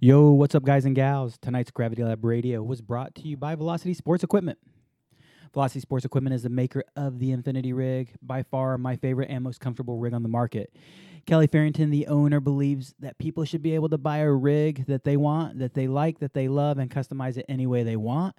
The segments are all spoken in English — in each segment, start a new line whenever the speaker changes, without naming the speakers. Yo, what's up, guys and gals? Tonight's Gravity Lab Radio was brought to you by Velocity Sports Equipment. Velocity Sports Equipment is the maker of the Infinity Rig, by far my favorite and most comfortable rig on the market. Kelly Farrington, the owner, believes that people should be able to buy a rig that they want, that they like, that they love, and customize it any way they want.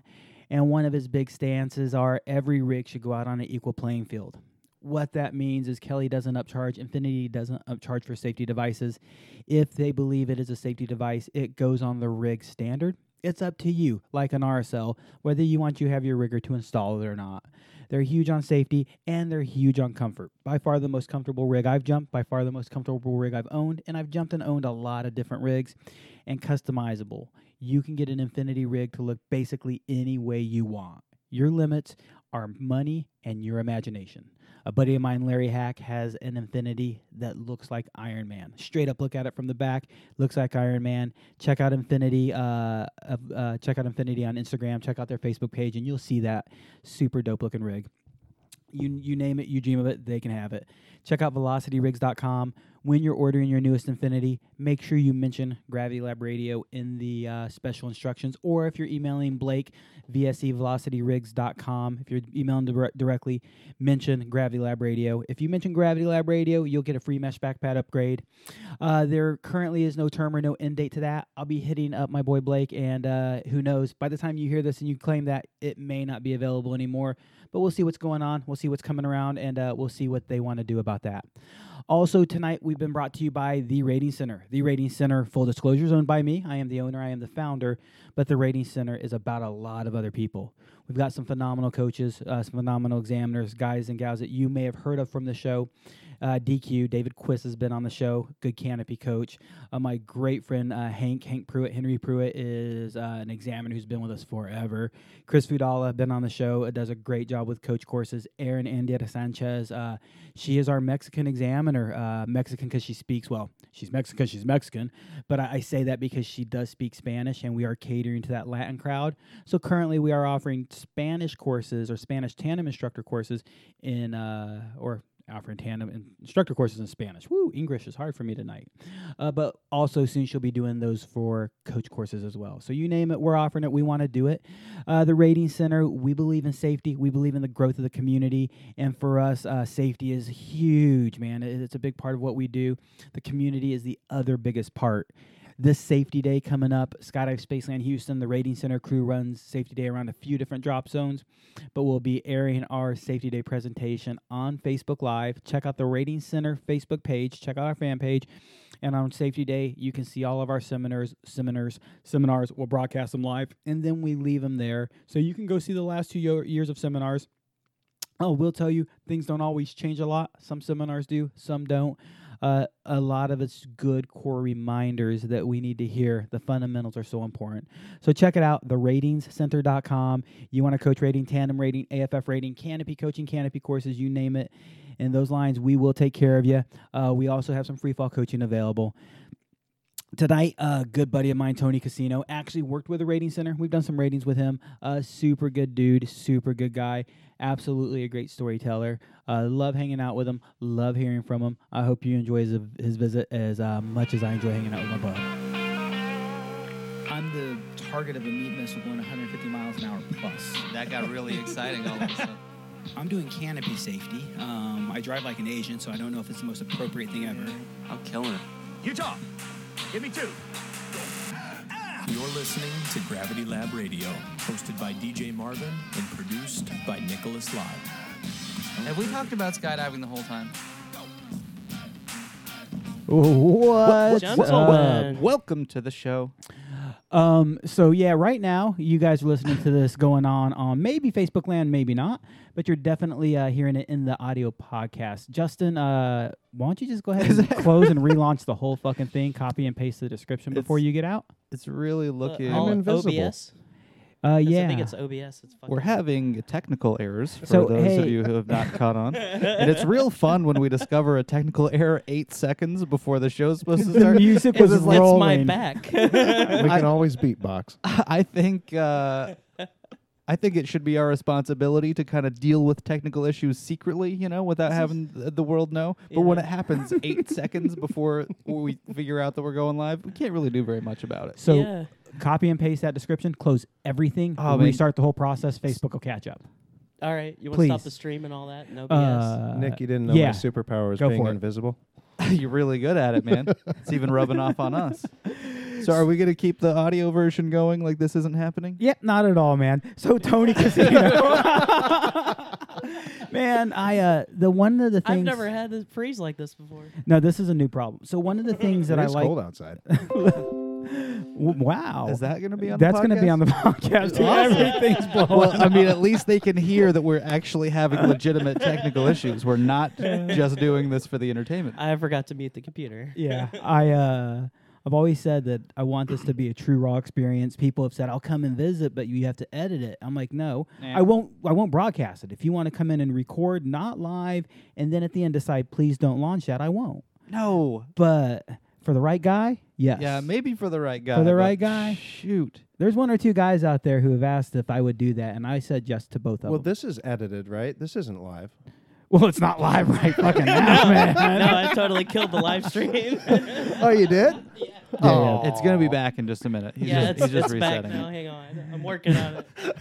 And one of his big stances are every rig should go out on an equal playing field. What that means is Kelly doesn't upcharge, Infinity doesn't upcharge for safety devices. If they believe it is a safety device, it goes on the rig standard. It's up to you, like an RSL, whether you want to have your rigger to install it or not. They're huge on safety and they're huge on comfort. By far the most comfortable rig I've jumped, by far the most comfortable rig I've owned, and I've jumped and owned a lot of different rigs and customizable. You can get an infinity rig to look basically any way you want. Your limits are money and your imagination. A buddy of mine, Larry Hack, has an Infinity that looks like Iron Man. Straight up, look at it from the back, looks like Iron Man. Check out Infinity. Uh, uh, uh, check out Infinity on Instagram. Check out their Facebook page, and you'll see that super dope looking rig. You you name it, you dream of it, they can have it. Check out velocityrigs.com. When you're ordering your newest Infinity, make sure you mention Gravity Lab Radio in the uh, special instructions. Or if you're emailing Blake, E vsevelocityrigs.com. If you're emailing dire- directly, mention Gravity Lab Radio. If you mention Gravity Lab Radio, you'll get a free mesh back pad upgrade. Uh, there currently is no term or no end date to that. I'll be hitting up my boy Blake, and uh, who knows? By the time you hear this and you claim that, it may not be available anymore. But we'll see what's going on. We'll see what's coming around, and uh, we'll see what they want to do about that. Also, tonight we've been brought to you by The Rating Center. The Rating Center, full disclosure, is owned by me. I am the owner, I am the founder, but The Rating Center is about a lot of other people. We've got some phenomenal coaches, uh, some phenomenal examiners, guys and gals that you may have heard of from the show. Uh, DQ, David Quist has been on the show, good canopy coach. Uh, my great friend uh, Hank, Hank Pruitt, Henry Pruitt is uh, an examiner who's been with us forever. Chris Fudala, been on the show, uh, does a great job with coach courses. Erin Andieta Sanchez, uh, she is our Mexican examiner, uh, Mexican because she speaks, well, she's Mexican, she's Mexican, but I, I say that because she does speak Spanish and we are catering to that Latin crowd. So currently we are offering Spanish courses or Spanish tandem instructor courses in, uh, or offering tandem in- instructor courses in Spanish. Woo, English is hard for me tonight. Uh, but also soon she'll be doing those for coach courses as well. So you name it, we're offering it. We want to do it. Uh, the Rating Center, we believe in safety. We believe in the growth of the community. And for us, uh, safety is huge, man. It- It's a big part of what we do. The community is the other biggest part this safety day coming up. Skydive Spaceland Houston, the Rating Center crew runs safety day around a few different drop zones, but we'll be airing our safety day presentation on Facebook Live. Check out the Rating Center Facebook page, check out our fan page, and on safety day, you can see all of our seminars, seminars, seminars. We'll broadcast them live, and then we leave them there. So you can go see the last two yo- years of seminars. Oh, we'll tell you, things don't always change a lot. Some seminars do, some don't. Uh, a lot of it's good core reminders that we need to hear. The fundamentals are so important. So check it out, theratingscenter.com. You want to coach rating, tandem rating, AFF rating, canopy coaching, canopy courses, you name it. In those lines, we will take care of you. Uh, we also have some free fall coaching available. Tonight, a good buddy of mine, Tony Casino, actually worked with a rating center. We've done some ratings with him. A super good dude, super good guy, absolutely a great storyteller. Uh, love hanging out with him, love hearing from him. I hope you enjoy his, his visit as uh, much as I enjoy hanging out with my bud.
I'm the target of a meat missile going 150 miles an hour plus.
That got really exciting all of a sudden.
I'm doing canopy safety. Um, I drive like an Asian, so I don't know if it's the most appropriate thing ever.
I'm killing it.
Utah, give me two.
You're listening to Gravity Lab Radio, hosted by DJ Marvin and produced by Nicholas Live.
Have we talked about skydiving the whole time?
What's
gentlemen.
Welcome to the show.
Um, so yeah, right now you guys are listening to this going on on maybe Facebook land, maybe not, but you're definitely uh, hearing it in the audio podcast. Justin, uh, why don't you just go ahead and close and relaunch the whole fucking thing, copy and paste the description before
It's-
you get out?
It's really looking.
Uh, all
invisible.
OBS.
Uh,
Yes,
yeah,
I think it's OBS. It's fucking
We're having technical errors for
So,
those of
hey.
you who have not caught on. and it's real fun when we discover a technical error eight seconds before the show's supposed to
the
start.
music
It
was
was
It's
like-
rolling.
my back.
Uh,
We can always beatbox.
I think uh,
I think it should be our responsibility to kind of deal with technical issues secretly, you know, without having th- the world know. But when it happens eight seconds before we figure out that we're going live, we can't really do very much about it.
So
Yeah.
copy and paste that description, close everything,
Oh, man.
restart the whole process. Facebook will catch up.
All right, you want to stop
Please.
the stream and all that? No BS.
Uh,
Nick, you didn't know
yeah.
my superpower is
Go
being
for it.
invisible.
You're really good at it, man. it's even rubbing off on us. So are we going to keep the audio version going like this isn't happening?
Yep, not at all, man. So Tony Casino. man, I uh the one of the things
I've never had a freeze like this before.
No, this is a new problem. So one of the things that I
it's
like
cold outside.
W- wow.
Is that going to be on
That's
the
gonna be
podcast?
on the podcast. dude. Everything's blowing
well, I mean, at least they can hear that we're actually having legitimate technical issues. We're not just doing this for the entertainment.
I forgot to mute the computer.
yeah i uh i've always said that i want this to be a true raw experience people have said i'll come and visit but you have to edit it i'm like no i won't i won't broadcast it if you want to come in and record not live and then at the end decide please don't launch that i won't
No.
but for the right guy yes
Yeah, maybe for the right guy.
the
but
right guy?
Shoot.
there's one or two guys out there who have asked if i would do that and i said yes to both of
well,
them
this is edited, right? This isn't live.
well it's not live right fucking now man
no, I totally killed the live stream.
Oh, you did? Oh.
Yeah,
It's gonna be back in just a minute. He's
yeah,
just,
it's,
he's just
it's back
resetting.
now.
it.
Hang on, I'm working on it.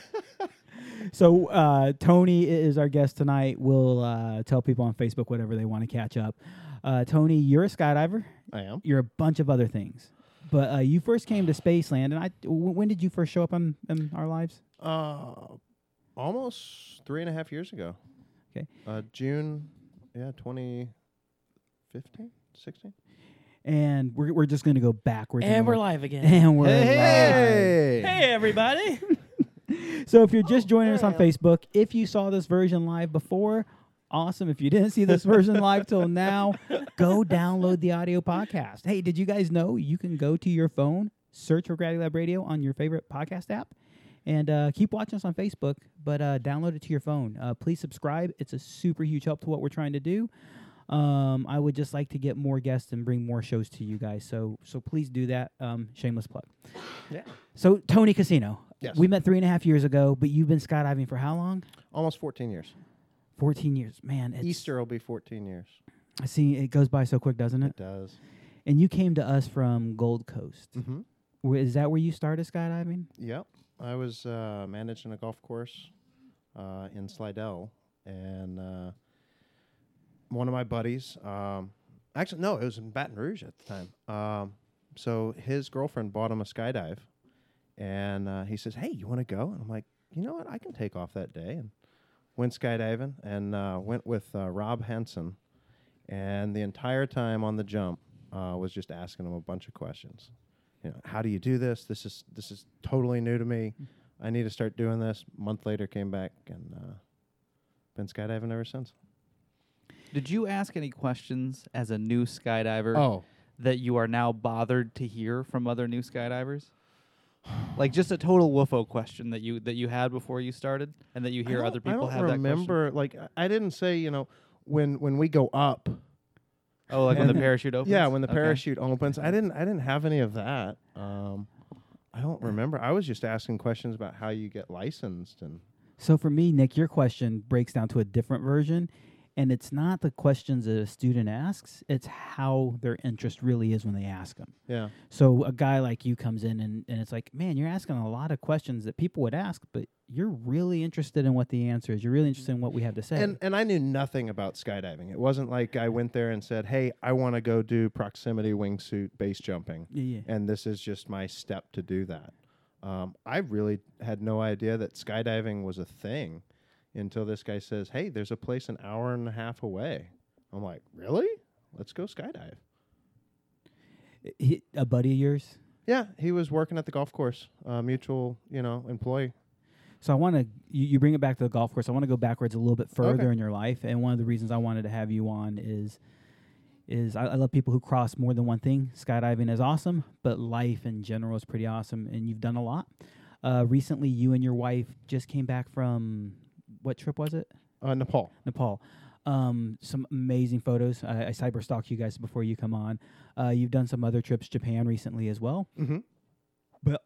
So uh, Tony i- is our guest tonight. We'll uh, tell people on Facebook whatever they want to catch up. Uh, Tony, you're a skydiver.
I am.
You're a bunch of other things, but uh, you first came to Spaceland, and I. W- when did you first show up on, on our lives?
Uh, almost three and a half years ago.
'Kay.
Uh, June, yeah, 2015, 16.
And we're we're just gonna go backwards,
And we're
like,
live again.
and we're live.
Hey!
Hey, everybody.
So if you're just joining us on Facebook, if you saw this version live before, awesome. If you didn't see this version live till now, go download the audio podcast. Hey, did you guys know you can go to your phone, search for Gravity Lab Radio on your favorite podcast app, and uh, keep watching us on Facebook, but uh, download it to your phone. Uh, please subscribe. It's a super huge help to what we're trying to do. Um, I would just like to get more guests and bring more shows to you guys. So, so please do that. Um, shameless plug.
Yeah.
So, Tony Casino.
Yes.
We met three and a half years ago, but you've been skydiving for how long?
Almost 14 years.
14 years. Man, it's,
Easter will be 14 years.
I see it goes by so quick, doesn't it?
It does.
And you came to us from Gold Coast.
Mm-hmm.
Wh- Is that where you started skydiving?
Yep. I was uh, managing a golf course uh, in Slidell, and uh, one of my buddies, um, actually, no, it was in Baton Rouge at the time. Um, so his girlfriend bought him a skydive, and uh, he says, Hey, you want to go? And I'm like, You know what? I can take off that day. And went skydiving and uh, went with uh, Rob Henson. And the entire time on the jump uh, was just asking him a bunch of questions. You know, how do you do this? This is this is totally new to me. I need to start doing this. Month later, came back and uh, been skydiving ever since.
Did you ask any questions as a new skydiver
Oh.
that you are now bothered to hear from other new skydivers? Like just a total woofo question that you that you had before you started, and that you hear
I
other
don't-
people
I
have
don't remember. Like I I didn't say you know when when we go up.
that question. Oh, like when the
And-
parachute opens.
Yeah, when the
Okay.
parachute opens. I didn't I didn't have any of that. Um, I don't remember. I was just asking questions about how you get licensed and
So for me, Nick, your question breaks down to a different version, and it's not the questions that a student asks; it's how their interest really is when they ask them.
yeah.
So a guy like you comes in, and, and it's like, man, you're asking a lot of questions that people would ask, but you're really interested in what the answer is. You're really interested in what we have to say.
And and I knew nothing about skydiving. It wasn't like I went there and said, "Hey, I want to go do proximity wingsuit base jumping."
yeah, yeah.
and this is just my step to do that. Um, I really had no idea that skydiving was a thing until this guy says, "Hey, there's a place an hour and a half away." I'm like, "Really? Let's go skydive."
He- a buddy of yours.
Yeah, he was working at the golf course, uh, mutual, you know, employee.
So I want to you, you bring it back to the golf course. I want to go backwards a little bit further
Okay.
in your life, and one of the reasons I wanted to have you on is is I, I love people who cross more than one thing. Skydiving is awesome, but life in general is pretty awesome, and you've done a lot. Uh, recently, you and your wife just came back from what trip was it?
Uh, Nepal.
Nepal. Um, some amazing photos. I, I cyber stalked you guys before you
Mm-hmm.
come on. Uh, you've done some other trips, Japan recently as well.
Mhm.
But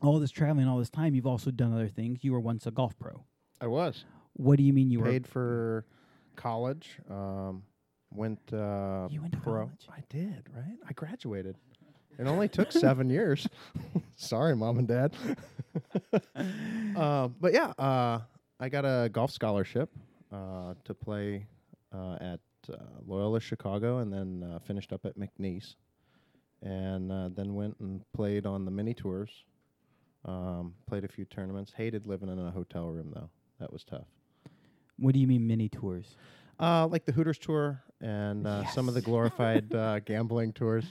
all this traveling, all this time, you've also done other things. You were once a golf pro.
I was
What do you mean you Mm.
paid for college. Um, went uh,
You went to
pro.
college?
I did. Right. I graduated. It only took seven years. Sorry, mom and dad. um, but yeah, uh, I got a golf scholarship uh, to play uh, at uh, Loyola Chicago, and then uh, finished up at McNeese, and uh, then went and played on the mini tours. Um, played a few tournaments. Hated living in a hotel room though. That was tough.
were? What do you mean mini tours?
Uh, like the Hooters tour and uh, some of the glorified uh, gambling tours.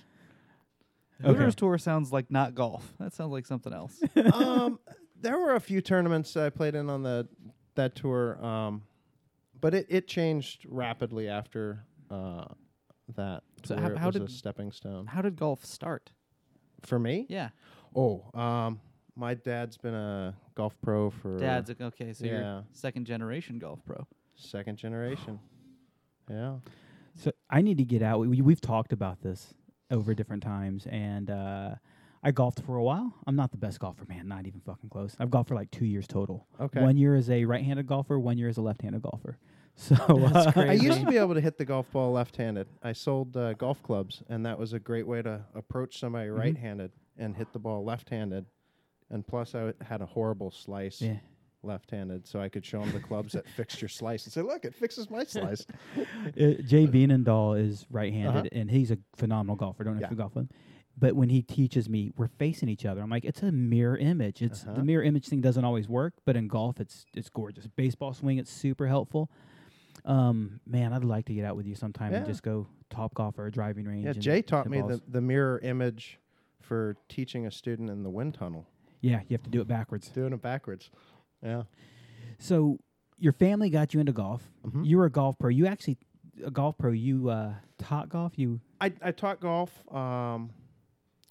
Hooters tour sounds like not golf. That sounds like something else.
um, there were a few tournaments I played in on the that tour, um, but it, it changed rapidly after uh, that. to
So how-
where it
how
was
did-
a stepping stone
How did golf start?
for me?
Yeah,
Oh, um, my dad's been a golf pro for
dad's a, okay. So
Yeah.
you're second generation golf pro.
second generation. Yeah,
So I need to get out. We, we've talked about this over different times, and uh, I golfed for a while. I'm not the best golfer, man. Not even fucking close. I've golfed for like two years total.
Okay.
One year as a right-handed golfer. One year as a left-handed golfer. So uh,
I used to be able to hit the golf ball left-handed. I sold uh, golf clubs, and that was a great way to approach somebody
Mm-hmm.
right-handed and hit the ball left-handed. And plus, I w- had a horrible slice
Yeah.
left-handed, so I could show them the clubs that fixed your slice and say, "Look, it fixes my slice."
uh, Jay Bienendahl is right-handed, and he's a phenomenal golfer. Don't know
Uh-huh. Yeah.
if you golf with him, but when he teaches me, we're facing each other. I'm like, it's a mirror image. It's
Uh-huh.
the mirror image thing doesn't always work, but in golf, it's it's gorgeous. Baseball swing, it's super helpful. Um, man, I'd like to get out with you sometime and
Yeah.
just go top golf or a driving range.
yeah,
and
Jay taught
hit
me
balls.
the, the mirror image for teaching a student in the wind tunnel,
Yeah, you have to do it backwards.
doing it backwards. Yeah,
So your family got you into golf.
Mm-hmm.
You were a golf pro. You actually a golf pro. You uh, taught golf. You
I I taught golf um,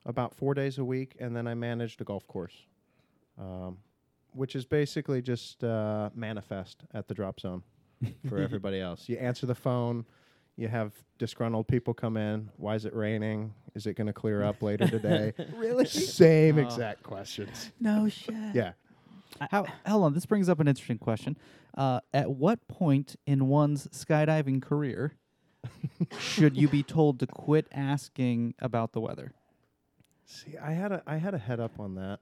about four days a week, and then I managed a golf course. Um, which is basically just uh, manifest at the drop zone for everybody else. You answer the phone, you have disgruntled people come in. Why is it raining? Is it going to clear up later today? really? Same
Oh.
exact questions.
no shit.
Yeah.
How, hold on, this brings up an interesting question. Uh, at what point in one's skydiving career should you be told to quit asking about the weather?
See, I had a I had a head up on that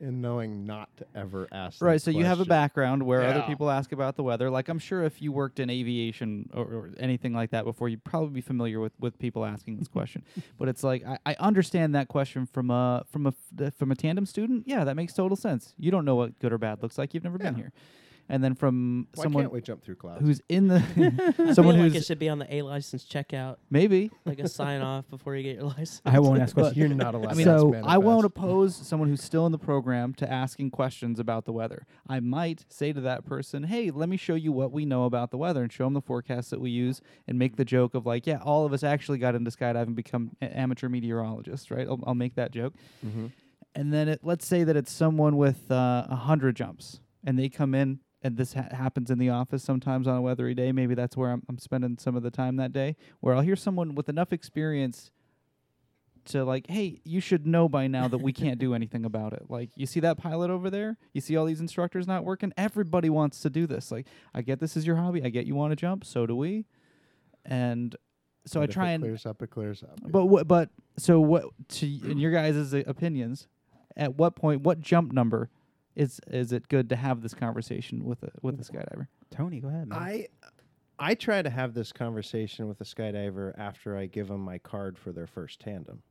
in knowing not to ever ask. that
Right, so you have a
question.
background where other
Yeah.
people ask about the weather. Like, I'm sure if you worked in aviation or, or anything like that before, you'd probably be familiar with, with people asking this question. but it's like I, I understand that question from a from a f- from a tandem student. Yeah, that makes total sense. You don't know what good or bad looks like. You've never been here. And then from
Why
someone
can't we jump through clouds?
who's in the
Someone
someone
like
who's
it should be on the A license checkout,
Maybe.
like a sign off before you get your license.
I won't ask
But
questions.
you're not allowed.
I
to
mean,
ask
so I
manifest.
won't oppose someone who's still in the program to asking questions about the weather. I might say to that person, "Hey, let me show you what we know about the weather," and show them the forecast that we use, and make the joke of like, "Yeah, all of us actually got into skydiving and become a- amateur meteorologists." Right? I'll, I'll make that joke. And then it, let's say that it's someone with uh, hundred jumps, and they come in, and this ha- happens in the office sometimes on a weathery day. Maybe that's where I'm, I'm spending some of the time that day. Where I'll hear someone with enough experience to like, hey, you should know by now that we can't do anything about it. Like, you see that pilot over there? You see all these instructors not working? Everybody wants to do this. Like, I get this is your hobby. I get you want to jump. So do we. And so
But
I
if
try
it
and
clears up. It clears up.
but what? But so what? To y- in your guys' opinions, at what point? What jump number is is it good to have this conversation with a with a
Mm.
skydiver?
Tony, go ahead. Man.
I I try to have this conversation with a skydiver after I give them my card for their first tandem.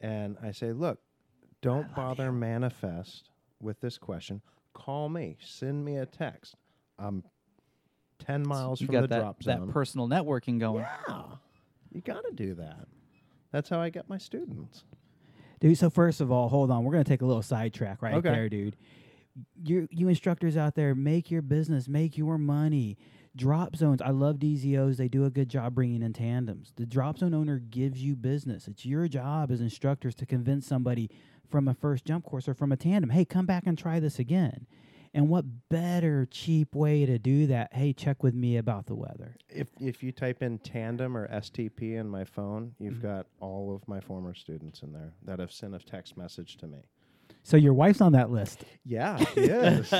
And I say, "Look, don't bother manifest with this question. Call me, send me a text. I'm 10 miles
You
from
got
the
that
drop
that
zone.
personal networking going.
yeah. You got to do that. That's how I get my students.
Dude, so first of all, hold on. We're gonna take a little sidetrack right
Okay.
there, dude. You you instructors out there, make your business, make your money. Drop zones. I love DZOs. They do a good job bringing in tandems. The drop zone owner gives you business. It's your job as instructors to convince somebody from a first jump course or from a tandem, hey, come back and try this again. And what better cheap way to do that? Hey, check with me about the weather.
If if you type in tandem or STP in my
Mm-hmm.
phone, you've got all of my former students in there that have sent a text message to me.
So your wife's on that list.
Yeah, yes.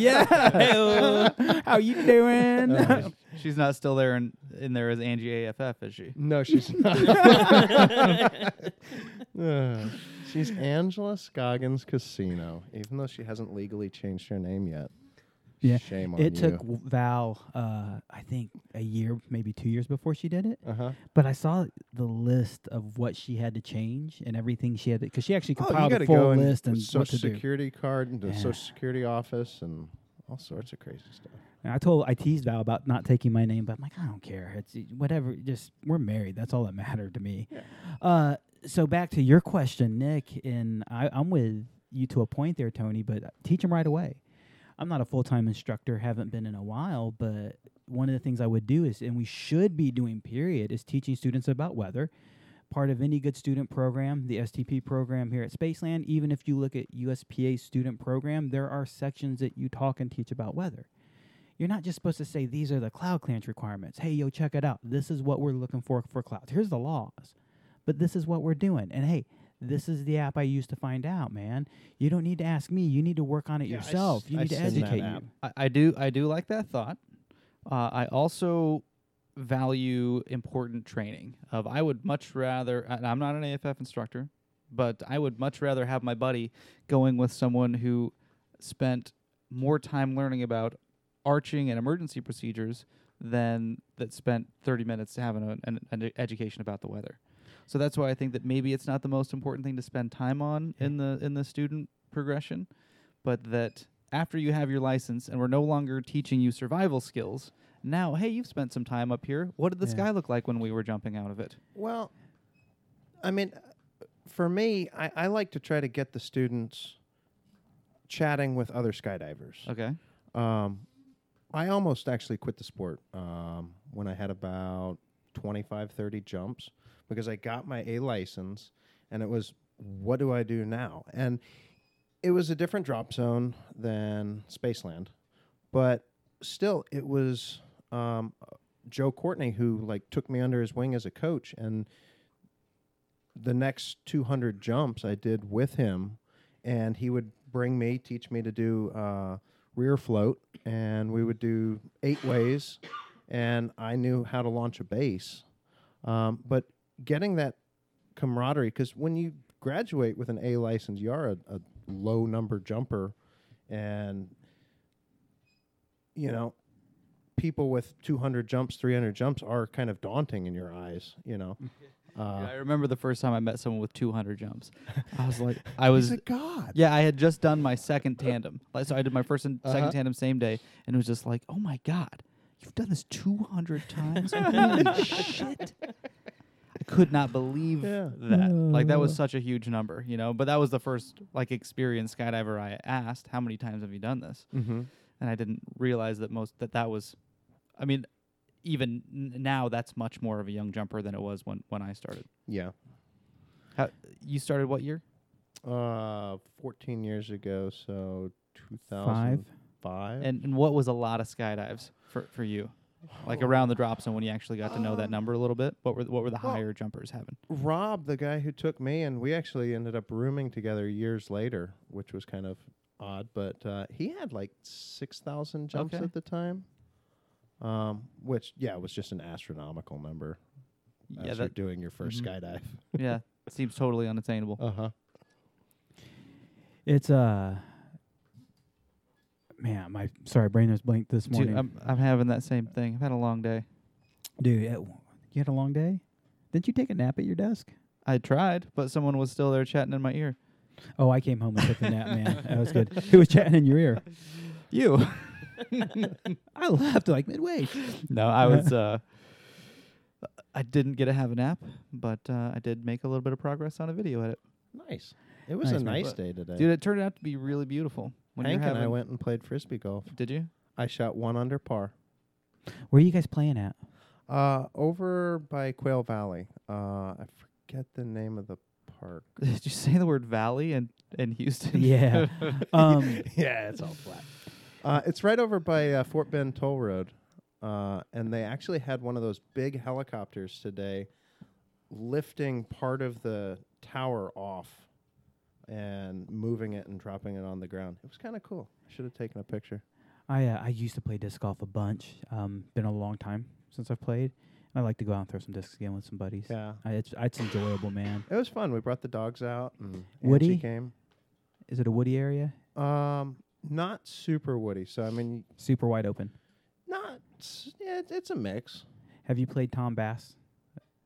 yeah. Hey-o. How you doing?
Uh-huh. She's not still there in, in there as Angie AFF, is she?
no, she's not. Uh, she's Angela Scoggins Casino, even though she hasn't legally changed her name yet.
Yeah.
Shame on
it
you.
took w- Val, uh, I think, a year, maybe two years before she did it.
Uh-huh.
But I saw the list of what she had to change and everything she had to, because she actually
Oh, you
compiled
got
a
to
full
go and
list and
social
what to do.
security card and the
Yeah.
social security office and all sorts of crazy stuff.
And I told, I teased Val about not taking my name, but I'm like, I don't care. It's y- whatever. Just we're married. That's all that mattered to me. Uh, so back to your question, Nick, and I, I'm with you to a point there, Tony. But uh, teach them right away. I'm not a full time instructor. Haven't been in a while, but one of the things I would do is, and we should be doing, period, is teaching students about weather. Part of any good student program, the STP program here at Spaceland, even if you look at USPA's student program, there are sections that you talk and teach about weather you're not just supposed to say these are the cloud clearance requirements. Hey, yo, check it out. This is what we're looking for for clouds. Here's the laws, but this is what we're doing. And hey, this is the app I use to find out, man. You don't need to ask me. You need to work on it
Yeah, I s-
yourself. you
I
need to
send that
educate
app.
you.
I, I do I do like that thought. Uh, I also value important training. Of I would much rather and I'm not an AFF instructor, but I would much rather have my buddy going with someone who spent more time learning about arching and emergency procedures than that spent 30 minutes having a, an, an e-, education about the weather. So that's why I think that maybe it's not the most important thing to spend time on in the in the student progression, but that after you have your license and we're no longer teaching you survival skills, now hey, you've spent some time up here. What did the
Yeah.
sky look like when we were jumping out of it?
Well, I mean, for me, I, I like to try to get the students chatting with other skydivers.
Okay.
Um, I almost actually quit the sport um, when I had about 25, 30 jumps because I got my A license and it was, what do I do now? And it was a different drop zone than Spaceland, but still, it was um, Joe Courtney who like took me under his wing as a coach and the next 200 jumps I did with him, and he would bring me, teach me to do uh, rear float, and we would do eight ways, and I knew how to launch a base. Um, but getting that camaraderie, because when you graduate with an A license, you are a, a low number jumper, and you know people with 200 jumps 300 jumps are kind of daunting in your eyes you know Uh,
I remember the first time I met someone with 200 jumps. Uh, I was like, I was
god
Yeah, I had just done my second tandem. Like, so I did my first and second tandem same day, and it was just like, oh my god, you've done this two hundred times. Holy shit! I could not believe
Yeah.
that. Like that was such a huge number, you know. But that was the first like experienced skydiver I asked, how many times have you done this? Mm-hmm. And I didn't realize that most that that was, I mean. Even n- now, that's much more of a young jumper than it was when, when I started.
Yeah.
How, you started what year?
Uh, 14 years ago, so 2005.
Five.
And, and what was a lot of skydives for, for you? Like around the drop zone when you actually got to know that number a little bit? What were what were the higher jumpers having?
Rob, the guy who took me, and we actually ended up rooming together years later, which was kind of odd, but uh, he had like 6,000 jumps
Okay.
at the time. Um, which yeah, was just an astronomical number.
Yeah,
as you're
that Mm-hmm.
doing your 1st skydive.
yeah. Seems totally unattainable.
Uh huh.
It's uh, man, my sorry, brain was blank this morning.
um,
Dude, I'm I'm having that same thing. I've had a long day.
Dude, it- you had a long day. Didn't you take a nap at your desk?
I tried, but someone was still there chatting in my ear.
Oh, I came home and took a nap, man. That was good. Who was chatting in your ear?
You.
I left like midway.
no, I was uh I didn't get to have a nap, but uh, I did make a little bit of progress on a video edit.
Nice. It was
Nice,
a
man.
nice
But-
day today.
Dude, it turned out to be really beautiful. When
Hank
you're
and I
having-
went and played frisbee golf.
Did you?
I shot one under par.
Where are you guys playing at?
Uh, over by Quail Valley. Uh, I forget the name of the park.
Did you say the word valley and in Houston?
Yeah. Um,
yeah, it's all flat. Uh, it's right over by uh, Fort Bend Toll Road, uh, and they actually had one of those big helicopters today, lifting part of the tower off and moving it and dropping it on the ground. It was kind of cool. I should have taken a picture.
I uh, I used to play disc golf a bunch. Um, been a long time since I've played. I like to go out and throw some discs again with some buddies.
Yeah.
I, it's uh, it's enjoyable, man.
It was fun. We brought the dogs out. And
Woody?
Angie came.
Is it a woody area?
Um, not super woody. So I mean,
Super wide open.
not. s- Yeah, it- it's a mix.
Have you played Tom Bass?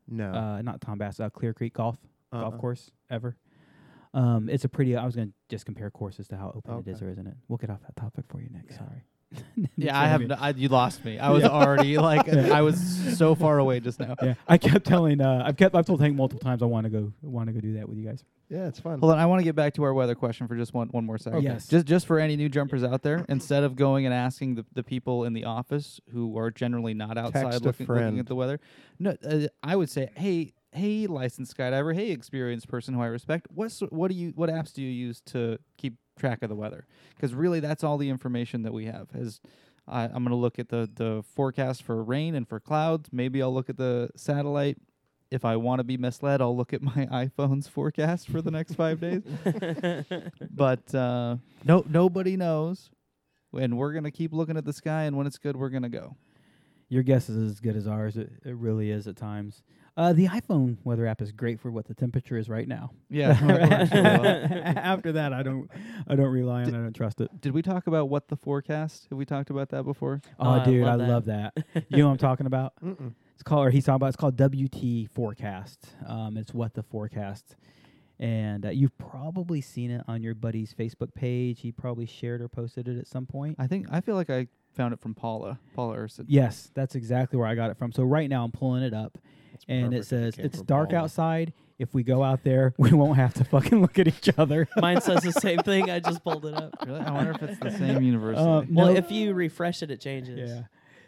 No.
Uh, not Tom Bass. Uh, Clear Creek Golf
Uh-uh.
Uh-huh.
golf course ever. Um, it's a pretty. I was gonna just compare courses to how open
Okay.
it is, or isn't it? We'll get off that topic for you next. Sorry.
Yeah, I have. No, I, you lost me. I was already like, I was so far away just now.
Yeah, I kept telling. Uh, I've kept. I've told Hank multiple times. I want to go. Want to go do that with you guys.
yeah, it's fun.
Hold on, I want to get back to our weather question for just one one more second.
Okay. Yes.
Just just for any new jumpers out there, instead of going and asking the, the people in the office who are generally not
Text a
outside looking, looking
friend.
at the weather, no, uh, I would say, hey, hey, licensed skydiver, hey, experienced person who I respect, what sor- what do you what apps do you use to keep track of the weather? Because really, that's all the information that we have. Is I, I'm going to look at the the forecast for rain and for clouds. Maybe I'll look at the satellite if I want to be misled, I'll look at my iPhone's forecast for the next five days. but uh, no, nobody knows, and we're gonna keep looking at the sky. And when it's good, we're gonna go.
Your guess is as good as ours. It, it really is at times. Uh, the iPhone weather app is great for what the temperature is right now.
Yeah.
After that, I don't. I don't rely on. it. I don't trust
Oh,
it.
Did we talk about what the forecast? Have we talked about that before?
Oh,
I
dude, I
love
love that. you know what I'm talking about? It's called, or he's talking about. It's called WT forecast. Um, it's what the forecast, and uh, you've probably seen it on your buddy's Facebook page. He probably shared or posted it at some point.
I think I feel like I found it from Paula. Paula Urson.
Yes, that's exactly where I got it from. So right now I'm pulling it up, and it
perfect if it
says
came
it's
from
dark
Paula."
outside. If we go out there, we won't have to fucking look at each other.
Mine says the same thing. I just pulled it up.
Really? I wonder if it's the same university.
Um,
Well,
no-
if you refresh it, it changes.
Yeah.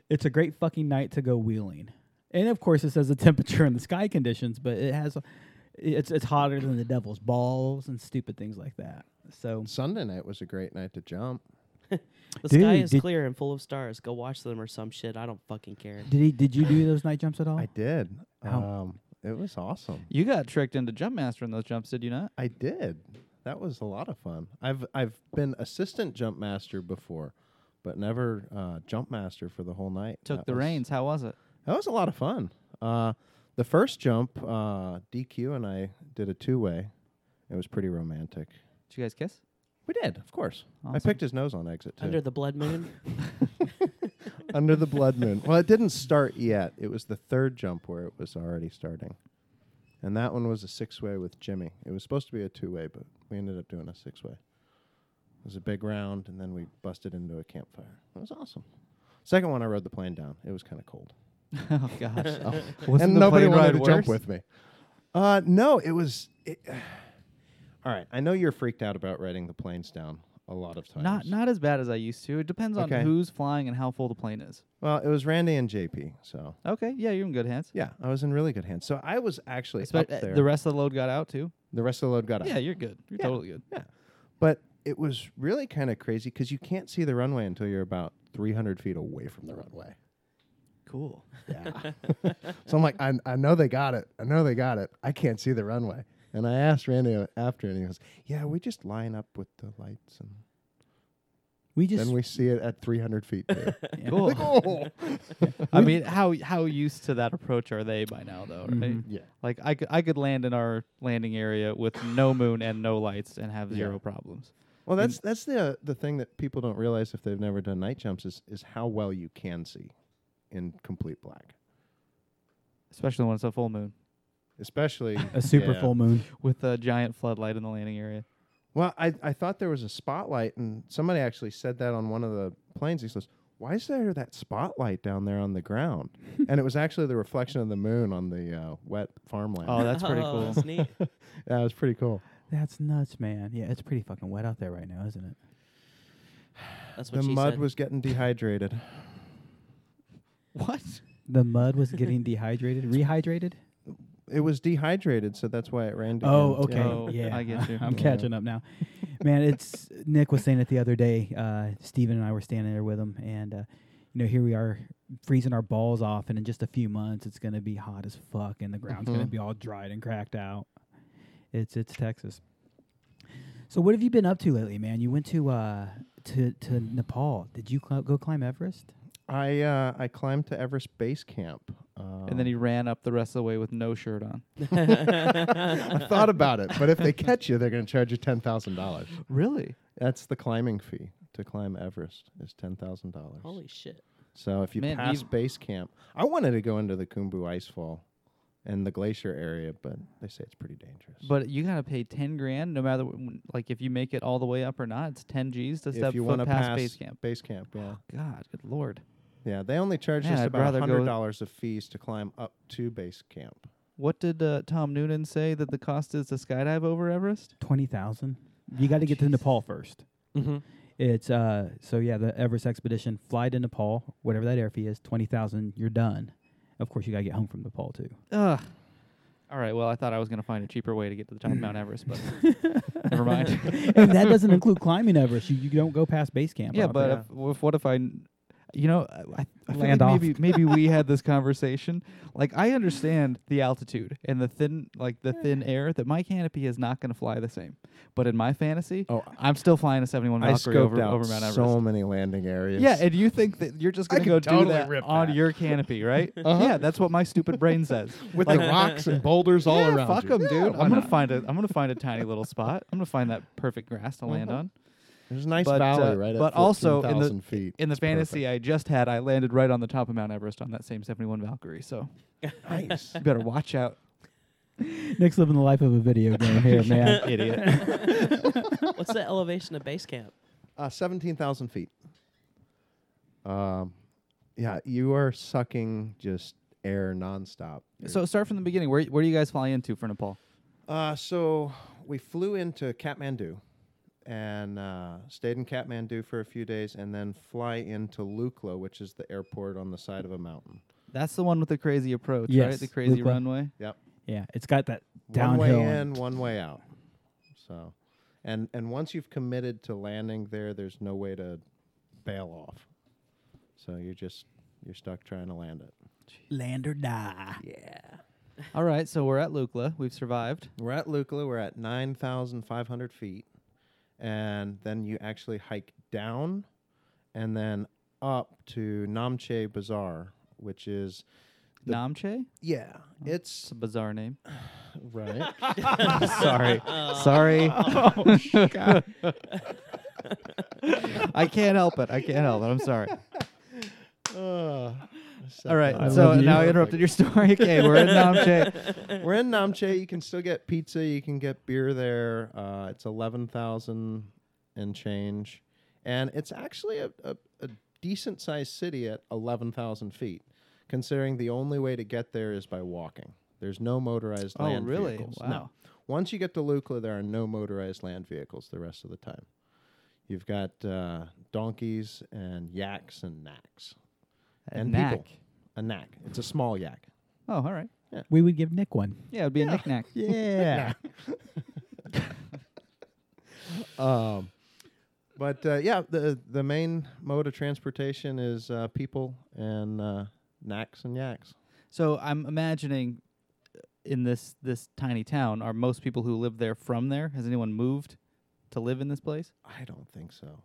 It's a great fucking night to go wheeling. And of course, it says the temperature and the sky conditions, but it has, it's it's hotter than the devil's balls and stupid things like that. So
Sunday night was a great night to jump.
The
Dude,
sky is
did-
clear and full of stars. Go watch them or some shit. I don't fucking care.
did he? Did you do those night jumps at all?
I did.
How-
Um, it was awesome.
you got tricked into Jumpmaster in those jumps, did you not?
I did. That was a lot of fun. I've I've been assistant jump master before, but never uh, jump master for the whole night.
Took
That
the
was-
reins. How was it?
That was a lot of fun. Uh, the first jump, uh, DQ and I did a two way. It was pretty romantic.
Did you guys kiss?
We did, of course. I
Awesome.
picked his nose on exit too.
Under the blood moon.
Under the blood moon. Well, it didn't start yet. It was the third jump where it was already starting. And that one was a six way with Jimmy. It was supposed to be a two way, but we ended up doing a six way. It was a big round, and then we busted into a campfire. It was awesome. Second one, I rode the plane down. It was kind of cold.
oh gosh.
and nobody wanted to jump with me. Uh, no, it was. It, all right, I know you're freaked out about riding the planes down a lot of times.
Not not as bad as I used to. It depends on
Okay.
who's flying and how full the plane is.
Well, it was Randy and JP, so
Okay, yeah, you're in good hands.
yeah, I was in really good hands. So I was actually
Espe-
up
uh,
there.
the rest of the load got out too.
The rest of the load got up.
Yeah, you're good. You're
Yeah.
totally good.
Yeah. But it was really kind of crazy because you can't see the runway until you're about 300 feet away from the runway.
Cool.
Yeah. so I'm like, I, I know they got it. I know they got it. I can't see the runway. And I asked Randy a- after, and he goes, Yeah, we just line up with the lights, and
we just.
then we see it at 300 feet. too."
Cool.
Like, "Oh."
I mean, how how used to that approach are they by now though, right?
Yeah.
Like I could I could land in our landing area with no moon and no lights and have zero problems.
Well, that's that's the uh, the thing that people don't realize if they've never done night jumps is is how well you can see in complete black,
Especially when it's a full moon
especially
a super
yeah.
full moon.
with a giant floodlight in the landing area.
Well, I, I thought there was a spotlight, and somebody actually said that on one of the planes. He says, "Why is there that spotlight down there on the ground?" and it was actually the reflection of the moon on the uh, wet farmland.
Oh, that's pretty
Oh,
cool.
That's neat.
that was pretty cool.
That's nuts, man. Yeah, it's pretty fucking wet out there right now, isn't it?
That's what
The
she
mud
said.
was getting dehydrated.
What?
The mud was getting dehydrated, rehydrated.
It was dehydrated, so that's why it ran. down.
Oh, okay.
Oh,
yeah,
I get you.
I'm
Yeah.
catching up now, man. It's Nick was saying it the other day. Uh, Steven and I were standing there with him, and uh, you know, here we are freezing our balls off, and in just a few months, it's gonna be hot as
Mm-hmm.
fuck, and the ground's gonna be all dried and cracked out. It's it's Texas. So what have you been up to lately, man? You went to uh to to Nepal. Did you cl- go climb Everest?
I uh, I climbed to Everest Base Camp. Um,
and then he ran up the rest of the way with no shirt on.
I thought about it, but if they catch you, they're going to charge you ten thousand dollars.
Really?
That's the climbing fee to climb Everest is ten thousand dollars.
Holy shit.
So if you
Man,
pass
you've-
base camp, I wanted to go into the Kumbu Icefall and the glacier area, but they say it's pretty dangerous.
But you gotta pay ten grand, no matter wh- like if you make it all the way up or not. It's ten G's to step
if you
foot
want to
past
pass
base camp.
base camp, yeah,
God, good lord.
yeah, they only charge
Man,
just
I'd
about
rather go-
hundred dollars of fees to climb up to base camp.
What did uh, Tom Noonan say that the cost is to skydive over Everest?
Twenty thousand. You got to get to Nepal first.
Mm-hmm.
It's uh so yeah, the Everest expedition fly to Nepal, whatever that air fee is, twenty thousand. You're done. Of course, you got to get home from Nepal too.
Ugh. All right. Well, I thought I was gonna find a cheaper way to get to the top of Mount Everest, but never mind.
and that doesn't include climbing Everest. You, you don't go past base camp.
Yeah,
I don't
but uh,
think.
if, well, if- what if I, n- you know, I- I, I feel
Land
like
off.
maybe maybe we had this conversation. Like I understand the altitude and the thin like the thin air that my canopy is not going to fly the same. But in my fantasy,
Oh,
I'm still flying a 71
I
Valkyrie
scoped
over,
out
over Mount Everest.
so many landing areas.
yeah, and you think that you're just
I
gonna
could
go do
totally
that
rip
on
that.
your canopy, right?
Uh-huh.
Yeah, that's what my stupid brain says.
with
Like,
the rocks and boulders all
yeah,
around.
fuck
you.
'em,
Yeah,
dude.
why
I'm gonna
not?
find a I'm gonna find a tiny little spot. I'm gonna find that perfect grass to
Uh-huh.
land on.
There's a nice
But,
valley
uh,
right at
but also in the
14,000 feet.
in the
It's
fantasy I just had, I landed right on the top of Mount Everest on that same 71 Valkyrie. So
perfect. nice.
you better watch out,
Nick's living the life of a video game here, man.
idiot.
What's the elevation of base camp?
Uh, 17,000 feet. Um, yeah, you are sucking just air nonstop. You're-
so start from the beginning. Where where do you guys fly into for Nepal?
uh, so we flew into Kathmandu and uh, stayed in Kathmandu for a few days and then fly into Lukla, which is the airport on the side of a mountain.
That's the one with the crazy approach, right?
Yes,
The crazy
Lukla.
runway.
Yep.
Yeah, it's got that
One
downhill.
way in,
and-
one way out. So, and and once you've committed to landing there, there's no way to bail off. So you're just you're stuck trying to land it.
Land or die.
All right, so we're at Lukla. We've survived.
We're at Lukla. We're at 9,500 feet. And then you actually hike down and then up to Namche Bazaar, which is, The-
Namche?
yeah,
It's
it's
a bizarre name.
right.
Sorry. Sorry. Oh, I can't help it. I can't help it. I'm sorry.
Uh,
All right.
I
so
love you.
now I interrupted your story. Okay, we're in Namche.
We're in Namche. You can still get pizza. You can get beer there. Uh, it's 11,000 and change. And it's actually a, a, a decent sized city at 11,000 feet, considering the only way to get there is by walking. There's no motorized
Oh,
land
really?
vehicles.
Wow.
No. Once you get to Lukla, there are no motorized land vehicles the rest of the time. You've got uh, donkeys and yaks and knacks. And people.
Knack.
A knack. It's a small yak.
Oh, all right.
We would give Nick one.
Yeah, it'd be a knickknack.
Yeah. um, but uh, yeah, the the main mode of transportation is uh, people and uh, knacks and yaks.
So I'm imagining uh, in this this tiny town, are most people who live there from there? Has anyone moved to live in this place?
I don't think so.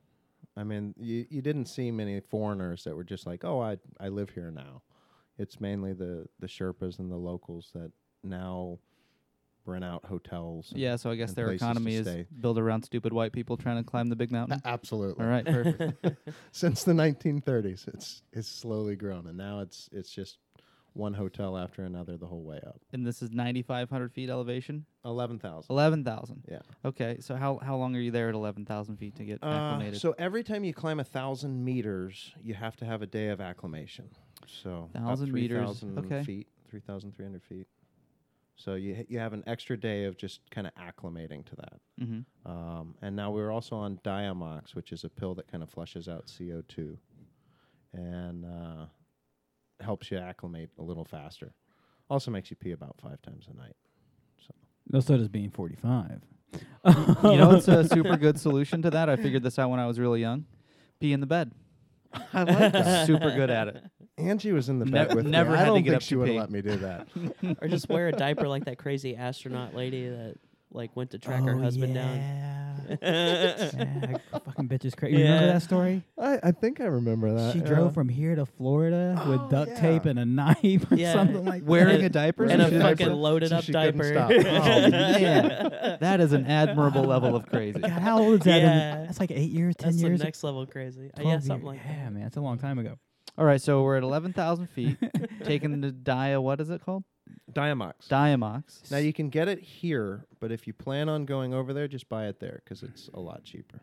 I mean, you you didn't see many foreigners that were just like, oh, I I live here now. It's mainly the the Sherpas and the locals that now rent out hotels. and-
Yeah, so I guess
and
their
places to
economy is
stay.
built around stupid white people trying to climb the big mountain.
Absolutely.
Mm-hmm. All right, perfect.
since the 1930s. It's it's slowly grown, and now it's it's just one hotel after another the whole way up.
and this is 9,500 feet elevation,
Eleven thousand.
11,000.
Yeah.
Okay, so how how long are you there at 11,000 feet to get
Uh,
acclimated?
so every time you climb a thousand meters, you have to have a day of acclimation. So about
1,000 meters,
3,000
okay.
feet, three thousand three hundred feet. So you ha- you have an extra day of just kind of acclimating to that.
Mhm.
Um, and now we're also on Diamox, which is a pill that kind of flushes out CO2 and uh, helps you acclimate a little faster. Also makes you pee about five times a night.
No, so does being 45.
you know, it's a super good solution to that. I figured this out when I was really young. Pee in the bed. I like that. Super good at it.
Angie was in the
Nev-
bed with
never
me.
had
I
to
don't
get
think
up
she
to
would
pee.
let me do that.
or
Oh,
just wear a diaper like that crazy astronaut lady that like went to track her husband down.
Yeah, fucking bitch is crazy. You remember
Yeah.
that story?
I, I think I remember that.
she
yeah.
drove from here to Florida with duct tape and a knife or
Oh, Yeah.
something like that.
Wearing a diaper
and
She
a
didn't
fucking
have to-
loaded
so
up
she couldn't
diaper.
stop.
Oh, man. That is an admirable level of crazy.
God, how old is that? in the-
Yeah.
that's like eight years, ten
That's
years,
the next level crazy. Uh,
12
yeah,
years.
something like that.
Yeah, man, that's a long time ago.
All right, so we're at 11,000 feet, taking the dia, what is it called?
Diamox.
Diamox.
now you can get it here, but if you plan on going over there, just buy it there because it's a lot cheaper.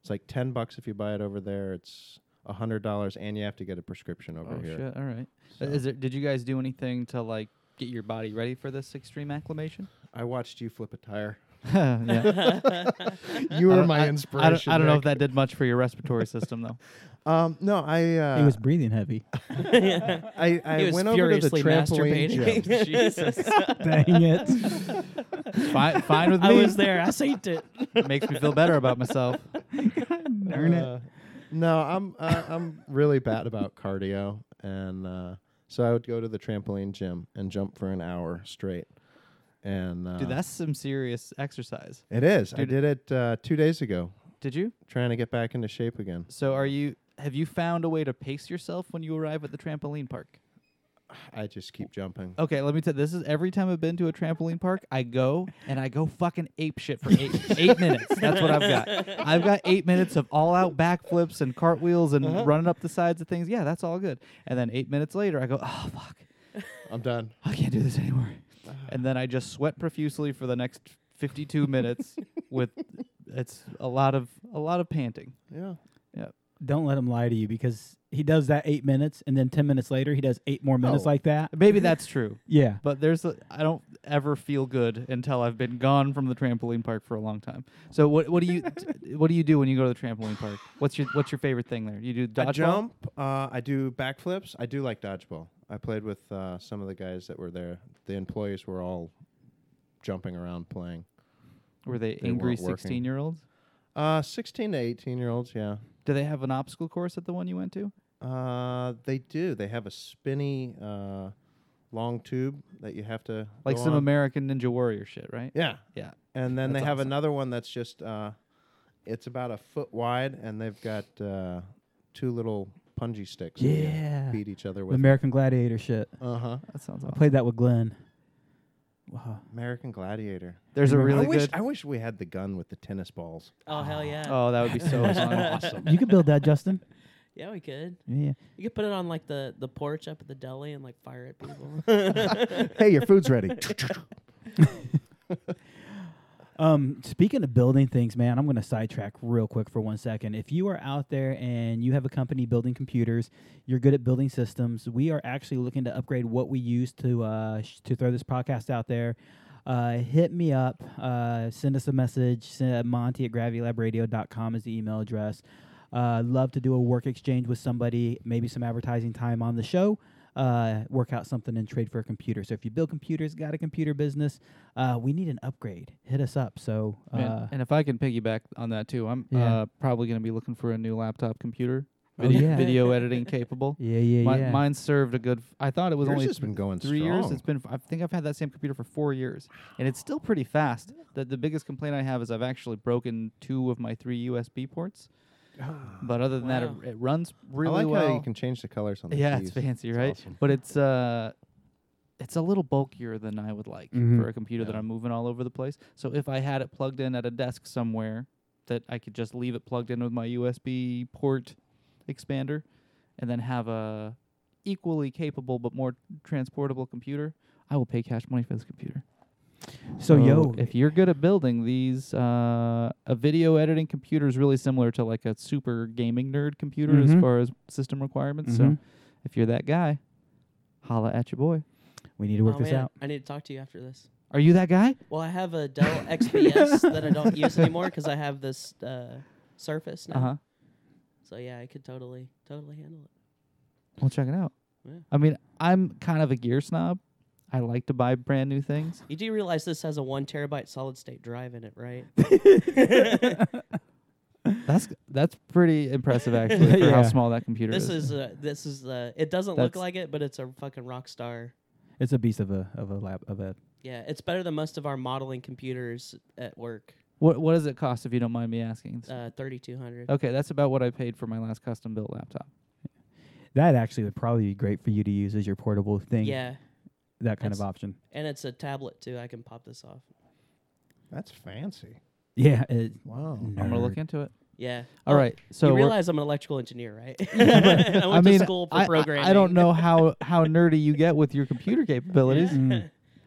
It's like ten bucks if you buy it over there. It's a hundred dollars, and you have to get a prescription over
oh,
here.
shit, all right. Uh, Is there, did you guys do anything to, like, get your body ready for this extreme acclimation?
I watched you flip a tire.
yeah.
You
I
were
don't- I-
my
I don't,
inspiration.
I don't know if
Nick.
that did much for your respiratory system, though.
Um, no, I uh,
he was breathing heavy.
I, I
he was
went over to the
furiously
trampoline
masturbating.
gym.
Jesus.
Dang it!
Fine, fine with me.
I was there. I seen it.
Makes me feel better about myself.
Darn it.
Uh, no, I'm uh, I'm really bad about cardio, and uh, so I would go to the trampoline gym and jump for an hour straight. And uh,
Dude, that's some serious exercise.
it is. I
dude.
did it uh, two days ago,
Did you?
trying to get back into shape again.
So are you? Have you found a way to pace yourself when you arrive at the trampoline park?
I just keep jumping.
Okay, let me tell. This is every time I've been to a trampoline park, I go and I go fucking ape shit for eight eight minutes. That's what I've got. I've got eight minutes of all out backflips and cartwheels and running up the sides of things. Yeah, that's all good. And then eight minutes later, I go, oh fuck,
I'm done.
I can't do this anymore. And then I just sweat profusely for the next fifty two minutes. with it's a lot of a lot of panting.
Yeah.
Don't let him lie to you because he does that eight minutes, and then ten minutes later he does eight more minutes
Oh.
like that.
Maybe that's true.
Yeah.
But there's a, I don't ever feel good until I've been gone from the trampoline park for a long time. So what what do you t- what do you do when you go to the trampoline park? What's your what's your favorite thing there? You do dodgeball.
I jump. Uh, I do backflips. I do like dodgeball. I played with uh, some of the guys that were there. The employees were all jumping around playing.
Were they,
They
angry
weren't working.
sixteen year olds?
Uh, 16 to 18 year olds, yeah.
Do they have an obstacle course at the one you went to?
Uh, they do. They have a spinny uh, long tube that you have to
Like
go
some
on.
American Ninja Warrior shit, right?
Yeah,
Yeah.
and then
That's
they have
awesome.
another one that's just uh, it's about a foot wide, and they've got uh, two little punji sticks. that you
Yeah.
beat each other
The
with.
American Gladiator shit.
uh huh.
That sounds
I
awesome.
played that with Glenn. Wow.
American Gladiator.
There's a
I
really
I wish
good.
I wish we had the gun with the tennis balls.
Oh hell yeah.
oh, that would be so fun.
You could build that, Justin.
Yeah, we could.
Yeah.
You could put it on like the the porch up at the deli and like fire at people.
hey, your food's ready.
Um, speaking of building things, man, I'm going to sidetrack real quick for one second. If you are out there and you have a company building computers, you're good at building systems. We are actually looking to upgrade what we use to uh, sh- to throw this podcast out there. Uh, hit me up. Uh, send us a message. Send, uh, Monty at gravitylabradio.com is the email address. Uh, love to do a work exchange with somebody, maybe some advertising time on the show. Uh, work out something and trade for a computer. So if you build computers, got a computer business, uh, we need an upgrade. Hit us up. So uh,
Man, and if I can piggyback on that too, I'm
Yeah.
uh, probably going to be looking for a new laptop computer,
Oh,
video,
yeah.
video editing capable.
yeah, yeah,
Mi-
yeah.
Mine served a good. F- I thought it was
Yours
only
has been going
three years.
strong.
It's been. f- I think I've had that same computer for four years, and it's still pretty fast. The the biggest complaint I have is I've actually broken two of my three USB ports. But other than
Wow.
that, it, it runs
I
really
like
well.
how you can change the colors on the
yeah,
keys.
it's fancy, right? But it's uh, it's a little bulkier than I would like
Mm-hmm.
Mhm.
for a computer that I'm moving all over the place. So if I had it plugged in at a desk somewhere, that I could just leave it plugged in with my USB port expander, and then have a equally capable but more transportable computer. I will pay cash money for this computer.
so yo,
uh, if you're good at building these, uh, a video editing computer is really similar to like a super gaming nerd computer
Mhm.
as far as system requirements.
Mhm.
So, if you're that guy, holla at your boy.
we need to work
Oh,
this
man,
out.
I need to talk to you after this.
Are you that guy?
Well, I have a Dell XPS that I don't use anymore because I have this uh, Surface now.
Uh huh.
So yeah, I could totally totally handle it.
Well, check it out.
Yeah.
I mean, I'm kind of a gear snob. I like to buy brand new things.
You do realize this has a one terabyte solid state drive in it, right?
That's that's pretty impressive actually for
Yeah.
how small that computer
this
is.
is uh, this is uh, it doesn't look
That's-
like it, but it's a fucking rock star.
It's a beast of a of a lab of a.
Yeah, it's better than most of our modeling computers at work.
What What does it cost if you don't mind me asking?
Uh, thirty two hundred.
Okay, that's about what I paid for my last custom built laptop.
That actually would probably be great for you to use as your portable thing.
Yeah.
That kind of
That's-
option.
And it's a tablet too. I can pop this off.
That's fancy.
Yeah. It,
Wow.
I'm gonna look into it.
Yeah.
All
Oh,
right, so
you
we're-
realize I'm an electrical engineer, right? I went
I mean,
to school for
I- I-
programming.
I, don't know how how nerdy you get with your computer capabilities.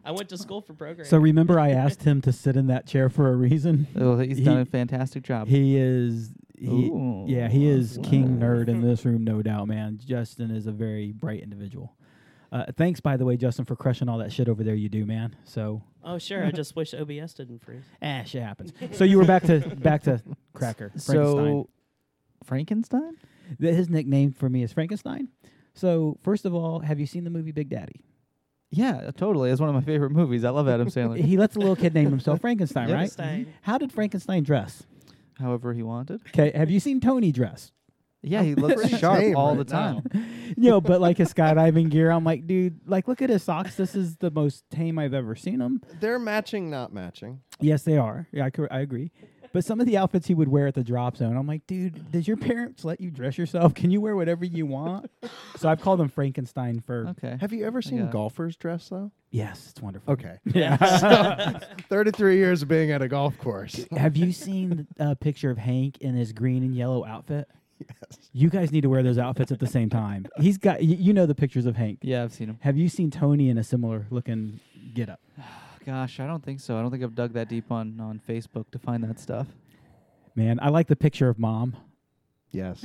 I went to school for programming.
mm. So remember, I asked him to sit in that chair for a reason.
Well, Oh, he's
He-
done a fantastic job.
He is. He, yeah, he is king nerd in this room, no doubt, man. Justin is a very bright individual. Uh, thanks, by the way, Justin, for crushing all that shit over there you do, man. So,
Oh sure, I just wish OBS didn't freeze.
ah, shit happens. So you were back to back to Cracker Frankenstein.
so Frankenstein.
Th- His nickname for me is Frankenstein. So first of all, have you seen the movie Big Daddy?
Yeah, totally. It's one of my favorite movies. I love Adam Sandler.
He lets a little kid name himself Frankenstein, right?
Frankenstein.
How did Frankenstein dress?
However, he wanted.
Okay, have you seen Tony dress?
Yeah, he looks
pretty
sharp
tame
all the
right now.
time.
you know, but like his skydiving gear, I'm like, dude, like look at his socks. This is the most tame I've ever seen him.
They're matching, not matching.
Yes, they are. Yeah, I, cor- I agree. But some of the outfits he would wear at the drop zone, I'm like, dude, does your parents let you dress yourself? Can you wear whatever you want? so I've called him Frankenstein for
Okay.
Have you ever seen
got it.
golfers dress though?
yes, it's wonderful.
Okay. Thirty-three years of being at a golf course.
Have you seen a picture of Hank in his green and yellow outfit? Yes. You guys need to wear those outfits at the same time. He's got, y- you know, the pictures of Hank.
Yeah, I've seen him.
Have you seen Tony in a similar looking get up?
Gosh, I don't think so. I don't think I've dug that deep on on Facebook to find that stuff.
Man, I like the picture of mom.
Yes.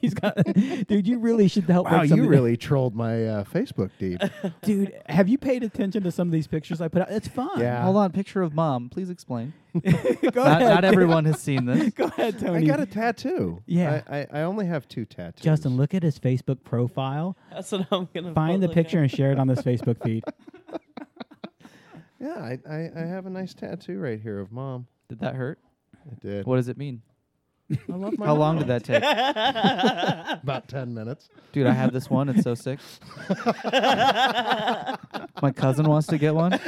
He's got, dude. You really should help.
Wow,
make
you
something-
really trolled my uh, Facebook deep.
dude. Have you paid attention to some of these pictures I put out? It's fun.
Yeah.
Hold on, picture of mom. Please explain.
go
Not,
ahead.
not everyone has seen this.
Go ahead,
I
Tony.
got a tattoo.
Yeah.
I, I, I only have two tattoos.
Justin, look at his Facebook profile.
Mm-hmm.
That's what I'm gonna
Find the
look
picture
up.
and share it on this Facebook feed.
Yeah, I, I, I have a nice tattoo right here of mom.
Did that hurt?
I did.
What does it mean?
I love my
How
mom.
long did that take?
About 10 minutes.
Dude, I have this one. It's so sick. My cousin wants to get one.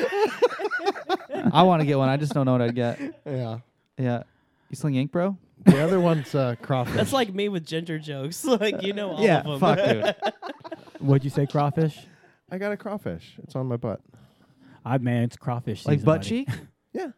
I want to get one. I just don't know what I'd get.
Yeah.
Yeah. You sling ink, bro?
The other one's uh, crawfish.
That's like me with ginger jokes. like you know all of them.
Fuck, dude.
What'd you say, crawfish?
I got a crawfish. It's on my butt.
I man, it's crawfish.
Like
season,
butt
buddy.
cheek?
Yeah.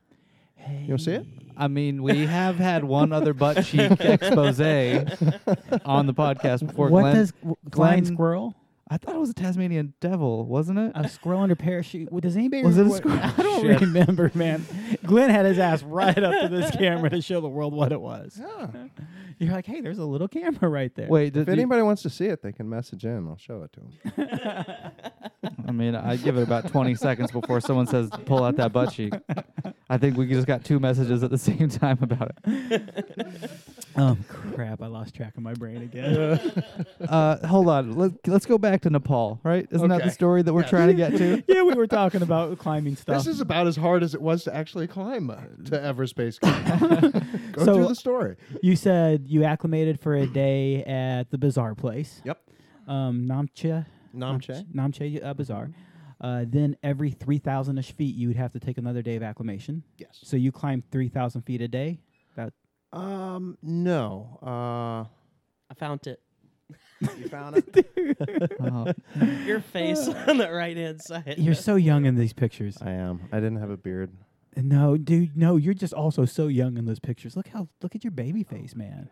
You want to see it?
I mean, we have had one other butt cheek expose on the podcast before.
what
Glenn.
does w- flying
Glenn-
squirrel?
I thought it was a Tasmanian devil, wasn't it?
A squirrel under parachute? Well, does anybody?
Was it a
record-
squirrel?
I don't
Shit.
remember, man. Glenn had his ass right up to this camera to show the world what it was. You're like, hey, there's a little camera right there.
Wait, did
If anybody wants to see it, they can message in. I'll show it to them.
I mean, I give it about 20 seconds before someone says, pull out that butt cheek. I think we just got two messages at the same time about it.
Um, crap, I lost track of my brain again.
Uh, hold on. Let, let's go back to Nepal, right? Isn't that the
Okay.
story that we're trying to get to?
yeah, we were talking about climbing stuff.
This is about as hard as it was to actually climb uh, to Everest Base Camp. Go
So-
through the story.
you said you acclimated for a day at the bazaar place.
Yep.
Um, Namche.
Namche.
Namche uh, Bazaar. Uh, then every 3,000 ish feet, you would have to take another day of acclimation.
Yes.
So you climbed 3,000 feet a day. That
Um, no. Uh,
I found it.
you found it?
Oh,
Your face on the right hand side.
Eh, You're so young in these pictures.
I am. I didn't have a beard.
uh, No, dude, no, you're just also so young in those pictures. Look how look at your baby face, man.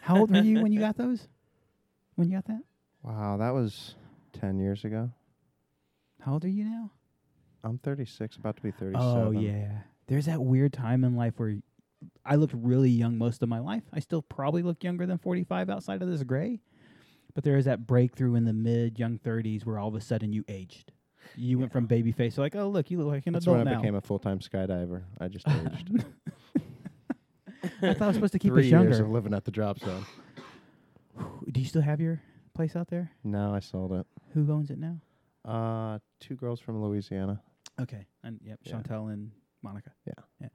How old were you when you got those? When you got that?
Wow, that was 10 years ago.
How old are you now?
I'm 36, about to be 37.
Oh yeah. There's that weird time in life where I looked really young most of my life. I still probably look younger than 45 outside of this gray. But there is that breakthrough in the mid young 30s where all of a sudden you aged. You went from baby face to like, oh look, you look like an
That's when I
adult now.
became a full time skydiver. I just aged.
I thought I was supposed to keep
Three
us
years
younger.
of living at the drop zone.
Do you still have your place out there?
No, I sold it.
Who owns it now?
Uh, two girls from Louisiana.
Okay, and yep,
Yeah.
Chantel and Monica.
Yeah.
yeah.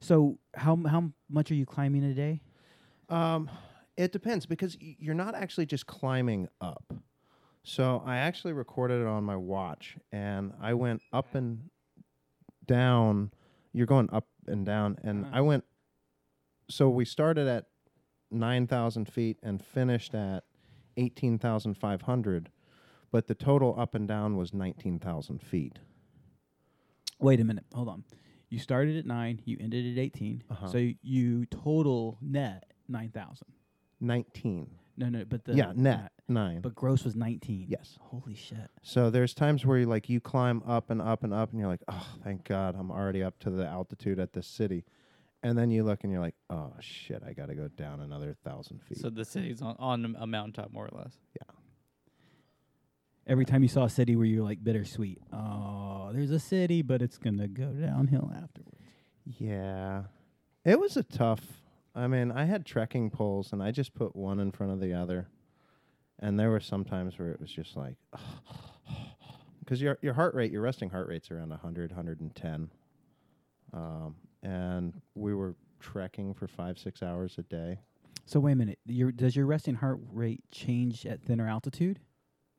So how m- how m- much are you climbing a day?
Um, it depends because y- you're not actually just climbing up. So I actually recorded it on my watch, and I went up and down. You're going up and down, and I went so we started at 9,000 feet and finished at 18,500, but the total up and down was 19,000 feet.
Wait a minute. Hold on. You started at nine. You ended at 18
Uh-huh.
So y- you total net nine thousand.
19.
No, no, but the
yeah, net nine.
but gross was nineteen.
Yes.
Holy shit.
So there's times where you like you climb up and up and up, and you're like, oh, thank God, I'm already up to the altitude at this city. And then you look and you're like, oh shit, I got to go down another thousand feet.
So the city's on, on a mountaintop, more or less.
Every time you saw a city where you're like bittersweet. Oh, there's a city, but it's gonna go downhill afterwards.
yeah, it was a tough. I mean, I had trekking poles, and I just put one in front of the other. And there were some times where it was just like, because your your heart rate, your resting heart rate's around 100, 110. Um, and we were trekking for five, six hours a day.
So wait a minute. Your does your resting heart rate change at thinner altitude?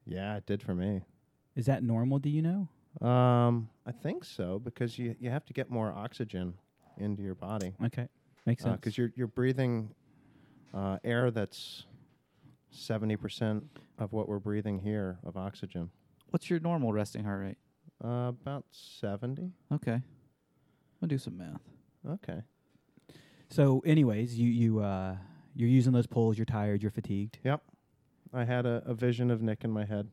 Yeah, it did for me.
Is that normal? Do you know?
Um, I think so because you you have to get more oxygen into your body
Okay, makes sense.
because Uh, you're you're breathing uh, air that's seventy percent of what we're breathing here of oxygen.
What's your normal resting heart rate?
Uh, about seventy.
Okay. I'm gonna do some math.
Okay.
so, anyways, you you uh you're using those poles. You're tired. You're fatigued.
Yep. I had a, a vision of Nick in my head.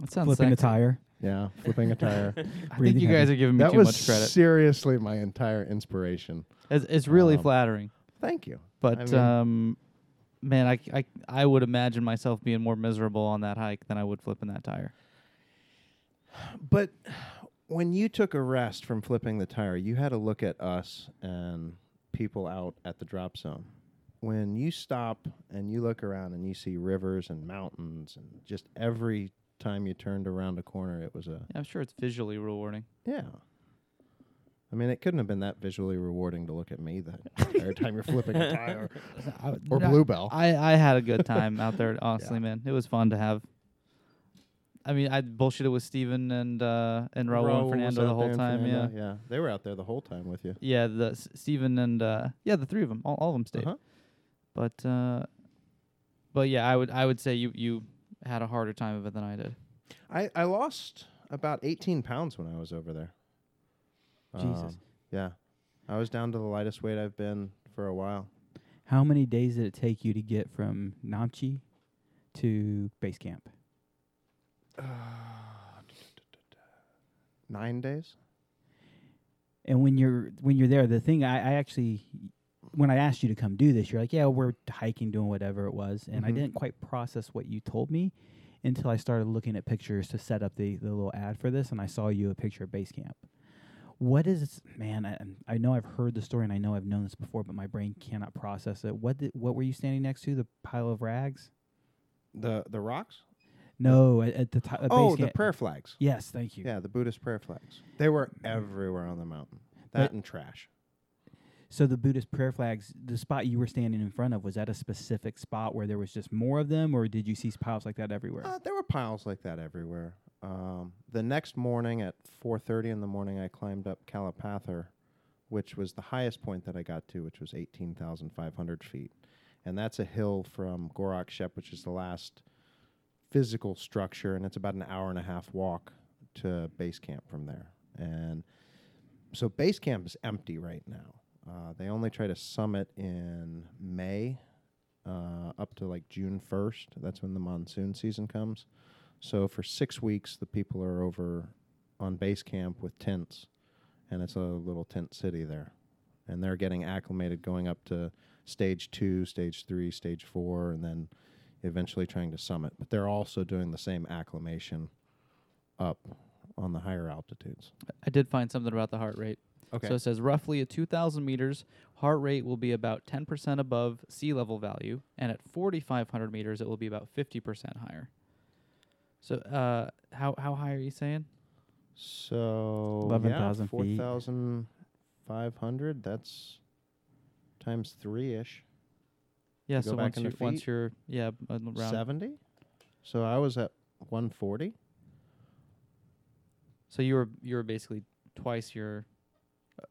That sounds
Flipping a
sexy.
tire.
Yeah, flipping a tire.
I think
breathing
you guys
heavy.
are giving me
that
too
was
much credit.
seriously my entire inspiration.
It's, it's really
Um,
flattering,
Thank you.
but
mean-
um, man, I, c- I c- I would imagine myself being more miserable on that hike than I would flipping that tire.
But when you took a rest from flipping the tire, you had to look at us and people out at the drop zone. When you stop and you look around and you see rivers and mountains and just every time you turned around a corner, it was a
Yeah, I'm sure it's visually rewarding.
yeah. I mean, it couldn't have been that visually rewarding to look at me the entire time you're flipping a tire or bluebell.
I, I had a good time out there, honestly, man. It was fun to have. I mean, I bullshitted with Steven and uh, and Raul
Raul
and
was
Fernando the
out there
whole
and
time.
Fernando,
Yeah,
yeah, they were out there the whole time with you.
yeah. The S- Steven and uh, yeah, the three of them, all, all of them stayed.
Uh-huh.
But uh, but yeah, I would I would say you you had a harder time of it than I did.
I, I lost about 18 pounds when I was over there.
Jesus.
Um, yeah. I was down to the lightest weight I've been for a while.
How many days did it take you to get from Namchi to base camp?
Nine days?
And when you're when you're there, the thing I, I actually when I asked you to come do this, you're like, "Yeah, we're hiking, doing whatever it was," and I
Mhm.
didn't quite process what you told me until I started looking at pictures to set up the the little ad for this, and I saw you a picture of base camp. What is man? I, I know I've heard the story and I know I've known this before, but my brain cannot process it. What did, what were you standing next to? The pile of rags?
The the rocks?
No, at, at the top.
oh,
base
the
camp.
prayer flags.
Yes, thank you.
Yeah, the Buddhist prayer flags. They were everywhere on the mountain. That
But-
and trash.
So the Buddhist prayer flags, the spot you were standing in front of, was that a specific spot where there was just more of them, or did you see piles like that everywhere?
Uh, there were piles like that everywhere. Um, the next morning at 4:30 in the morning, I climbed up Calipather, which was the highest point that I got to, which was 18,500 feet, and that's a hill from Gorak Shep, which is the last physical structure, and it's about an hour and a half walk to base camp from there. And so base camp is empty right now. Uh, they only try to summit in May uh, up to like June 1st. That's when the monsoon season comes. So for six weeks, the people are over on base camp with tents, and it's a little tent city there. And they're getting acclimated, going up to stage two, stage three, stage four, and then eventually trying to summit. But they're also doing the same acclimation up on the higher altitudes.
I did find something about the heart rate. So it says roughly at 2,000 meters, heart rate will be about 10% above sea level value, and at 4,500 meters, it will be about 50% higher. So uh, how how high are you saying?
So yeah,
11,000 feet.
4,500. That's times three ish.
Yeah.
You go
so
back
once
into
you once
feet?
you're yeah b- uh, around
70. So I was at 140.
So you were you were basically twice your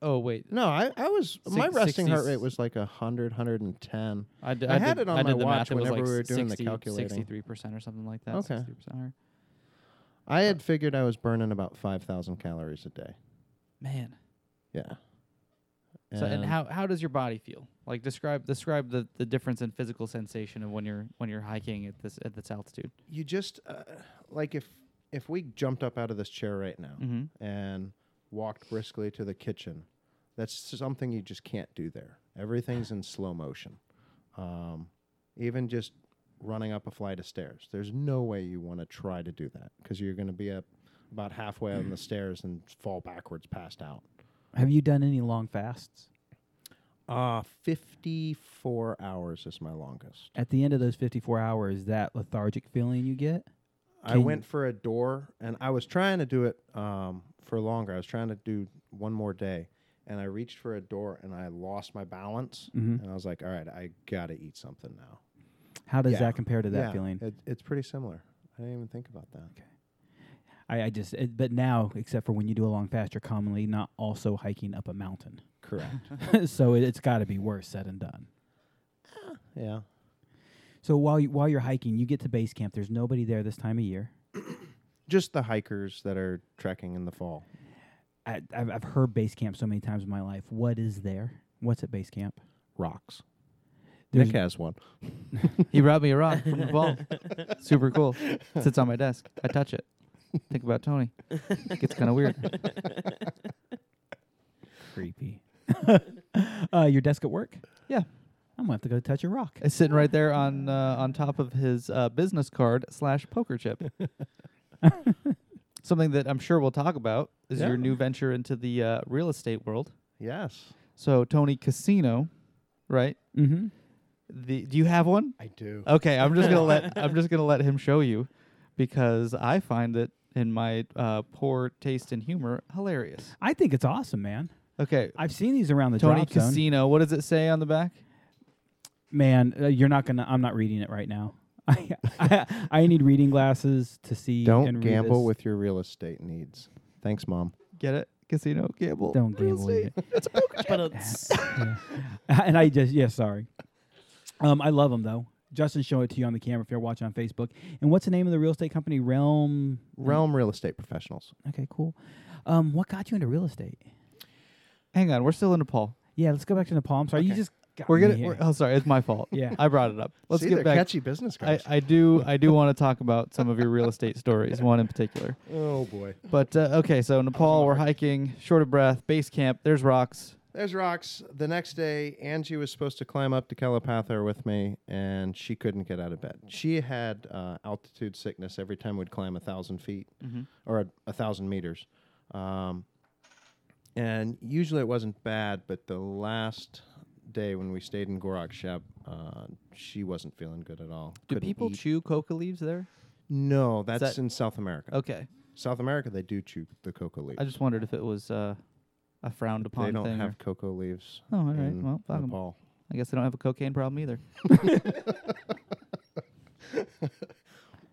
Oh wait,
No, I, I was my
Six-
resting heart
60
rate was like 100, 110.
I d-
I had
did-
it on
I
my
did the math,
watch
it was
whenever
like
we were doing the
60
calculating.
63% or something like that.
Okay.
60% or-
I had figured I was burning about 5,000 calories a day.
Man.
Yeah.
So and how, how does your body feel? Like describe describe the, the difference in physical sensation of when you're when you're hiking at this at this altitude.
you just uh, like if if we jumped up out of this chair right now
Mhm.
and walked briskly to the kitchen, that's something you just can't do there. Everything's in slow motion. Um, even just running up a flight of stairs, there's no way you want to try to do that because you're going to be up about halfway on the stairs and fall backwards, passed out.
Have you done any long fasts?
Uh, 54 hours is my longest.
At the end of those 54 hours, that lethargic feeling you get?
I went for a door, and I was trying to do it um, for longer. I was trying to do one more day, and I reached for a door, and I lost my balance, and I was like, "All right, I gotta eat something now."
How does
Yeah.
that compare to that
Yeah,
feeling?
It, it's pretty similar. I didn't even think about that.
I, I just, it, but now, except for when you do a long fast, you're commonly not also hiking up a mountain.
Correct.
so it, it's got to be worse said and done.
yeah.
So while you, while you're hiking, you get to base camp. There's nobody there this time of year.
Just the hikers that are trekking in the fall.
I, I've, I've heard base camp so many times in my life. What is there? What's at base camp?
Rocks.
There's-
Nick has one.
He brought me a rock from the ball. Super cool. Sits on my desk. I touch it. Think about Tony. Gets kind of weird.
Creepy. uh, your desk at work?
Yeah.
I'm gonna have to go touch a rock.
It's sitting right there on uh, on top of his uh, business card slash poker chip. Something that I'm sure we'll talk about is
Yeah.
your new venture into the uh, real estate world.
Yes,
So Tony Casino, right?
Mm-hmm.
The do you have one?
I do.
Okay, I'm just gonna let I'm just gonna let him show you because I find it in my uh, poor taste in humor hilarious.
I think it's awesome, man.
Okay,
I've seen these around the
Tony
drop zone.
Casino. What does it say on the back?
Man, uh, you're not gonna. I'm not reading it right now. I, I, I need reading glasses to see.
Don't
and read
gamble
this.
with your real estate needs. Thanks, mom.
Get it? Casino gamble.
Don't
real
gamble with
estate.
it.
But it's
and I just yeah, sorry. Um, I love them though. Justin, show it to you on the camera if you're watching on Facebook. And what's the name of the real estate company? Realm.
Realm Real Estate Professionals.
Okay, cool. Um, what got you into real estate?
Hang on, we're still in Nepal.
Yeah, let's go back to the palm. Sorry, you just got
We're
me
gonna.
here.
We're, oh, sorry, it's my fault.
Yeah.
I brought it up. Let's
See,
get
they're
back.
catchy business
I,
cards.
I do. I do want to talk about some of your real estate stories. One in particular.
oh boy.
But uh, okay, so Nepal, we're hiking, short of breath, base camp. There's rocks.
There's rocks. The next day, Angie was supposed to climb up to Kalapather with me, and she couldn't get out of bed. She had uh, altitude sickness every time we'd climb a thousand feet
Mm-hmm.
or a, a thousand meters, um, and usually it wasn't bad. But the last day when we stayed in Gorak Shep, uh, she wasn't feeling good at all.
Do
Couldn't
people
eat.
chew coca leaves there?
No, that's
that-
in South America.
Okay,
South America, they do chew the cocoa leaves.
I just wondered if it was uh, a frowned upon
they don't
thing.
have
or-
cocoa leaves.
Oh, all right.
in
Well, fuck 'em.
Nepal.
I guess they don't have a cocaine problem either.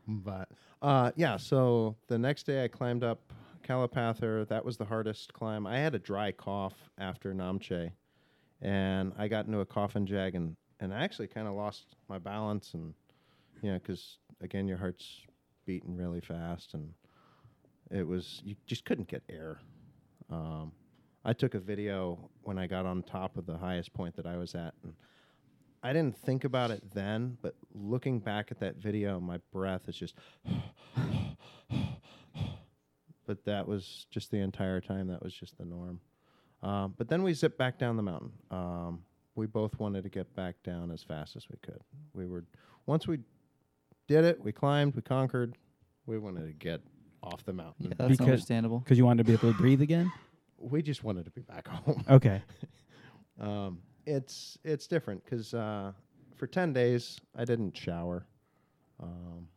But uh, yeah, so the next day I climbed up Kalapather. That was the hardest climb. I had a dry cough after Namche, and I got into a coffin jag and, and I actually kind of lost my balance and you know because again your heart's beating really fast and it was you just couldn't get air. Um, I took a video when I got on top of the highest point that I was at and I didn't think about it then, but looking back at that video, my breath is just. but that was just the entire time. That was just the norm. Um, but then we zipped back down the mountain. Um, we both wanted to get back down as fast as we could. We were once we did it, we climbed, we conquered. We wanted to get off the mountain.
That's
Because-
understandable.
Because you wanted to be able to breathe again.
We just wanted to be back home.
Okay.
Um, it's it's different because uh, for ten days I didn't shower, um,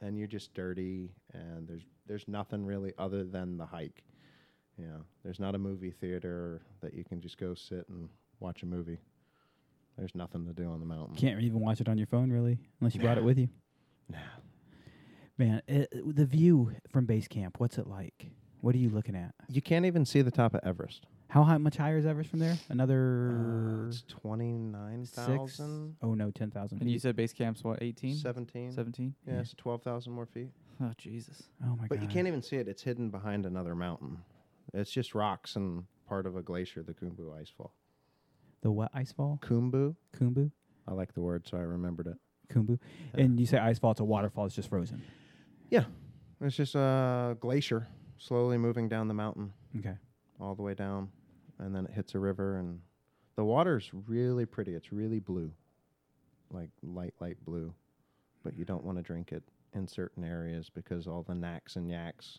and you're just dirty, and there's there's nothing really other than the hike. You know, there's not a movie theater that you can just go sit and watch a movie. There's nothing to do on the mountain.
Can't even watch it on your phone really, unless you brought it with you. Man, eh, it, it- the view from base camp. What's it like? What are you looking at?
You can't even see the top of Everest.
How high? Much higher is Everest from there? Another
Uh, it's twenty nine thousand.
oh no, ten thousand.
And you said base camp's what, 18?
17.
17?
Yeah, it's 12,000 more feet.
Oh, Jesus.
oh my god.
But you can't e even see it. It's hidden behind another mountain. It's just rocks and part of a glacier, the Kumbu Icefall.
The what ice fall?
Kumbu?
Kumbu.
I like the word, so I remembered it.
Kumbu. And you say ice fall? It's a waterfall. It's just frozen.
Yeah. It's just a glacier slowly moving down the mountain
Okay.
all the way down, and then it hits a river, and the water's really pretty. It's really blue, like light, light blue. But you don't want to drink it in certain areas because all the knacks and yaks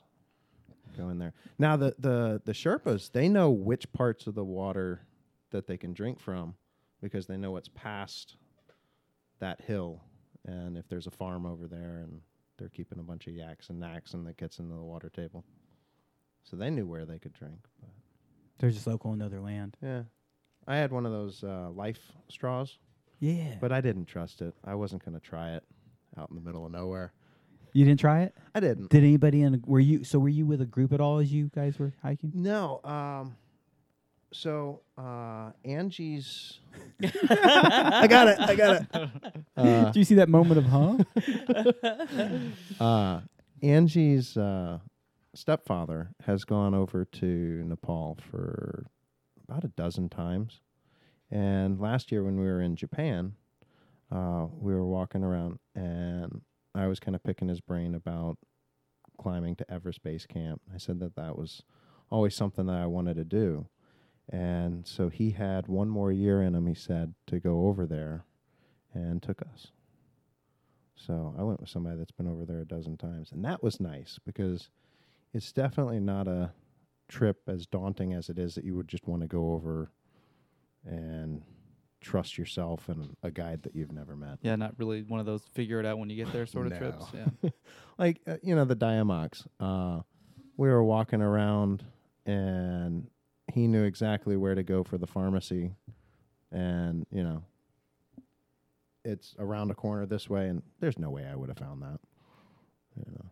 go in there. Now the the the Sherpas they know which parts of the water that they can drink from because they know what's past that hill, and if there's a farm over there and they're keeping a bunch of yaks and knacks and that gets into the water table. So they knew where they could drink. But
They're just local in other land.
yeah. I had one of those uh, life straws,
Yeah.
but uh, I didn't trust it. I wasn't going to try it out in the middle of nowhere.
you didn't try it?
I didn't.
Did anybody in? Were you? So were you with a group at all as you guys were hiking?
No. Um, so uh, Angie's. I got it. I got it. Uh,
Do you see that moment of huh?
uh, Angie's uh, stepfather has gone over to Nepal for about a dozen times. And last year, when we were in Japan, uh, we were walking around and I was kind of picking his brain about climbing to Everest Base Camp. I said that that was always something that I wanted to do. And so he had one more year in him, he said, to go over there and took us. So I went with somebody that's been over there a dozen times, and that was nice because it's definitely not a trip as daunting as it is that you would just want to go over and trust yourself and a guide that you've never met.
Yeah, not really one of those figure it out when you get there sort of trips.
No.
Yeah.
like uh, you know the Diamox. Uh, we were walking around, and he knew exactly where to go for the pharmacy, and you know, it's around a corner this way, and there's no way I would have found that. You know.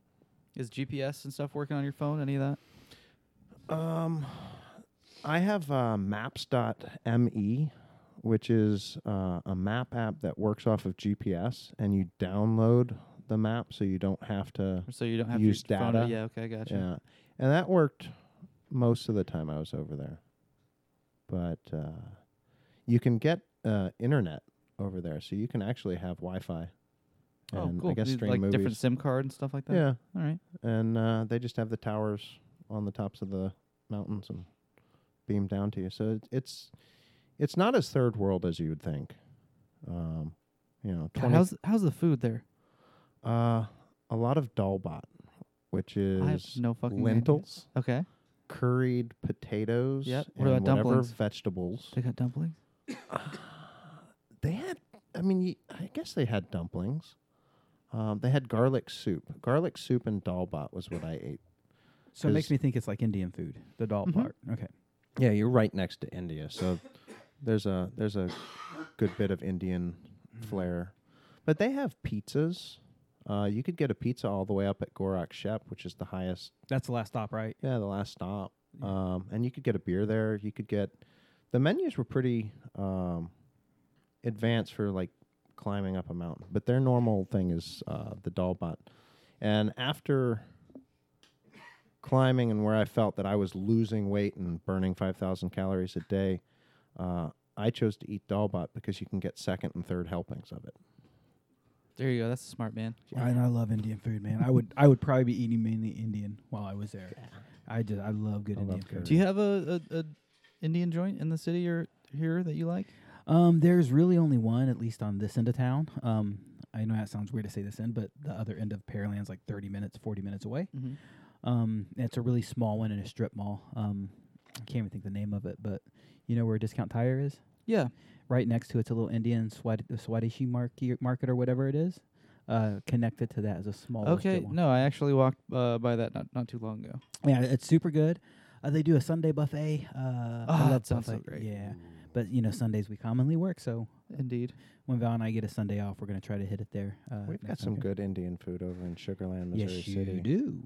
Is GPS and stuff working on your phone? Any of that?
Um, I have uh, maps.me, E, which is uh, a map app that works off of GPS, and you download the map so you don't have to.
So you don't have
Use
your phone. to-
data.
Yeah, okay, I gotcha.
Yeah. And that worked most of the time I was over there. But uh, you can get uh, internet over there, so you can actually have Wi Fi.
Oh,
and
cool.
I guess
These,
stream
like
movies.
different SIM card and stuff like that.
Yeah.
All right.
And uh, they just have the towers on the tops of the mountains and beam down to you. So it, it's it's not as third world as you would think. Um, you know,
God,
20,
how's how's the food there?
uh, a lot of dalbat, which
I have
is
no fucking idea.
lentils,
Okay.
curried potatoes,
Yep.
and
What about
whatever
dumplings?
vegetables.
They got dumplings.
They had, I mean, y- I guess they had dumplings. Um, they had garlic soup. Garlic soup and dalbat was what I ate.
So it makes
Is-
me think it's like Indian food, the dal part. Okay.
Yeah, you're right next to India, so there's a there's a good bit of Indian flair. Mm. But they have pizzas. Uh, you could get a pizza all the way up at Gorak Shep, which is the highest.
That's the last stop, right?
Yeah, the last stop. Um, and you could get a beer there. You could get the menus were pretty um, advanced for like climbing up a mountain. But their normal thing is uh, the Dalbat. And after climbing and where I felt that I was losing weight and burning 5,000 calories a day, uh, I chose to eat Dalbat because you can get second and third helpings of it.
There you go. That's a smart man.
I, and I love Indian food, man. I would I would probably be eating mainly Indian while I was there. I just I love good
I love
Indian food.
curry.
Do you have a, a, a Indian joint in the city or here that you like?
Um, there's really only one, at least on this end of town. Um, I know that sounds weird to say this end, but the other end of Pearland's like 30 minutes, 40 minutes away.
Mhm.
Um, and it's a really small one in a strip mall. Um, I can't even think the name of it, but you know where Discount Tire is?
Yeah.
Right next to it's a little Indian Swad- Swadeshi market, market or whatever it is. Uh, connected to that is a small little
okay.
strip mall.
No, I actually walked uh, by that not, not too long ago.
Yeah, it's super good. Uh, they do a Sunday buffet. Uh, I
Ah,
love
that sounds so
buffet.
great.
Yeah, but you know Sundays we commonly work, so
Indeed.
when Val and I get a Sunday off, we're gonna try to hit it there. Uh,
We've got
next
some
Sunday.
good Indian food over in Sugarland, Missouri
Yes, you
City.
do.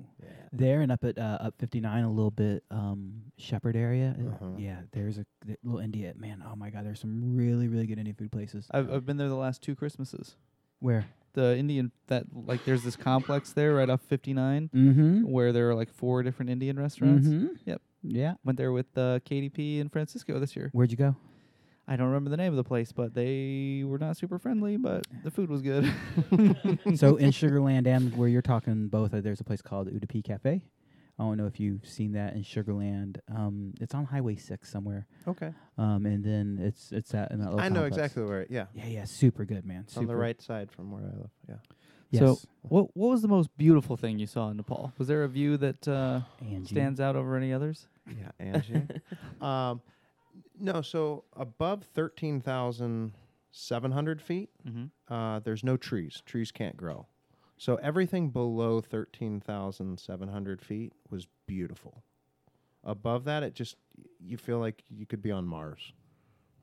There and up at uh, up 59 a little bit um Shepherd area. uh,
Uh-huh.
Yeah, there's a th- little India. Man, oh my God, there's some really really good Indian food places.
I've, I've been there the last two Christmases.
Where?
The Indian that like there's this complex there right off 59
Mm-hmm.
where there are like four different Indian restaurants. Yep.
Yeah.
Went there with uh, KDP and Francisco this year.
Where'd you go?
I don't remember the name of the place, but they were not super friendly, but the food was good.
so in Sugarland and where you're talking both, uh, there's a place called Udupi Cafe. I don't know if you've seen that in Sugarland. Um, it's on Highway Six somewhere.
Okay.
Um, and then it's it's that in that little
I know
complex.
exactly where. it- Yeah,
Yeah, yeah, super good, man.
it's on the
super-
right side from where I live. Yeah.
Yes.
So what what was the most beautiful thing you saw in Nepal? Was there a view that uh,
Angie.
stands out over any others?
Yeah, Angie. um, no, so above 13,700 feet,
Mhm.
Mm-hmm.
uh, there's no trees. Trees can't grow. So everything below 13,700 feet was beautiful. Above that, it just, you feel like you could be on Mars,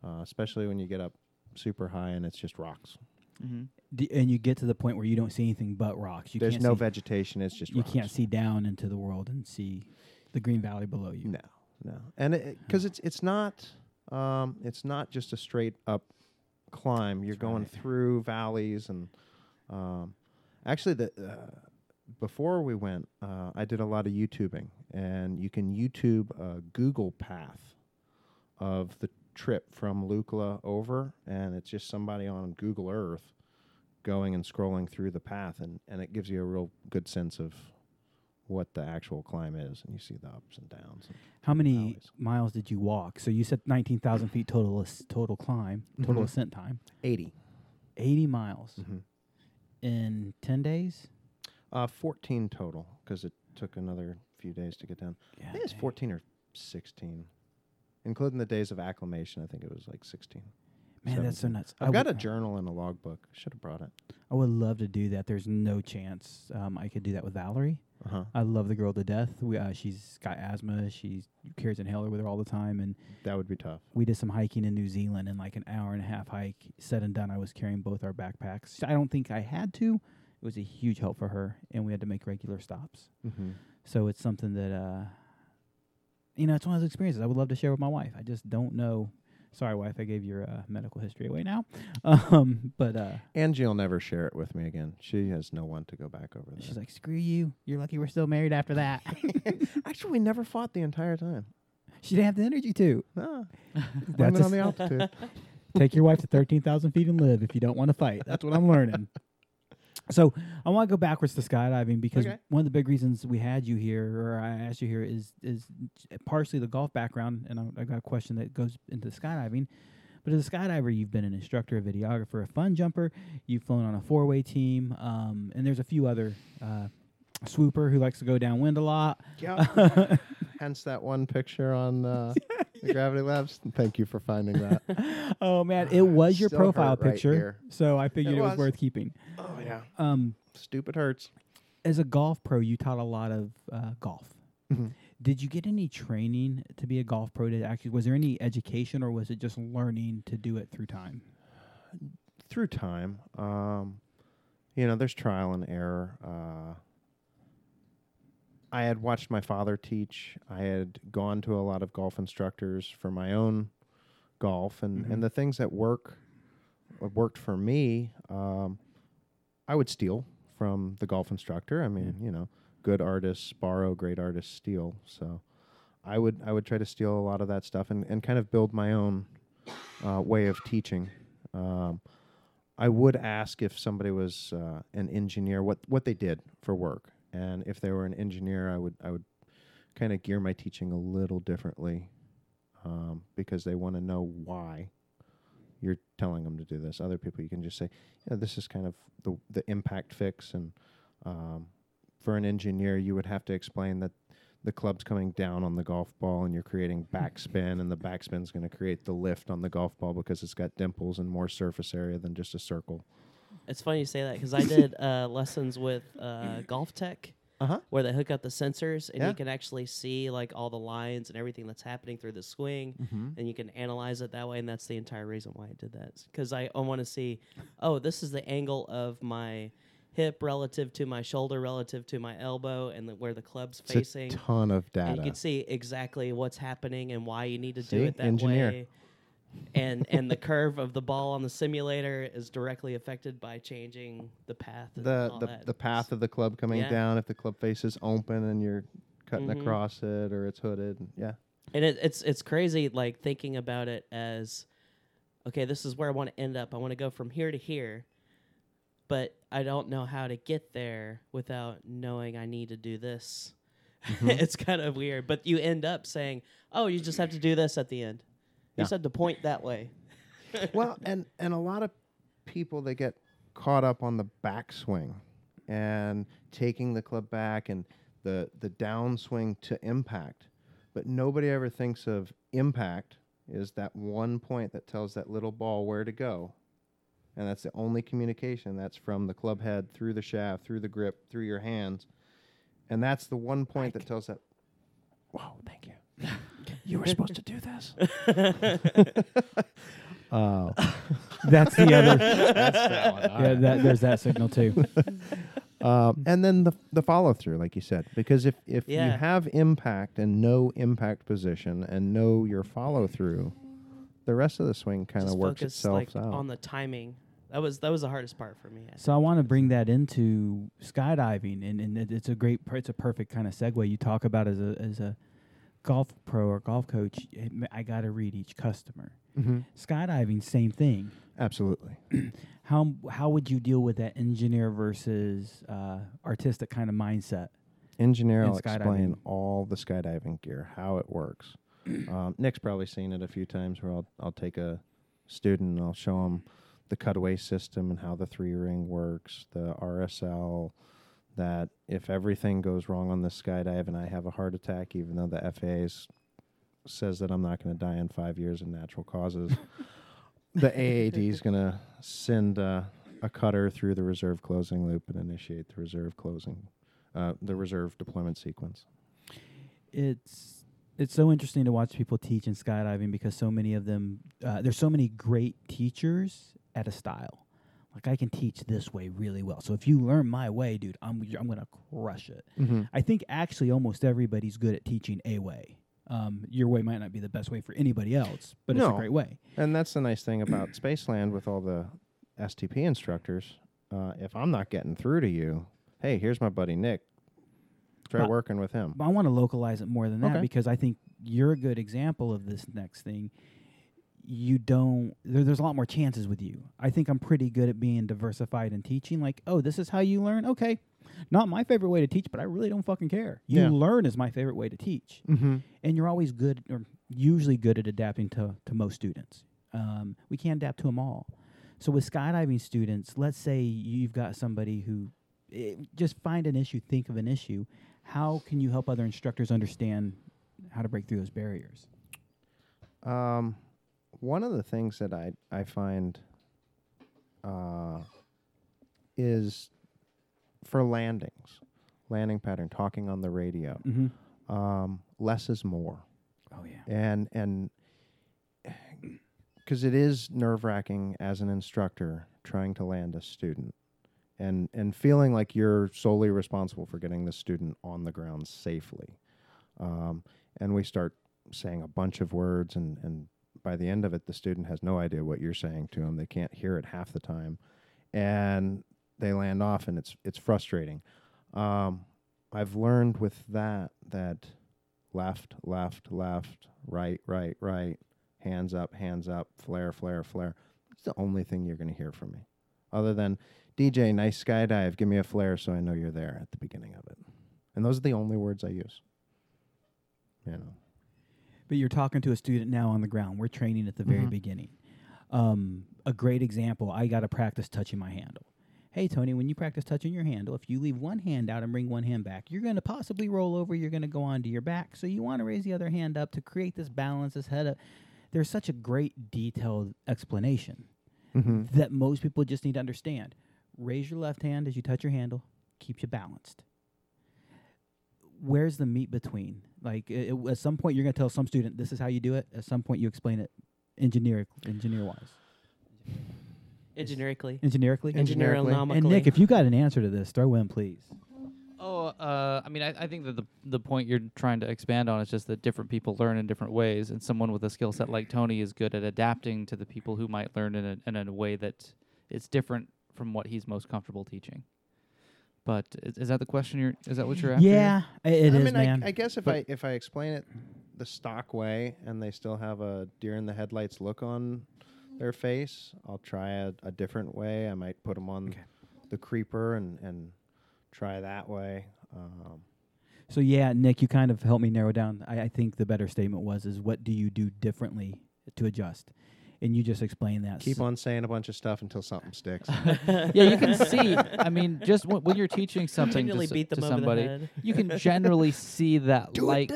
uh, especially when you get up super high and it's just rocks.
Mm-hmm.
D- and you get to the point where you don't see anything but rocks. You
there's
can't
no
see,
vegetation, it's just
You
rocks.
can't see down into the world and see the green valley below you.
No, no, and because it's it's not um, it's not just a straight up climb. You're going through valleys and um, actually the uh, before we went, uh, I did a lot of YouTubing, and you can YouTube a Google path of the trip from Lukla over, and it's just somebody on Google Earth going and scrolling through the path, and, and it gives you a real good sense of what the actual climb is, and you see the ups and downs. and-
How many
Always.
miles did you walk? So you said 19,000 feet total as- total climb, total
Mhm.
ascent time.
80.
80 miles
Mhm.
in 10 days?
Uh, 14 total because it took another few days to get down. I think it's
dang.
14 or 16, including the days of acclimation. I think it was like 16.
Man, that's so
17.
nuts. I
I've got a
would-
journal and a logbook. Should have brought it.
I would love to do that. There's no chance um, I could do that with Valerie.
Uh huh.
I love the girl to death. We, uh, she's got asthma. She carries an inhaler with her all the time. And
That would be tough.
we did some hiking in New Zealand and like an hour and a half hike. Said and done, I was carrying both our backpacks. I don't think I had to. It was a huge help for her. And we had to make regular stops.
Mm-hmm.
So it's something that, uh, you know, it's one of those experiences I would love to share with my wife. I just don't know. Sorry, wife, I gave your uh, medical history away now. Um, but uh,
Angie will never share it with me again. She has no one to go back over there.
she's like, screw you. You're lucky we're still married after that.
Actually, we never fought the entire time.
she didn't have the energy to.
No.
That's a
Blame it on
s-
the altitude.
Take your wife to 13,000 feet and live if you don't want to fight. That's what I'm learning. So I want to go backwards to skydiving because
Okay.
one of the big reasons we had you here, or I asked you here, is is partially the golf background, and I, I got a question that goes into skydiving. But as a skydiver, you've been an instructor, a videographer, a fun jumper. You've flown on a four-way team, um, and there's a few other uh, swooper who likes to go downwind a lot.
yeah. Hence that one picture on uh, the Gravity Labs. Thank you for finding that.
Oh man, it was your
Ah, Still hurt
profile
right
picture,
here.
so I figured it,
It
was.
was.
worth keeping.
oh, yeah.
Um,
Stupid hurts.
as a golf pro, you taught a lot of uh, golf.
Mhm.
Did you get any training to be a golf pro? Did actually was there any education, or was it just learning to do it through time?
through time. Um, you know, there's trial and error. Uh, I had watched my father teach. I had gone to a lot of golf instructors for my own golf, and, and the things that work what worked for me. Um, I would steal from the golf instructor. I mean, you know, good artists borrow, great artists steal. So I would I would try to steal a lot of that stuff and, and kind of build my own uh, way of teaching. Um, I would ask if somebody was uh, an engineer what what they did for work, and if they were an engineer, I would I would kind of gear my teaching a little differently um, because they want to know why you're telling them to do this. Other people, you can just say, yeah, this is kind of the the impact fix, and um, for an engineer, you would have to explain that. The club's coming down on the golf ball, and you're creating
Hmm.
backspin, and the backspin's going to create the lift on the golf ball because it's got dimples and more surface area than just a circle.
It's funny you say that because I did uh, lessons with uh, Golf Tech,
Uh-huh.
where they hook up the sensors and
Yeah.
you can actually see like all the lines and everything that's happening through the swing,
Mm-hmm.
and you can analyze it that way. And that's the entire reason why I did that because I, I want to see, oh, this is the angle of my hip relative to my shoulder relative to my elbow and the, where the club's
It's a
facing.
ton of
And
data.
you can see exactly what's happening and why you need to
See?
do it that
Engineer.
way. And and the curve of the ball on the simulator is directly affected by changing the path. And
the
all
the,
that.
the path of the club coming
Yeah. Mm-hmm.
down if the club face is open and you're cutting across it or it's hooded. and- Yeah.
And it, it's it's crazy, like thinking about it as, okay, this is where I want to end up. I want to go from here to here, but I don't know how to get there without knowing I need to do this.
Mm-hmm.
it's kind of weird, but you end up saying, oh, you just have to do this at the end. You just have to point that way.
well, and and a lot of people they get caught up on the backswing and taking the club back and the the downswing to impact, but nobody ever thinks of impact is that one point that tells that little ball where to go. And that's the only communication that's from the club head through the shaft, through the grip, through your hands. And that's the one point that tells that Whoa, thank you. you were supposed to do this.
Oh, that's the other.
That's that one. All
Yeah, that, there's that signal too.
Um, and then the, the follow through, like you said, because if, if you
Mm-hmm. Yeah.
have impact and no impact position and know your follow through, the rest of the swing kind of
Just
works
focus
itself
like
out.
on the timing. That was that was the hardest part for me. I
So I want to bring that into skydiving, and, and it, it's a great, per- it's a perfect kind of segue. You talk about as a as a golf pro or golf coach, eh, m- I got to read each customer. Skydiving, same thing.
Mm-hmm. Absolutely.
How how would you deal with that engineer versus uh, artistic kind of mindset?
Engineer
And
will explain
skydiving.
all the skydiving gear, how it works. um, Nick's probably seen it a few times where I'll, I'll take a student and I'll show him the cutaway system and how the three ring works, the RSL, that if everything goes wrong on this skydive and I have a heart attack, even though the FAA s- says that I'm not going to die in five years of natural causes, the AAD is going to send uh, a cutter through the reserve closing loop and initiate the reserve closing, uh, the reserve deployment sequence.
it's it's so interesting to watch people teach in skydiving because so many of them uh, there's so many great teachers at a style like i can teach this way really well so if you learn my way dude i'm, you're- I'm gonna crush it i think actually almost everybody's good at teaching a way um, your way might not be the best way for anybody else but it's
No.
a great way
And that's the nice thing about Spaceland with all the STP instructors. Uh, if I'm not getting through to you, hey, here's my buddy Nick. Try
But-
working with him.
But I want to localize it more than that
Okay.
because I think you're a good example of this next thing. You don't. There, there's a lot more chances with you. I think I'm pretty good at being diversified in teaching. Like, oh, this is how you learn. Okay, not my favorite way to teach, but I really don't fucking care. You
Yeah.
learn is my favorite way to teach,
Mm-hmm.
and you're always good, or usually good at adapting to to most students. Um, we can adapt to them all. So with skydiving students, let's say you've got somebody who eh, just find an issue, think of an issue. How can you help other instructors understand how to break through those barriers?
Um, one of the things that I I find uh, is for landings, landing pattern, talking on the radio.
Mhm.
Um, less is more.
Oh yeah.
and and because it is nerve wracking as an instructor trying to land a student and and feeling like you're solely responsible for getting the student on the ground safely um, and we start saying a bunch of words and and by the end of it the student has no idea what you're saying to them they can't hear it half the time and they land off and it's it's frustrating um, i've learned with that that left, left, left, right, right, right, hands up, hands up, flare, flare, flare. It's the only thing you're going to hear from me. Other than, DJ, nice skydive, give me a flare so I know you're there at the beginning of it. And those are the only words I use. You know.
But you're talking to a student now on the ground. We're training at the very beginning. Um, a great example. I got to practice touching my handle. Hey Tony, when you practice touching your handle, if you leave one hand out and bring one hand back, you're going to possibly roll over. You're going to go onto your back. So you want to raise the other hand up to create this balance, this head up. There's such a great detailed explanation.
Mm-hmm.
that most people just need to understand. Raise your left hand as you touch your handle, keeps you balanced. where's the meet between? Like i- i- at some point you're going to tell some student this is how you do it. At some point you explain it engineer engineer wise,
Engineerically.
engineerically.
Engineeronomically.
And Nick, if you got an answer to this, throw in please.
Oh, uh, I mean, I, I think that the the point you're trying to expand on is just that different people learn in different ways, and someone with a skill set like Tony is good at adapting to the people who might learn in a, in a way that is different from what he's most comfortable teaching. But is, is that the question you're? Is that what you're after?
Yeah, i- it is,
I mean,
man.
I, I guess if
But-
I if I explain it the stock way and they still have a deer in the headlights look on their face, I'll try a, a different way. I might put them on the creeper and and try that way. Um,
So yeah, Nick, you kind of helped me narrow down. I, I think the better statement was is what do you do differently to adjust? And you just explained that.
keep
So-
on saying a bunch of stuff until something sticks.
yeah, you can see. I mean, just when, when you're teaching something to,
Continually
s-
beat
to
them over the
somebody,
head.
you can generally see that light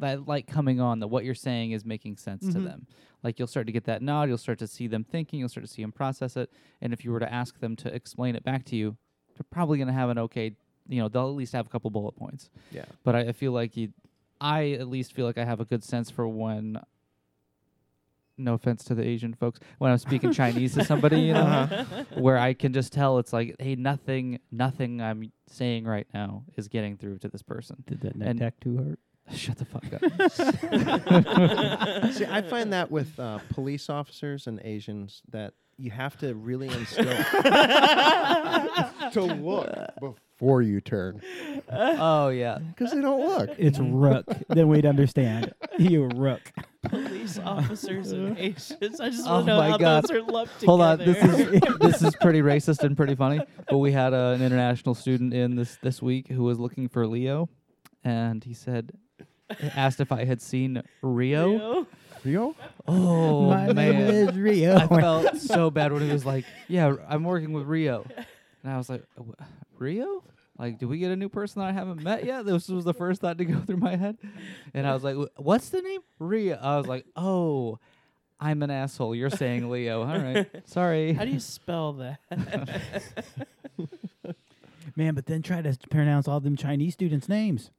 that light coming on that what you're saying is making sense to them. Like you'll start to get that nod, you'll start to see them thinking, you'll start to see them process it, and if you were to ask them to explain it back to you, they're probably going to have an okay. You know, they'll at least have a couple bullet points.
Yeah.
But I, I feel like you, I at least feel like I have a good sense for when. No offense to the Asian folks, when I'm speaking Chinese to somebody, you know, where I can just tell it's like, hey, nothing, nothing I'm saying right now is getting through to this person.
Did that
and-
neck tattoo hurt?
Shut the fuck up.
See, I find that with uh, police officers and Asians that you have to really instill to look before you turn
Uh,
oh yeah.
because they don't look.
It's rook. Then we'd understand. You rook.
Police officers and Asians. I just
Oh
want to know
my
how
God.
those are lumped
Hold on,
together.
this is this is pretty racist and pretty funny. But we had uh, an international student in this this week who was looking for Leo, and he said, asked if I had seen Rio.
Real?
Oh
My
man,
name is Rio.
I felt so bad when he was like, "Yeah, I'm working with Rio," and I was like, "Uh, wh- "Rio? Like, do we get a new person that I haven't met yet?" This was the first thought to go through my head, and I was like, "Wh- "What's the name? Rio?" I was like, "Oh." I'm an asshole. You're saying Leo. All right. Sorry.
How do you spell that?
Man, but then try to s- pronounce all them Chinese students' names.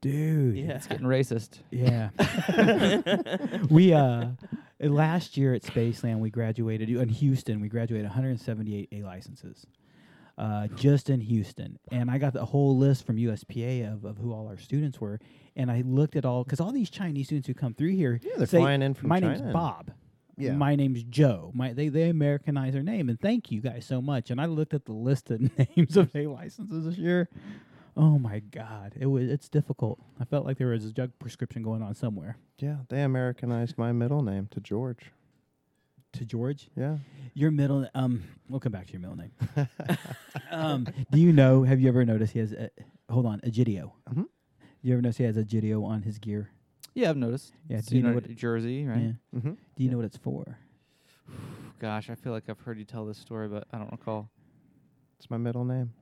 Dude.
yeah.
Getting racist.
Yeah. we uh last year at Spaceland we graduated in Houston, we graduated 178 A licenses. Uh, just in Houston, and I got the whole list from USPA of, of who all our students were, and I looked at all because all these Chinese students who come through here,
they're
say,
flying in from
My
China
name's
and-
Bob.
Yeah.
My name's Joe. My they they Americanize their name, and thank you guys so much. And I looked at the list of names of A licenses this year. Oh my God, it was it's difficult. I felt like there was a drug prescription going on somewhere.
Yeah, they Americanized my middle name to George.
To George,
Yeah.
your middle um, we'll come back to your middle name. um, do you know? Have you ever noticed he has? A, hold on, Egidio.
Mhm.
You ever notice he has Egidio on his gear?
Yeah, I've noticed.
Yeah,
It's
do you know
United
what-
Jersey, right?
Yeah.
Mm-hmm.
Do you know what it's for?
Gosh, I feel like I've heard you tell this story, but I don't recall.
It's my middle name,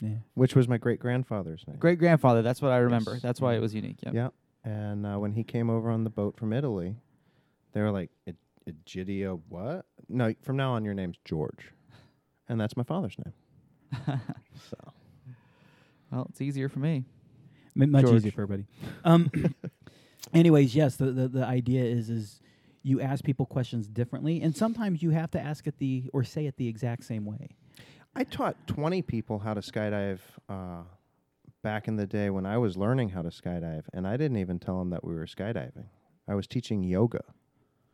Yeah.
which was my great grandfather's name.
Great grandfather. That's what I remember.
Yes.
That's why it was unique. Yep.
Yeah. And uh, when he came over on the boat from Italy, they were like, "Eg- Egidio, what? No, from now on, your name's George. And that's my father's name. so,
Well, it's easier for me.
M- much
George.
easier for everybody. Um, anyways, yes, the, the the idea is is you ask people questions differently, and sometimes you have to ask it the or say it the exact same way.
I taught 20 people how to skydive uh, back in the day when I was learning how to skydive, and I didn't even tell them that we were skydiving. I was teaching yoga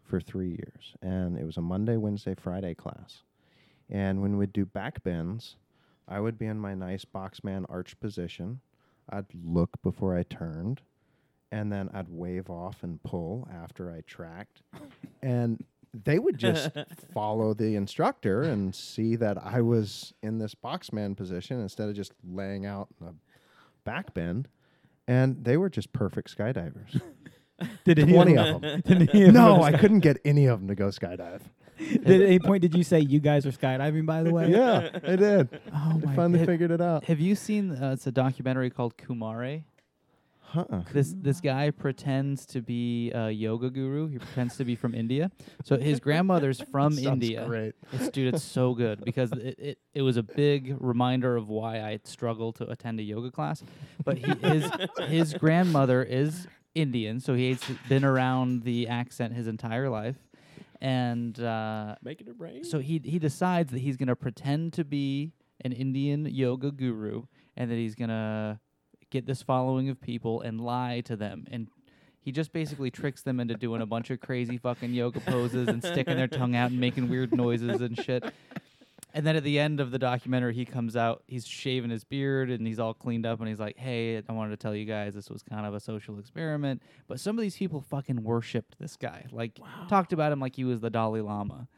for three years, and it was a Monday, Wednesday, Friday class. And when we'd do back bends, I would be in my nice boxman arch position. I'd look before I turned, and then I'd wave off and pull after I tracked. and they would just follow the instructor and see that I was in this boxman position instead of just laying out in a back bend. And they were just perfect skydivers.
Did any
20 of them.
Did any of
No,
them
I couldn't get any of them to go skydive.
Did at any point did you say you guys are skydiving? By the way,
Yeah, I did.
Oh
I
my
finally
god.
figured it out.
Have you seen? Uh, it's a documentary called Kumare. This this guy pretends to be a yoga guru. He pretends to be from India. So his grandmother's from
Sounds
India.
great.
It's dude, it's so good because it, it, it was a big reminder of why I struggle to attend a yoga class. But he, his his grandmother is Indian, so he's been around the accent his entire life. And uh,
making it rain.
So he he decides that he's gonna pretend to be an Indian yoga guru, and that he's gonna get this following of people and lie to them and he just basically tricks them into doing a bunch of crazy fucking yoga poses and sticking their tongue out and making weird noises and shit. And then at the end of the documentary, he comes out, he's shaving his beard and he's all cleaned up and he's like, hey, I wanted to tell you guys this was kind of a social experiment. But some of these people fucking worshipped this guy, like, talked about him like he was the Dalai Lama.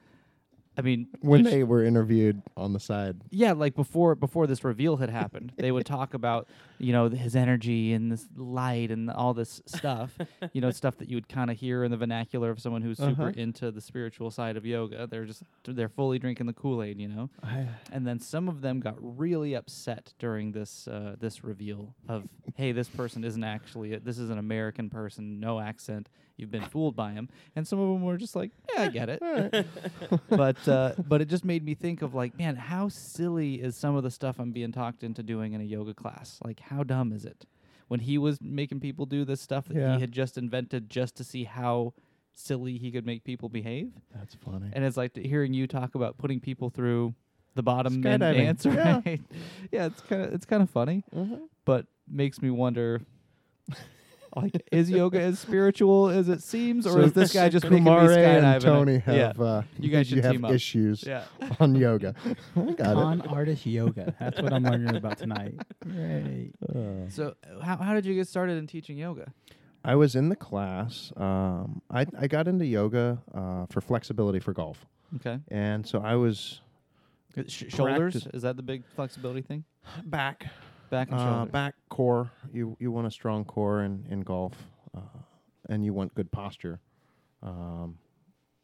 I mean,
When
which-
they were interviewed on the side,
yeah, like before before this reveal had happened, they would talk about you know th- his energy and this light and all this stuff, you know, stuff that you would kind of hear in the vernacular of someone who's super
Uh-huh.
into the spiritual side of yoga. They're just they're fully drinking the Kool Aid, you know. and then some of them got really upset during this uh, this reveal of hey, this person isn't actually a, this is an American person, no accent. You've been fooled by him, and some of them were just like, yeah, I get it. but uh, but it just made me think of like, man, how silly is some of the stuff I'm being talked into doing in a yoga class? Like, how dumb is it? When he was making people do this stuff that
Yeah.
he had just invented just to see how silly he could make people behave.
That's funny.
And it's like th- hearing you talk about putting people through the bottom end
Skydiving.
answer.
Yeah.
Right? yeah, it's kind of it's kind of funny,
Uh-huh.
but makes me wonder. Like, is yoga as spiritual as it seems, or
So
is this guy just making me
Kumare
skydiving?
and Tony
it?
have
yeah.
uh,
you guys should
you have
team up.
issues
Yeah.
on yoga. I got
Con
it.
artist yoga. That's what I'm learning about tonight. Great.
Uh,
So, uh, how, how did you get started in teaching yoga?
I was in the class. Um, I I got into yoga uh, for flexibility for golf.
Okay.
And so I was
Uh, Sh- shoulders
practic-
is that the big flexibility thing?
Back,
back, and
uh,
shoulders.
back core. You you want a strong core in in golf, uh, and you want good posture. Um,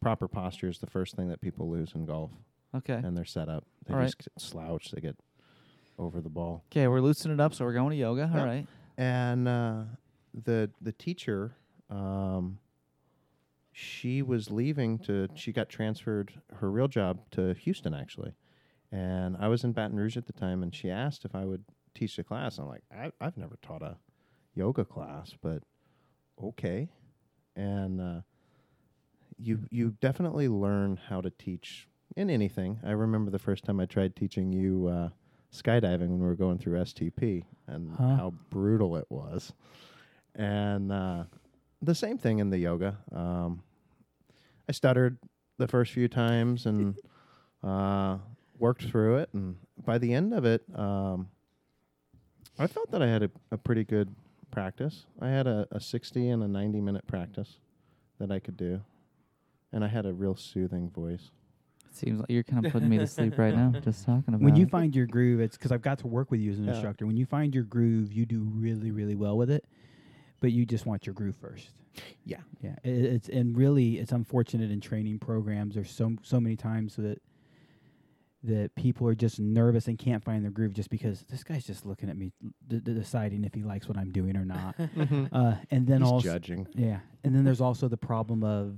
proper posture is the first thing that people lose in golf.
Okay.
And they're set up. They
All right.
just get slouch. They get over the ball.
Okay, we're loosening it up, so we're going to yoga.
Yep.
All right.
And uh, the the teacher, um, she was leaving to. She got transferred her real job to Houston actually, and I was in Baton Rouge at the time. And she asked if I would teach the class. I'm like, I, I've never taught a yoga class, but okay. And uh, you you definitely learn how to teach in anything. I remember the first time I tried teaching you uh, skydiving when we were going through STP and
Huh.
how brutal it was. And uh, the same thing in the yoga. Um, I stuttered the first few times and uh, worked through it. And by the end of it, um, I felt that I had a, a pretty good practice. I had a, a 60 and a 90 minute practice that I could do. And I had a real soothing voice.
It seems like you're kind of putting me to sleep right now, just talking about
When you
it.
find your groove, it's because I've got to work with you as an
Um, Yeah.
instructor. When you find your groove, you do really, really well with it, but you just want your groove first.
Yeah.
Yeah, i- i- it's and really it's unfortunate in training programs. There's so so many times that that people are just nervous and can't find their groove just because this guy's just looking at me, d- d- deciding if he likes what I'm doing or not.
Mm-hmm.
uh, and then
He's
also
judging.
Yeah, and then there's also the problem of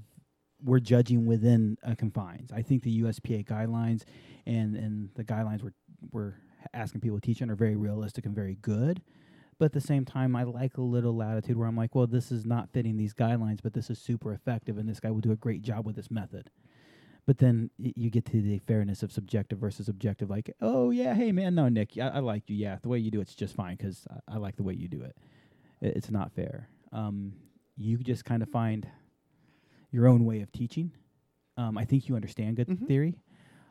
we're judging within uh, confines. I think the USPA guidelines and and the guidelines we're we're asking people to teach on are very realistic and very good. But at the same time, I like a little latitude where I'm like, well, this is not fitting these guidelines, but this is super effective, and this guy will do a great job with this method. But then y- you get to the fairness of subjective versus objective. Like, oh yeah, hey man, no, Nick, I, I like you. Yeah, the way you do it's just fine because I, I like the way you do it. I- it's not fair. Um, you just kind of find your own way of teaching. Um, I think you understand good theory,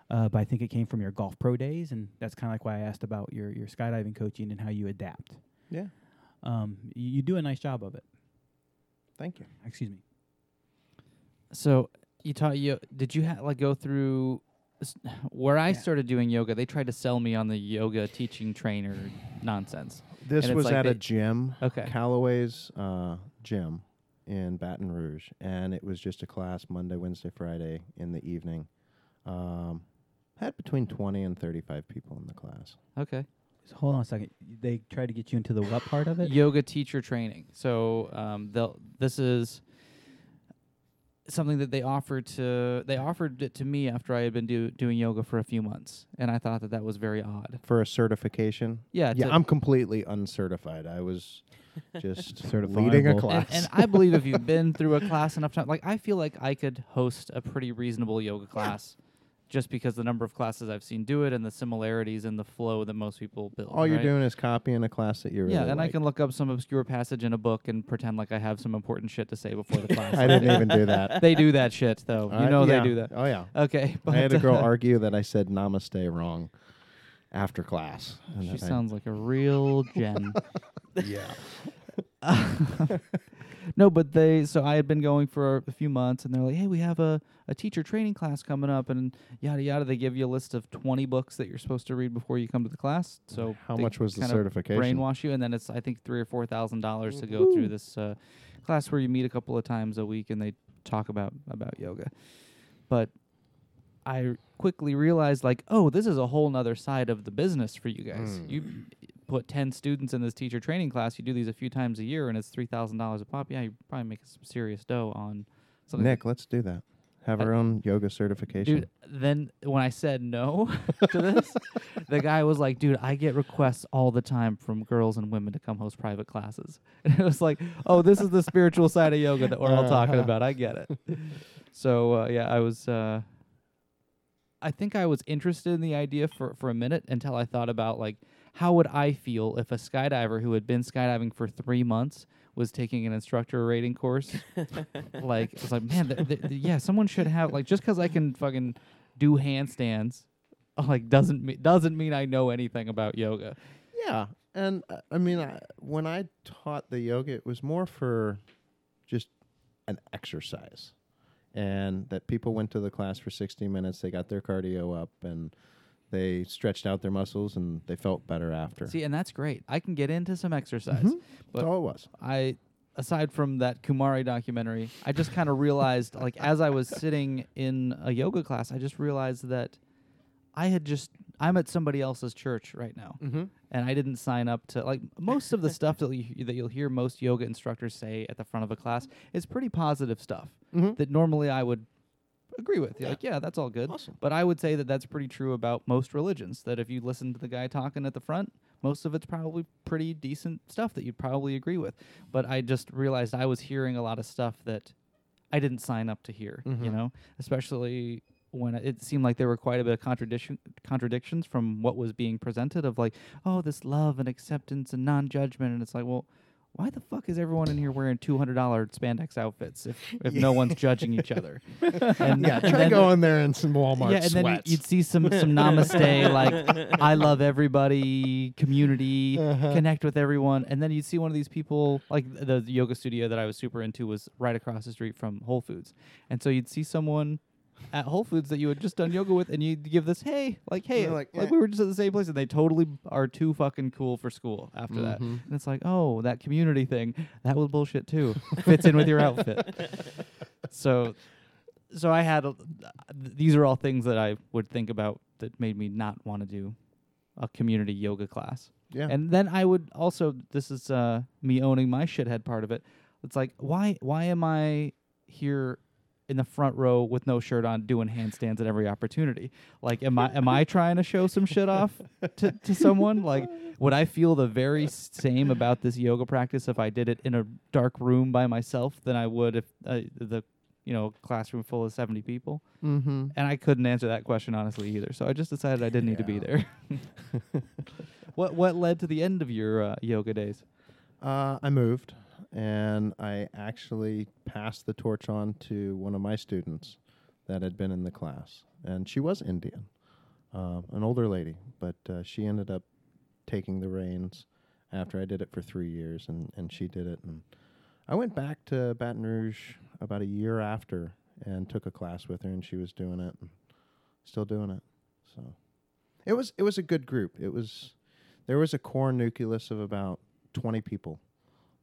uh, but I think it came from your golf pro days, and that's kind of like why I asked about your your skydiving coaching and how you adapt.
Yeah.
Um, y- you do a nice job of it.
Thank you.
Excuse me.
So you taught you did you ha- like go through s- where I started doing yoga? They tried to sell me on the yoga teaching trainer nonsense.
This
And it's
was
like
at a
they-
gym,
Okay.
Callaway's uh, gym in Baton Rouge, and it was just a class Monday, Wednesday, Friday in the evening. Um, had between twenty and thirty-five people in the class.
Okay.
Hold on a second. They tried to get you into the what part of it?
yoga teacher training. So um, they'll this is something that they offered to they offered it to me after I had been do, doing yoga for a few months, and I thought that that was very odd.
for a certification.
Yeah, it's
yeah.
a-
I'm completely uncertified. I was just
Certifiable.
leading a
And-
class.
And, and I believe if you've been through a class enough time, like I feel like I could host a pretty reasonable yoga class. Just because the number of classes I've seen do it and the similarities and the flow that most people build.
All you're
right?
doing is copying a class that you really
yeah, and I
like.
can look up some obscure passage in a book and pretend like I have some important shit to say before the class.
I didn't even do that.
They do that shit though.
All
you
right,
know
yeah.
they do that.
Oh yeah.
Okay,
I had a
but,
girl
uh,
argue that I said namaste wrong after class. and
She
that I-
sounds like a real gem.
yeah.
no, but they. So I had been going for a few months, and they're like, "Hey, we have a a teacher training class coming up, and yada yada." They give you a list of twenty books that you're supposed to read before you come to the class. So
How
they
much was the
kind of
certification?
Brainwash you, and then it's I think three or four thousand dollars to go through this uh, class where you meet a couple of times a week, and they talk about about yoga. But I quickly realized like, oh, this is a whole nother side of the business for you guys. You put ten students in this teacher training class, you do these a few times a year and it's three thousand dollars a pop. Yeah, you probably make some serious dough on something.
Nick, let's do that. Have our own yoga certification.
Dude, then when I said no to this, the guy was like, dude, I get requests all the time from girls and women to come host private classes. And it was like, oh, this is the spiritual side of yoga that we're all talking about. I get it. So, uh, yeah, I was, uh, I think I was interested in the idea for, for a minute until I thought about, like, how would I feel if a skydiver who had been skydiving for three months was taking an instructor rating course like it's like man th- th- th- yeah someone should have like just because i can fucking do handstands uh, like doesn't mean doesn't mean i know anything about yoga
Yeah, and uh, I mean, I, when I taught the yoga, it was more for just an exercise, and that people went to the class for sixty minutes. They got their cardio up, and they stretched out their muscles, and they felt better after.
see and that's great i can get into some exercise
That's
but
all it was.
I aside from that Kumari documentary, I just kind of realized like as I was sitting in a yoga class, I just realized that I had just I'm at somebody else's church right now.
Mm-hmm.
And I didn't sign up to like most of the stuff that you, that you'll hear most yoga instructors say at the front of a class is pretty positive stuff that normally I would agree with. you Like, yeah, that's all good. But I would say that that's pretty true about most religions. That if you listen to the guy talking at the front, most of it's probably pretty decent stuff that you'd probably agree with. But I just realized I was hearing a lot of stuff that I didn't sign up to hear. You know, especially when it seemed like there were quite a bit of contradiction contradictions from what was being presented of like, oh, this love and acceptance and non-judgment, and it's like, well. Why the fuck is everyone in here wearing two hundred dollar spandex outfits if, if no one's judging each other? And
Yeah,
and
try
then-
going there in some Walmart
yeah, and then you-
sweats.
you'd see some some namaste like I love everybody, community,
Uh-huh.
connect with everyone, and then you'd see one of these people like th- the, the yoga studio that I was super into was right across the street from Whole Foods, and so you'd see someone at Whole Foods that you had just done yoga with, and you'd give this hey like hey
they're
like,
like, "Eh."
we were just at the same place, and they totally are too fucking cool for school after that,
Mm-hmm.
and it's like oh that community thing that was bullshit too fits in with your outfit, so so I had a, th- these are all things that I would think about that made me not want to do a community yoga class.
Yeah.
And then I would also this is uh, me owning my shithead part of it. It's like why why am I here in the front row with no shirt on doing handstands at every opportunity? Like am I am I trying to show some shit off to, to someone? Like would I feel the very same about this yoga practice if I did it in a dark room by myself than I would if uh, the you know classroom full of 70 people?
mm-hmm.
and I couldn't answer that question honestly either. So I just decided I didn't need to be there. what what led to the end of your uh, yoga days?
Uh, I moved, and I actually passed the torch on to one of my students that had been in the class, and she was Indian, uh, an older lady, but uh, she ended up taking the reins after I did it for three years, and, and she did it, and I went back to Baton Rouge about a year after and took a class with her, and she was doing it, and still doing it, so it was it was a good group. It was there was a core nucleus of about 20 people.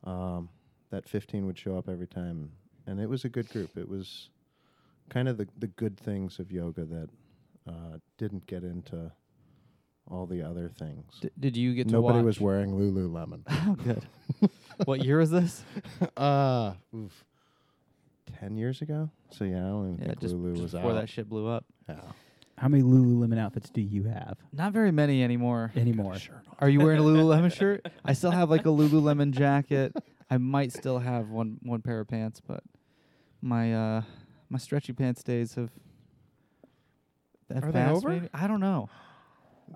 Um, that 15 would show up every time, and it was a good group. It was kind of the the good things of yoga that uh, didn't get into all the other things.
D- did you get to
Nobody was
watch-
wearing Lululemon.
Oh, good. What year was this?
uh, oof. 10 years ago? So, yeah, I don't even
Yeah,
think
just-
Lulu
just
was
before
out.
that shit blew up.
Yeah.
How many Lululemon outfits do you have
Not very many anymore.
anymore?
Are you wearing a Lululemon shirt? I still have like a Lululemon jacket. I might still have one one pair of pants, but my uh my stretchy pants days have have
Are they
passed,
over?
maybe? I don't know,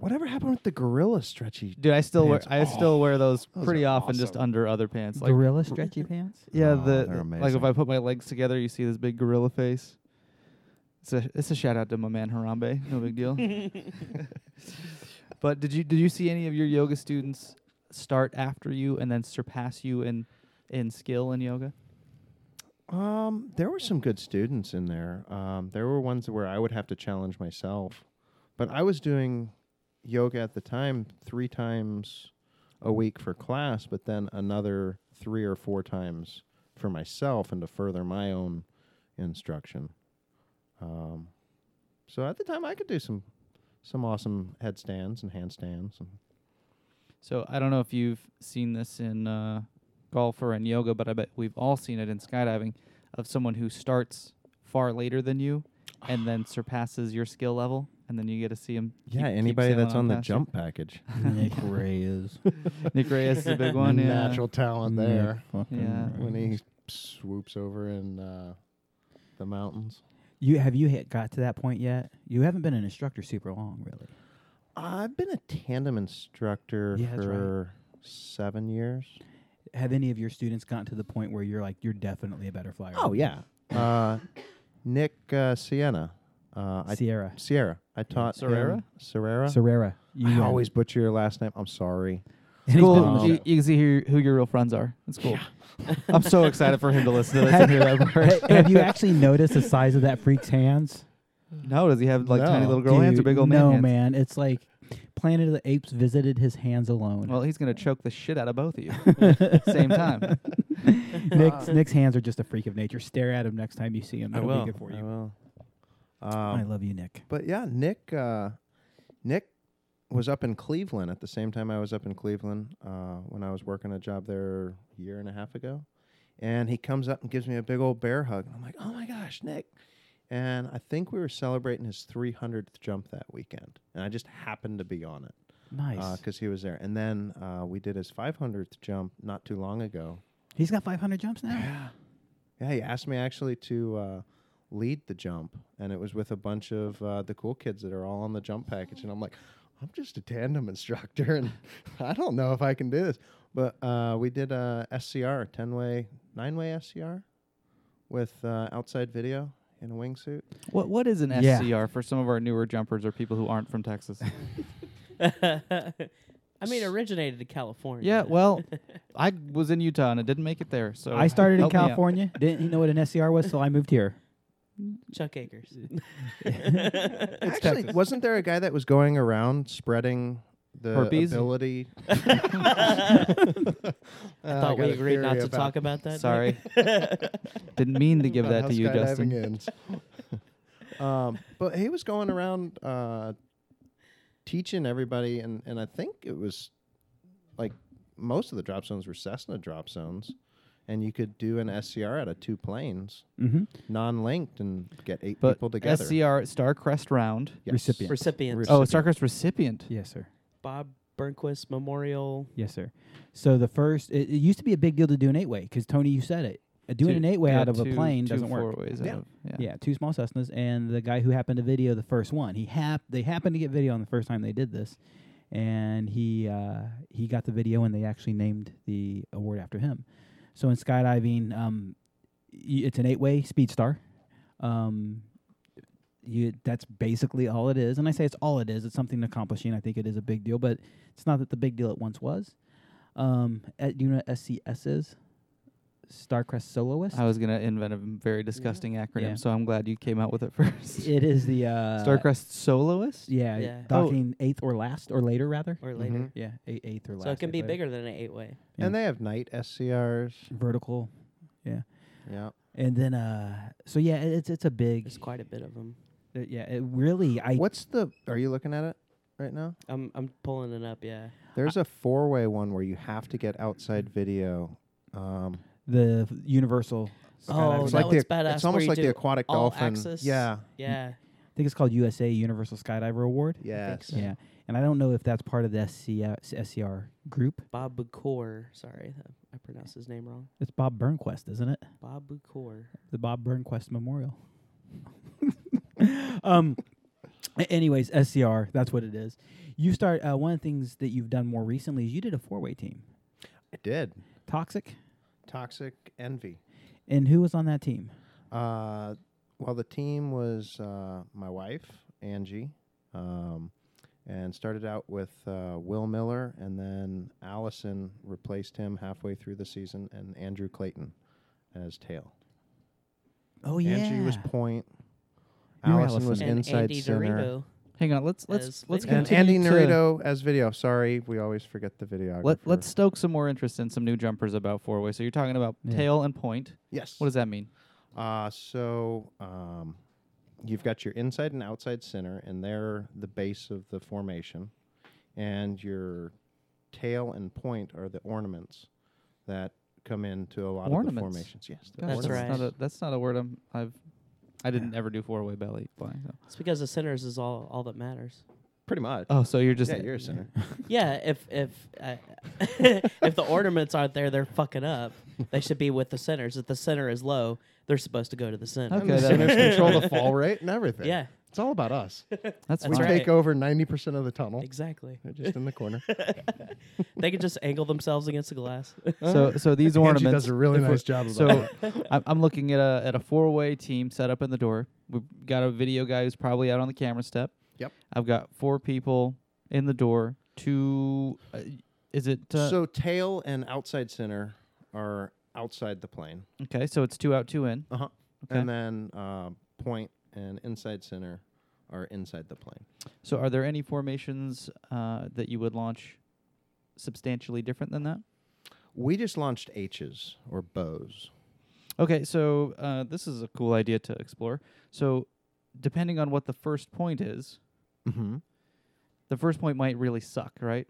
Whatever happened with the gorilla stretchy?
dude. I still
Pants.
wear I
Oh,
still wear those
those
pretty
are
often, just
awesome.
under other pants. Like
Gorilla stretchy pants.
yeah,
Oh,
the,
they're
the- like if
amazing.
I put my legs together, you see this big gorilla face. It's a it's a shout out to my man Harambe. No big deal. But did you did you see any of your yoga students start after you and then surpass you in in skill in yoga?
Um, there were some good students in there. Um, there were ones where I would have to challenge myself, but I was doing yoga at the time three times a week for class, but then another three or four times for myself and to further my own instruction. Um, so at the time I could do some some awesome headstands and handstands. And
So I don't know if you've seen this in uh, golf or in yoga, but I bet we've all seen it in skydiving of someone who starts far later than you and then surpasses your skill level, and then you get to see him.
yeah, anybody that's on the
past you.
jump package,
Nick Reyes.
Nick Reyes is a big one. Yeah.
natural talent
Mm.
there.
Yeah.
when he swoops over in uh, the mountains.
You have you hit, got to that point yet? You haven't been an instructor super long, really.
I've been a tandem instructor
Yeah, that's right.
for seven years.
Have any of your students gotten to the point where you're like, you're definitely a better flyer?
Oh
than me?
yeah, uh, Nick uh, Sienna. Uh, I
Sierra,
Sierra. I taught
Serrera?
him- Serrera.
Serrera. You
I
win.
always butcher your last name. I'm sorry.
And he's been on the show.
Cool. You, you can see who, who your real friends are. That's cool. I'm so excited for him to listen to this and hear that part.
Ha- have you actually noticed the size of that freak's hands?
No, does he have like tiny
No.
little girl hands or
Oh, Dude,
big old man
no,
hands?
man. It's like Planet of the Apes visited his hands alone.
Well, he's gonna choke the shit out of both of you. Same time.
Nick's, Nick's hands are just a freak of nature. Stare at him next time you see him.
Uh, I
It'll
will.
be good for
I
you.
will.
I
Um,
love you, Nick.
but yeah, Nick. Uh, Nick was up in Cleveland at the same time I was up in Cleveland uh, when I was working a job there a year and a half ago, and he comes up and gives me a big old bear hug. I'm like, oh my gosh, Nick. And I think we were celebrating his 300th jump that weekend, and I just happened to be on it
Nice.
because he was there. And then uh, we did his 500th jump not too long ago.
He's got 500 jumps now.
Yeah, he asked me actually to uh, lead the jump, and it was with a bunch of uh, the cool kids that are all on the jump package. And I'm like, I'm just a tandem instructor, and I don't know if I can do this. But uh, we did a SCR, 10 way, 9 way SCR with uh, outside video in a wingsuit.
What what is an
Yeah.
SCR for some of our newer jumpers or people who aren't from Texas?
I mean, originated in California.
yeah, well, I was in Utah and it didn't make it there. So
I started in
help me out.
California. Didn't he know what an SCR was, so I moved here.
Chuck Akers.
actually, wasn't there a guy that was going around spreading the
Herpes?
ability?
I thought we agreed not to talk about that. Nick.
Sorry, didn't mean to give
about
that
how
to you,
skydiving
Justin.
ends. um, but he was going around uh, teaching everybody, and, and I think it was like most of the drop zones were Cessna drop zones, and you could do an SCR out of two planes,
Mm-hmm.
non-linked, and get eight
But
people together.
SCR Starcrest round.
Yes.
Recipient.
Recipient.
Re-
Oh,
Recipient.
Starcrest recipient.
Yes, sir.
Bob Burnquist Memorial.
Yes, sir. So the first, it, it used to be a big deal to do an eight way because Tony, you said it. Uh, Doing
Two-
an eight way
yeah,
out of
two-
a plane
two
doesn't work.
four-ways out
Yeah.
of- yeah.
Yeah, two small Cessnas, and the guy who happened to video the first one, he hap- they happened to get video on the first time they did this, and he uh, he got the video, and they actually named the award after him. So in skydiving, um, y- it's an eight-way speed star. Um, you, that's basically all it is, and I say it's all it is. It's something accomplishing. I think it is a big deal, but it's not that the big deal it once was. Um, at, do you know what SCS is? Starcrest Soloist.
I was gonna invent a very disgusting acronym,
Yeah.
so I'm glad you came out with it first.
it is the uh,
Starcrest soloist.
Yeah,
Yeah. Oh.
docking eighth or last or later rather.
Or later.
Mhm.
Yeah, eight, eighth or last.
So it can
eighth
be
later.
bigger than an eight way.
Yeah.
And they have night SCRs.
Vertical,
Yeah.
and then uh, so yeah, it- it's it's a big
There's quite a bit of them.
uh, yeah. It really, I
What's the? Are you looking at it? right now?
I'm I'm pulling it up. Yeah.
There's a four way one where you have to get outside video. Um,
the Universal.
Oh,
it's
that
like the
one's
aqu-
badass.
it's
where
almost
you
like the
do
aquatic
all
dolphin.
Access.
Yeah.
Yeah.
I think it's called USA Universal Skydiver Award.
Yes.
so.
Yeah. And I don't know if that's part of the uh, SCR, SCR group.
Bob Bucor. Sorry, that- I pronounced his name wrong.
It's Bob Burnquist, isn't it?
Bob Bucor.
The Bob Burnquist Memorial. um. a- Anyways, SCR. That's what it is. You start. Uh, one of the things that you've done more recently is you did a four-way team.
I did.
Toxic.
Toxic Envy.
And who was on that team?
Uh, well, the team was uh, my wife, Angie, um, and started out with uh, Will Miller, and then Allison replaced him halfway through the season, and Andrew Clayton as tail.
Oh
Angie was
yeah.
point.
You're
Allison, was
Allison.
And
inside
Andy
center.
Dorito.
Hang on. Let's
As
let's let's
video.
And
continue
Andy
to-
Narito as video. Sorry, we always forget the videographer.
Let, let's stoke some more interest in some new jumpers about four way. So you're talking about
Yeah.
tail and point.
yes.
What does that mean?
Uh, so um, you've got your inside and outside center, and they're the base of the formation. And your tail and point are the ornaments that come into a lot of the
Ornaments?
formations. Yes, they're
That's
ornaments.
Not
right.
a, that's not a word I'm, I've. I didn't ever do four way belly flying. So.
It's because the centers is all all that matters.
Pretty much.
Oh, so you're just
yeah, you're a center.
Yeah, if if uh, if the ornaments aren't there, they're fucking up. They should be with the centers. If the center is low, they're supposed to go to the center.
Okay,
the
that
centers
makes sense.
control the fall rate and everything.
Yeah,
it's all about us.
That's
we
fine.
right.
take over ninety percent of the tunnel.
exactly.
They're just in the corner.
They could just angle themselves against the glass.
So so these
Angie
ornaments.
does a really
if we're-
nice job. About
So I'm, I'm looking at a at a four way team set up in the door. We've got a video guy who's probably out on the camera step.
Yep.
I've got four people in the door. Two. Uh, is it? Uh,
so tail and outside center are outside the plane.
okay. So it's two out, two in.
Uh huh.
Okay.
And then uh, point and inside center are inside the plane.
So are there any formations uh, that you would launch substantially different than that?
We just launched H's or bows.
Okay, so uh, this is a cool idea to explore. So, depending on what the first point is,
Mm-hmm.
the first point might really suck, right?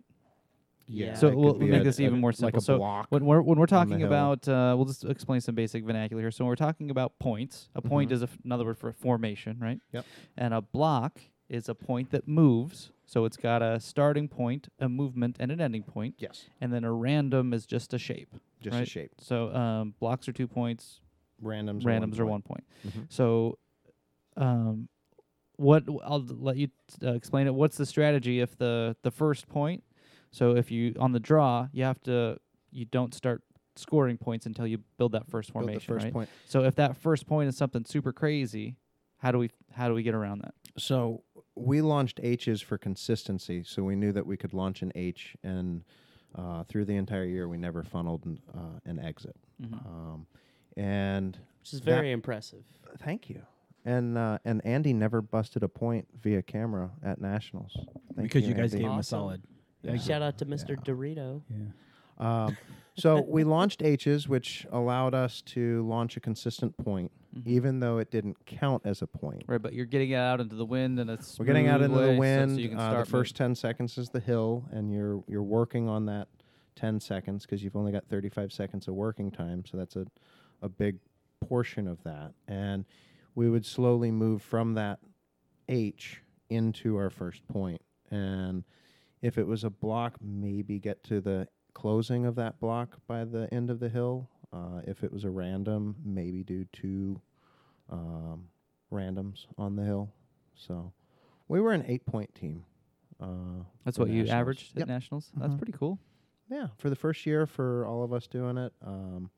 Yeah.
so
it could
we'll,
be
we'll make
a-
this
a-
even more
like
simple.
a
so
block.
when we're when we're
on the
talking
hill.
about, uh, we'll just explain some basic vernacular here. So when we're talking about points, a point is a f- another word for a formation, right?
Mm-hmm. Yep.
And a block is a point that moves. So it's got a starting point, a movement, and an ending point.
yes,
And then a random is just a shape.
just a
Right.
shape.
So um, blocks are two points,
Randoms.
randoms
are
are one
one.
point.
Mhm.
So, um, what I'll d- let you t- uh, explain it. What's the strategy if the the first point? So if you on the draw, you have to you don't start scoring points until you build that first
Build
formation,
the first
right?
point.
So if that first point is something super crazy, how do we how do we get around that?
So we launched H's for consistency. So we knew that we could launch an H, and uh, through the entire year, we never funneled an, uh, an exit.
Uh,
Um, and
Which is
that-
very impressive.
Thank you. And uh, and Andy never busted a point via camera at nationals. Thank
because you, guys
Andy.
gave him a
Awesome.
solid.
Shout out to Mr. Dorito.
Yeah.
Um, so we launched H's, which allowed us to launch a consistent point, even though it didn't count as a point.
Right, but you're getting it out into the wind, and it's
We're getting out into the wind. uh, the first ten seconds is the hill, and you're you're working on that ten seconds because you've only got thirty five seconds of working time. So that's a a big portion of that, and we would slowly move from that H into our first point, and if it was a block, maybe get to the closing of that block by the end of the hill. Uh, if it was a random, maybe do two um, randoms on the hill. So we were an eight point team. Uh,
That's
for
what you
nationals.
averaged
Yep. Uh-huh.
at nationals. That's pretty cool.
Yeah, for the first year for all of us doing it. Um,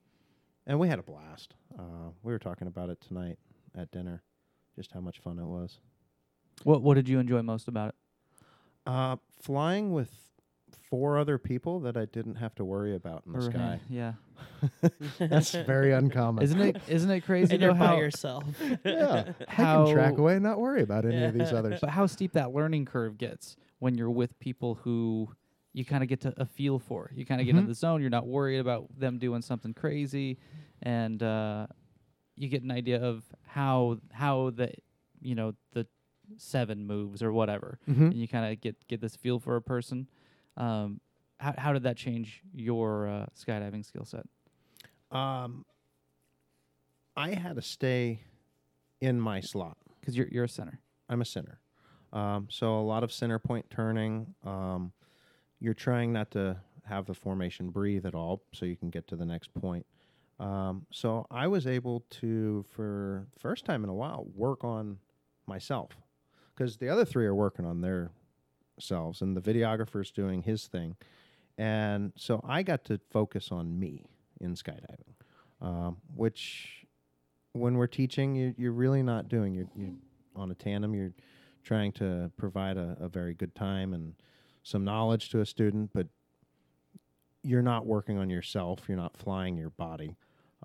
and we had a blast. Uh, we were talking about it tonight at dinner, just how much fun it was.
What what did you enjoy most about it?
Uh, flying with four other people that I didn't have to worry about in the
Or, uh,
sky.
Yeah.
That's very uncommon.
Isn't it isn't it crazy
And
though
you're by
how
yourself.
Yeah. I
how
can track away and not worry about any of these others.
but how steep that learning curve gets when you're with people who you kind of get to a feel for. You kind of
Mm-hmm.
get in the zone. You're not worried about them doing something crazy, and uh, you get an idea of how how the you know the seven moves or whatever,
Mhm.
Mm-hmm.
and you kind of get get this feel for a person. Um, how how did that change your uh, skydiving skill set?
Um, I had to stay in my slot
because you're you're a center.
I'm a center, um, so a lot of center point turning. Um, you're trying not to have the formation breathe at all, so you can get to the next point. Um, so I was able to, for first time in a while, work on myself because the other three are working on their selves, and the videographer's doing his thing, and so I got to focus on me in skydiving, um, which when we're teaching, you, you're really not doing. You're, you're on a tandem. You're trying to provide a, a very good time and some knowledge to a student, but you're not working on yourself. You're not flying your body.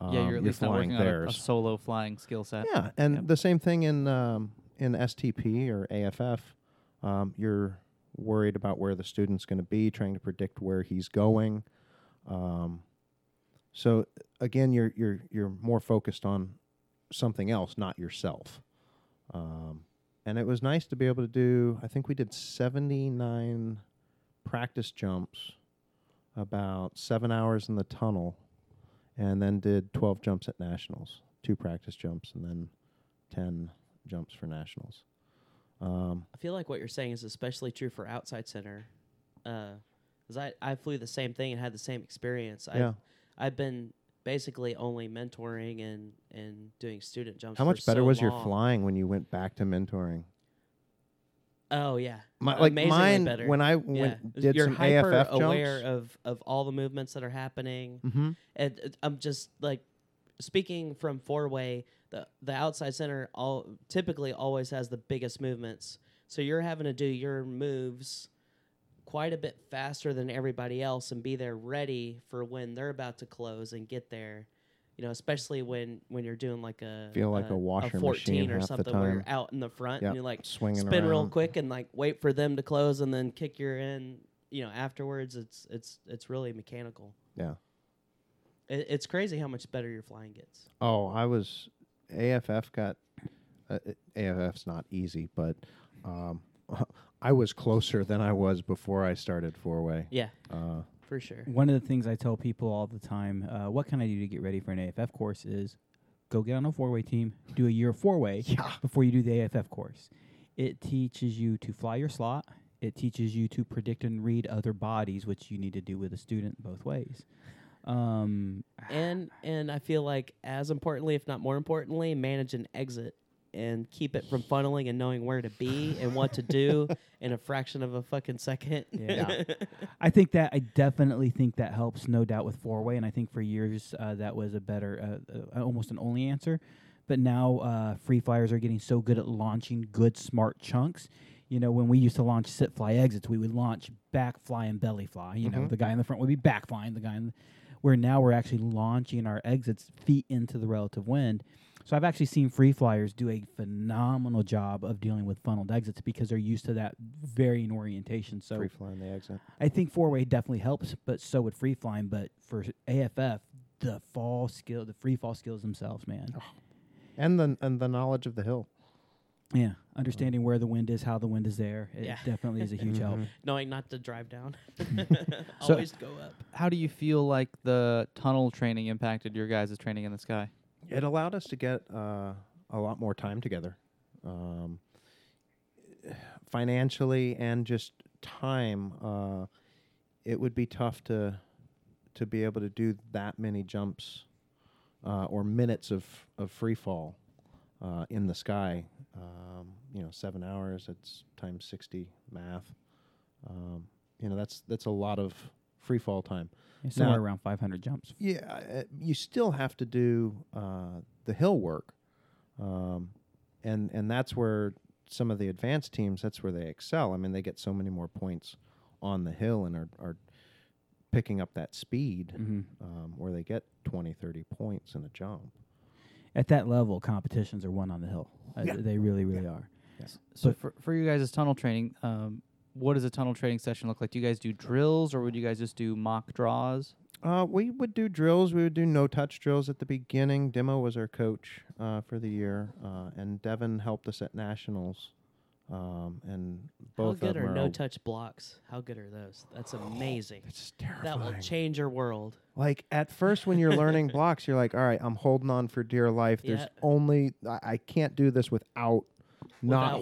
yeah,
Um,
you're at least not
flying
working on a- a,
theirs.
solo flying skill set.
Yeah, and the same thing in um, in STP or AFF. Um, you're worried about where the student's going to be, trying to predict where he's going. Um, so again, you're you're you're more focused on something else, not yourself. Um, and it was nice to be able to do. I think we did 79 practice jumps, about seven hours in the tunnel, and then did 12 jumps at nationals, two practice jumps, and then 10 jumps for nationals. Um,
I feel like what you're saying is especially true for outside center, because I I flew the same thing and had the same experience.
Yeah.
I've, I've been basically only mentoring and and doing student jumps.
how
for
much better
so
was your
long.
flying when you went back to mentoring?
Oh yeah,
My- like
Amazingly
mine,
better.
when I went- did
You're
some
hyper
AFF jumps.
aware of of all the movements that are happening,
Mhm.
and uh, I'm just like speaking from four way. The the outside center all typically always has the biggest movements, so you're having to do your moves quite a bit faster than everybody else and be there ready for when they're about to close and get there. You know, especially when when you're doing like a
Feel like a washer
14
machine
or
half the
something where you're
time.
out in the front
Yep,
and you're like
swinging
spin real
around.
quick and like wait for them to close and then kick your in. You know, afterwards it's it's it's really mechanical.
Yeah.
It, it's crazy how much better your flying gets.
Oh, I was AFF got uh, uh, AFF's not easy, but um, I was closer than I was before I started four way.
Yeah.
Uh,
For sure.
One of the things I tell people all the time, uh, what can I do to get ready for an AFF course is go get on a four-way team, do a year four-way before you do the AFF course. It teaches you to fly your slot. It teaches you to predict and read other bodies, which you need to do with a student both ways. Um,
And and I feel like as importantly, if not more importantly, manage an exit and keep it from funneling and knowing where to be and what to do in a fraction of a fucking second.
Yeah. I think that I definitely think that helps, no doubt, with four way. And I think for years uh, that was a better, uh, uh, almost an only answer. But now uh, free flyers are getting so good at launching good, smart chunks. You know, when we used to launch sit fly exits, we would launch back fly and belly fly. You know,
Mhm.
the guy in the front would be back flying, the guy in the, where now we're actually launching our exits feet into the relative wind. So I've actually seen free flyers do a phenomenal job of dealing with funneled exits because they're used to that varying orientation. So
free flying the exit.
I think four way definitely helps, but so would free flying. But for AFF, the fall skill, the free fall skills themselves, man.
Oh. And the and the knowledge of the hill.
Yeah, understanding where the wind is, how the wind is there, it
Yeah.
definitely is a huge
Mm-hmm.
help.
Knowing not to drive down.
So-
Always go up.
How do you feel like the tunnel training impacted your guys' training in the sky?
It allowed us to get uh, a lot more time together, um, financially and just time. Uh, it would be tough to to be able to do that many jumps uh, or minutes of of free fall uh, in the sky. Um, you know, seven hours. It's times sixty math. Um, you know, that's that's a lot of free fall time.
Yeah, somewhere
Now-
around 500 jumps.
yeah, uh, you still have to do uh, the hill work, um, and and that's where some of the advanced teams that's where they excel. I mean, they get so many more points on the hill and are are picking up that speed
Mhm.
um, where they get 20, 30 points in a jump.
At that level, competitions are won on the hill. Uh,
Yeah.
They really, really are.
So for, for you guys' tunnel training, um, what does a tunnel training session look like? Do you guys do drills or would you guys just do mock draws?
Uh, we would do drills. We would do no touch drills at the beginning. Demo was our coach uh, for the year, uh, and Devin helped us at nationals Um, and
How
both of
good
them
are
are Oh,
no
a-
touch blocks? How good are those? That's amazing.
That's
That will
terrifying.
change your world.
Like at first, when you're learning blocks, you're like, "All right, I'm holding on for dear life. There's
Yeah.
only I, I can't do this without not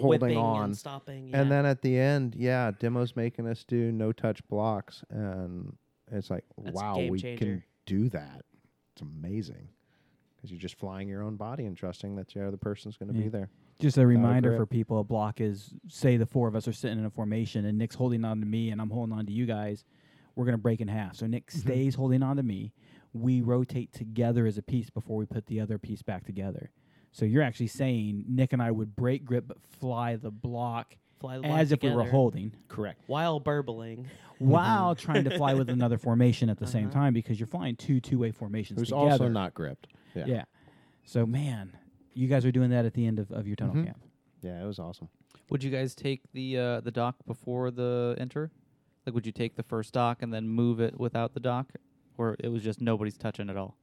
Without
holding
whipping and
on."
stopping, yeah.
And then at the end, yeah, demos making us do no touch blocks, and it's like,
That's a
wow,
game
we can
changer.
do that. It's amazing because you're just flying your own body and trusting that the other person's going to be
Mm.
Yeah.
there.
Just a
Without
reminder
grip.
for people: a block is, say, the four of us are sitting in a formation, and Nick's holding on to me, and I'm holding on to you guys. We're gonna break in half. So Nick stays holding on to me. We rotate together as a piece before we put the other piece back together. So you're actually saying Nick and I would break grip, but fly the block
Fly the block
as if we were
together.
holding. Correct.
While burbling.
While trying to fly with another formation at the same time, because you're flying two two-way formations
Who's
together.
also not gripped. Yeah.
Yeah. So man, you guys are doing that at the end of, of your tunnel
Mhm.
camp.
Yeah, it was awesome.
Would you guys take the uh, the dock before the enter? Like, would you take the first dock and then move it without the dock, or it was just nobody's touching at all?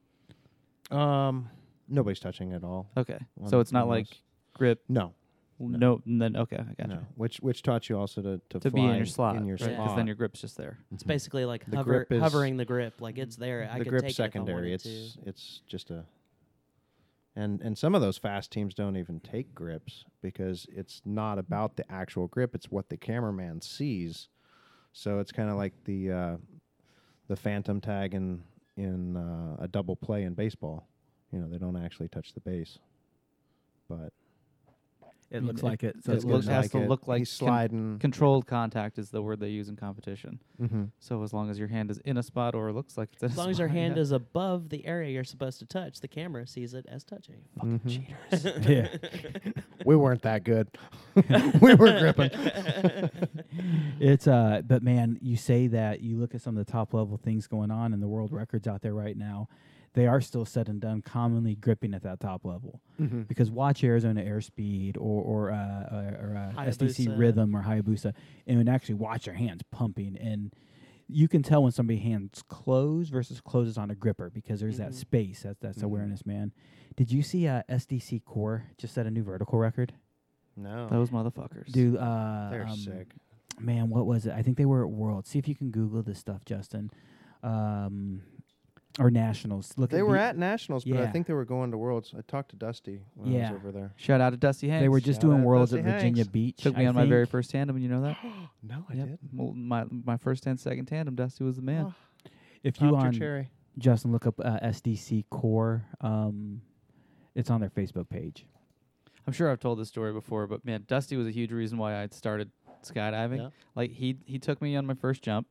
Um, nobody's touching at all.
Okay,
on-
so it's not
on
like
those.
grip.
No.
No, and then okay, I got
No. Which which taught you also to to,
To be
fly
in your slot,
in your
right, 'cause
slot.
then your grip's just there.
It's basically like
The
hover,
grip is-
hovering the grip. Like it's there. I
the
could
grip
take
secondary.
It if I wanted
it's it's just a and and some of those fast teams don't even take grips because it's not about the actual grip; it's what the cameraman sees. So it's kind of like the uh, the phantom tag in in uh, a double play in baseball. You know, they don't actually touch the base, but
It looks like it. So
it
it's
looks,
good.
has to
Like it.
look like
He's
con-
sliding.
controlled contact is the word they use in competition.
Mhm.
So as long as your hand is in a spot or looks like it's in
As
a
long as your
spot,
hand
yeah.
is above the area you're supposed to touch, the camera sees it as touching.
Fucking Mhm.
cheaters.
Yeah.
we weren't that good. we were gripping.
It's uh, but man, you say that you look at some of the top level things going on in the world records out there right now. They are still said and done, commonly gripping at that top level
Mhm.
because watch Arizona Airspeed or or uh, or, or uh, SDC
Hayabusa.
Rhythm or Hayabusa, and actually watch their hands pumping, and you can tell when somebody hands close versus closes on a gripper because there's
Mm-hmm.
that space. That's that's awareness, man. Did you see uh, SDC Core just set a new vertical record?
No,
Those motherfuckers.
Do uh,
they're
um,
sick.
man, what was it? I think they were at World. See if you can Google this stuff, Justin. Um, or Nationals. Look,
They
at
were
the-
at nationals, but I
Yeah.
think they were going to worlds. I talked to Dusty when I
Yeah.
was over there.
Shout out to Dusty Hanks.
They were just
Shout
doing
out
Worlds
Dusty
at Virginia
Hanks.
Beach.
took me
I
on my very
think.
first tandem. You know that?
No, I
Yep.
did.
Well, my my first and second tandem, Dusty was the man.
If you
Popped your
on
cherry.
Justin, look up uh, SDC Core. Um, it's on their Facebook page.
I'm sure I've told this story before, but man, Dusty was a huge reason why I started skydiving.
Yeah.
Like he he took me on my first jump,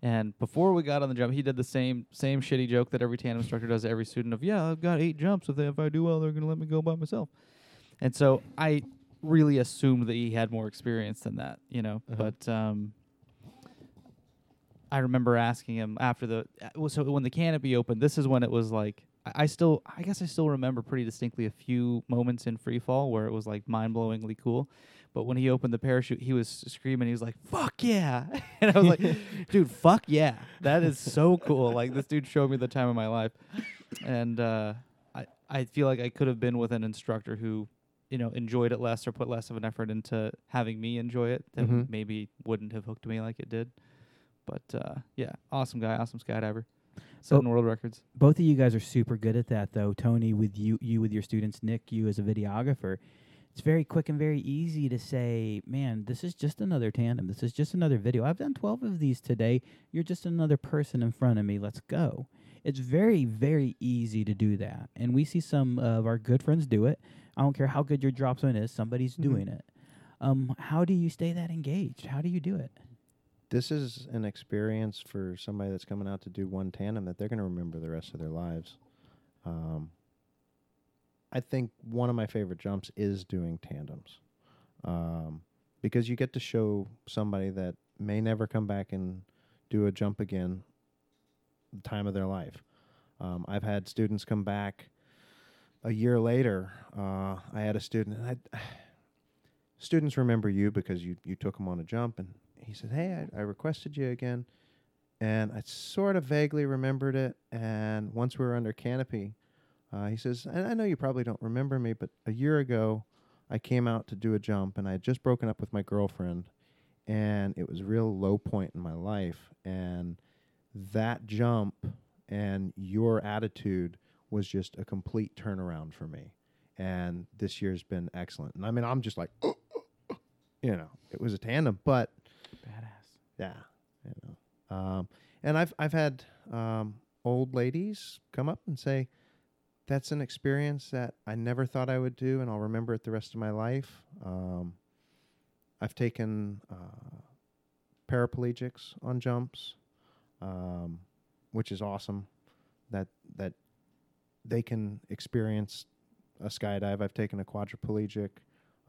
and before we got on the jump, he did the same same shitty joke that every tandem instructor does to every student of yeah, I've got eight jumps. If they, if I do well, they're gonna let me go by myself. And so I really assumed that he had more experience than that, you know. But um, I remember asking him after the uh, well, so when the canopy opened. This is when it was like I, I still I guess I still remember pretty distinctly a few moments in free fall where it was like mind blowingly cool. But when he opened the parachute, he was screaming. He was like, "Fuck yeah!" and I was like, "Dude, fuck yeah! That is so cool!" Like this dude showed me the time of my life, and uh, I I feel like I could have been with an instructor who, you know, enjoyed it less or put less of an effort into having me enjoy it that
Mhm.
maybe wouldn't have hooked me like it did. But uh, yeah, awesome guy, awesome skydiver,
So-
setting world records.
Both of you guys are super good at that, though. Tony, with you, you with your students, Nick, you as a videographer. It's very quick and very easy to say, man, this is just another tandem. This is just another video. I've done 12 of these today. You're just another person in front of me. Let's go. It's very, very easy to do that. And we see some of our good friends do it. I don't care how good your drop zone is, somebody's doing it. Um, how do you stay that engaged? How do you do it?
This is an experience for somebody that's coming out to do one tandem that they're going to remember the rest of their lives. Um, I think one of my favorite jumps is doing tandems um, because you get to show somebody that may never come back and do a jump again the time of their life. Um, I've had students come back a year later. Uh, I had a student, and I, students remember you because you, you took them on a jump, and he said, Hey, I, I requested you again. And I sort of vaguely remembered it. And once we were under canopy, uh, he says, and I know you probably don't remember me, but a year ago, I came out to do a jump, and I had just broken up with my girlfriend, and it was a real low point in my life. And that jump and your attitude was just a complete turnaround for me. And this year's been excellent. And I mean, I'm just like, you know, it was a tandem, but
Badass.
yeah, you know. Um, and I've I've had um, old ladies come up and say, "That's an experience that I never thought I would do, and I'll remember it the rest of my life." Um, I've taken uh, paraplegics on jumps, um, which is awesome. That that they can experience a skydive. I've taken a quadriplegic.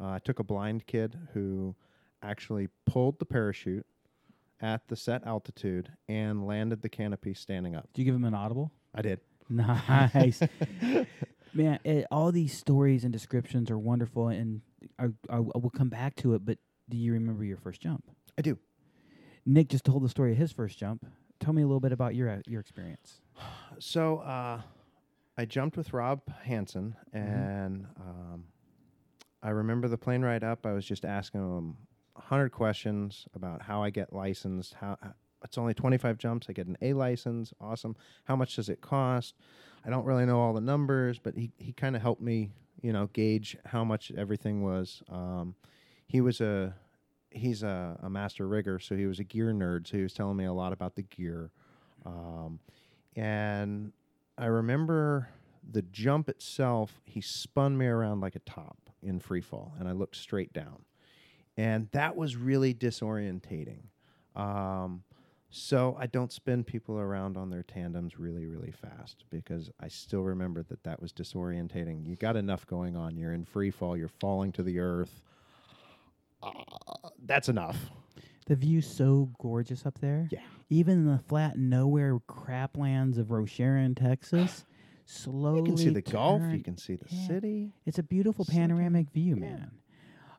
Uh, I took a blind kid who actually pulled the parachute at the set altitude and landed the canopy standing up.
Do you give him an audible?
I did.
Nice. Man, it, all these stories and descriptions are wonderful, and I, I, I will come back to it, but do you remember your first jump?
I do.
Nick just told the story of his first jump. Tell me a little bit about your uh, your experience.
So uh, I jumped with Rob Hansen, and um, I remember the plane ride up. I was just asking him a hundred questions about how I get licensed. How h- it's only twenty five jumps. I get an A license. Awesome. How much does it cost? I don't really know all the numbers, but he he kind of helped me, you know, gauge how much everything was. Um, he was a he's a, a master rigger, so he was a gear nerd. So he was telling me a lot about the gear. Um, and I remember the jump itself, he spun me around like a top in free fall, and I looked straight down. And that was really disorientating. Um, so I don't spin people around on their tandems really, really fast because I still remember that that was disorientating. You got enough going on. You're in free fall, you're falling to the earth. Uh, that's enough.
The view's so gorgeous up there.
Yeah.
Even in the flat nowhere craplands of Rocheron, Texas, slowly
You can see the Gulf, you
turn-
can see the
Yeah.
city.
It's a beautiful panoramic view, man.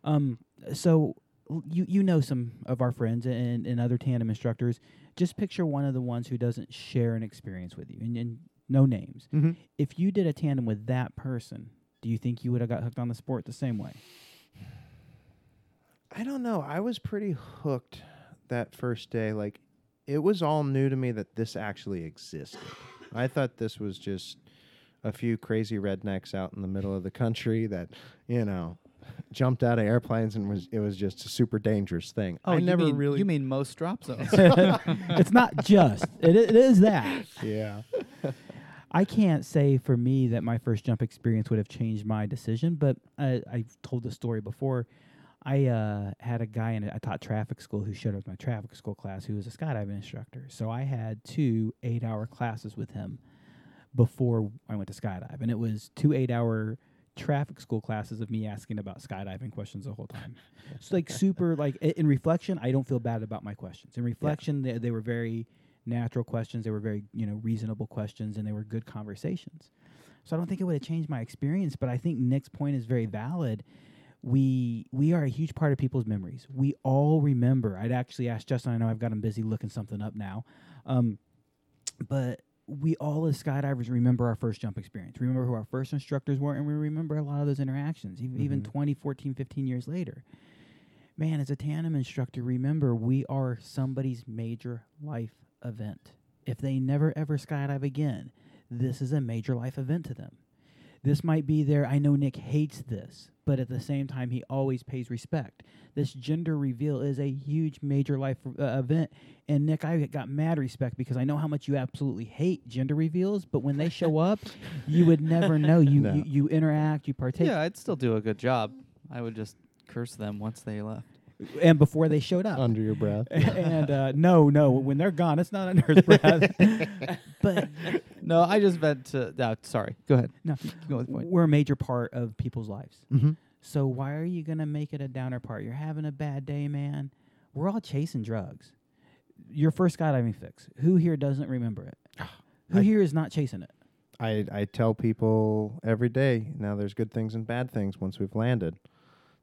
Um, so l- you you know some of our friends and, and other tandem instructors. Just picture one of the ones who doesn't share an experience with you, and, and no names.
Mhm.
If you did a tandem with that person, do you think you would have got hooked on the sport the same way?
I don't know. I was pretty hooked that first day. Like, it was all new to me that this actually existed. I thought this was just a few crazy rednecks out in the middle of the country that, you know, jumped out of airplanes and was it was just a super dangerous thing. I
Oh, you
never
mean,
really
You mean most drop zones?
it's not just it, i- it is that.
yeah.
I can't say for me that my first jump experience would have changed my decision, but I, I've told the story before. I uh, had a guy in I taught traffic school who showed up in my traffic school class who was a skydiving instructor. So I had two eight hour classes with him before I went to skydive. And it was two eight hour traffic school classes of me asking about skydiving questions the whole time. It's like super, like i- in reflection, I don't feel bad about my questions. In reflection, they, they were very natural questions. They were very, you know, reasonable questions and they were good conversations. So I don't think it would have changed my experience, but I think Nick's point is very valid. We we are a huge part of people's memories. We all remember. I'd actually asked Justin. I know I've got him busy looking something up now. Um, but we all as skydivers remember our first jump experience remember who our first instructors were and we remember a lot of those interactions even, even 20 14 15 years later man as a tandem instructor remember we are somebody's major life event if they never ever skydive again this is a major life event to them this might be there. I know Nick hates this, but at the same time, he always pays respect. This gender reveal is a huge, major life uh, event. And Nick, I got mad respect because I know how much you absolutely hate gender reveals, but when they show up, you would never know. You,
No.
you, you interact, you partake.
yeah, I'd still do a good job. I would just curse them once they left.
And before they showed up.
Under your breath.
and uh, no, no, when they're gone, it's not under his breath. but
No, I just meant to. No, sorry. Go ahead.
no,
Go with the point.
we're a major part of people's lives.
Mhm.
So why are you gonna make it a downer part? You're having a bad day, man. We're all chasing drugs. Your first skydiving fix. Who here doesn't remember it? Who
I-
here is not chasing it?
I I tell people every day now there's good things and bad things once we've landed.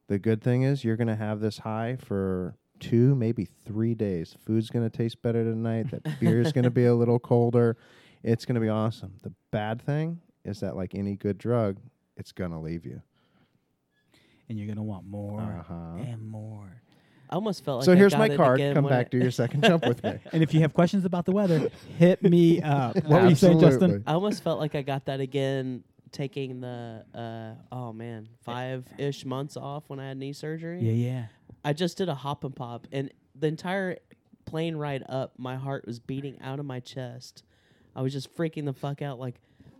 The good thing is you're gonna have this high for two, maybe three days. Food's gonna taste better tonight. That beer's gonna be a little colder. It's gonna be awesome. The bad thing is that like any good drug, it's gonna leave you.
and you're gonna want more and more.
I almost felt like
So
I
here's
got
my
it
card.
again
Come
when
back
I-
to your second jump with me. And if you have questions about the weather, hit me up. What were you saying, Justin? Absolutely.
I almost felt like I got that again taking the uh, oh man five ish months off when I had knee surgery.
Yeah, yeah.
I just did a hop and pop, and the entire plane ride up, my heart was beating out of my chest. I was just freaking the fuck out, like.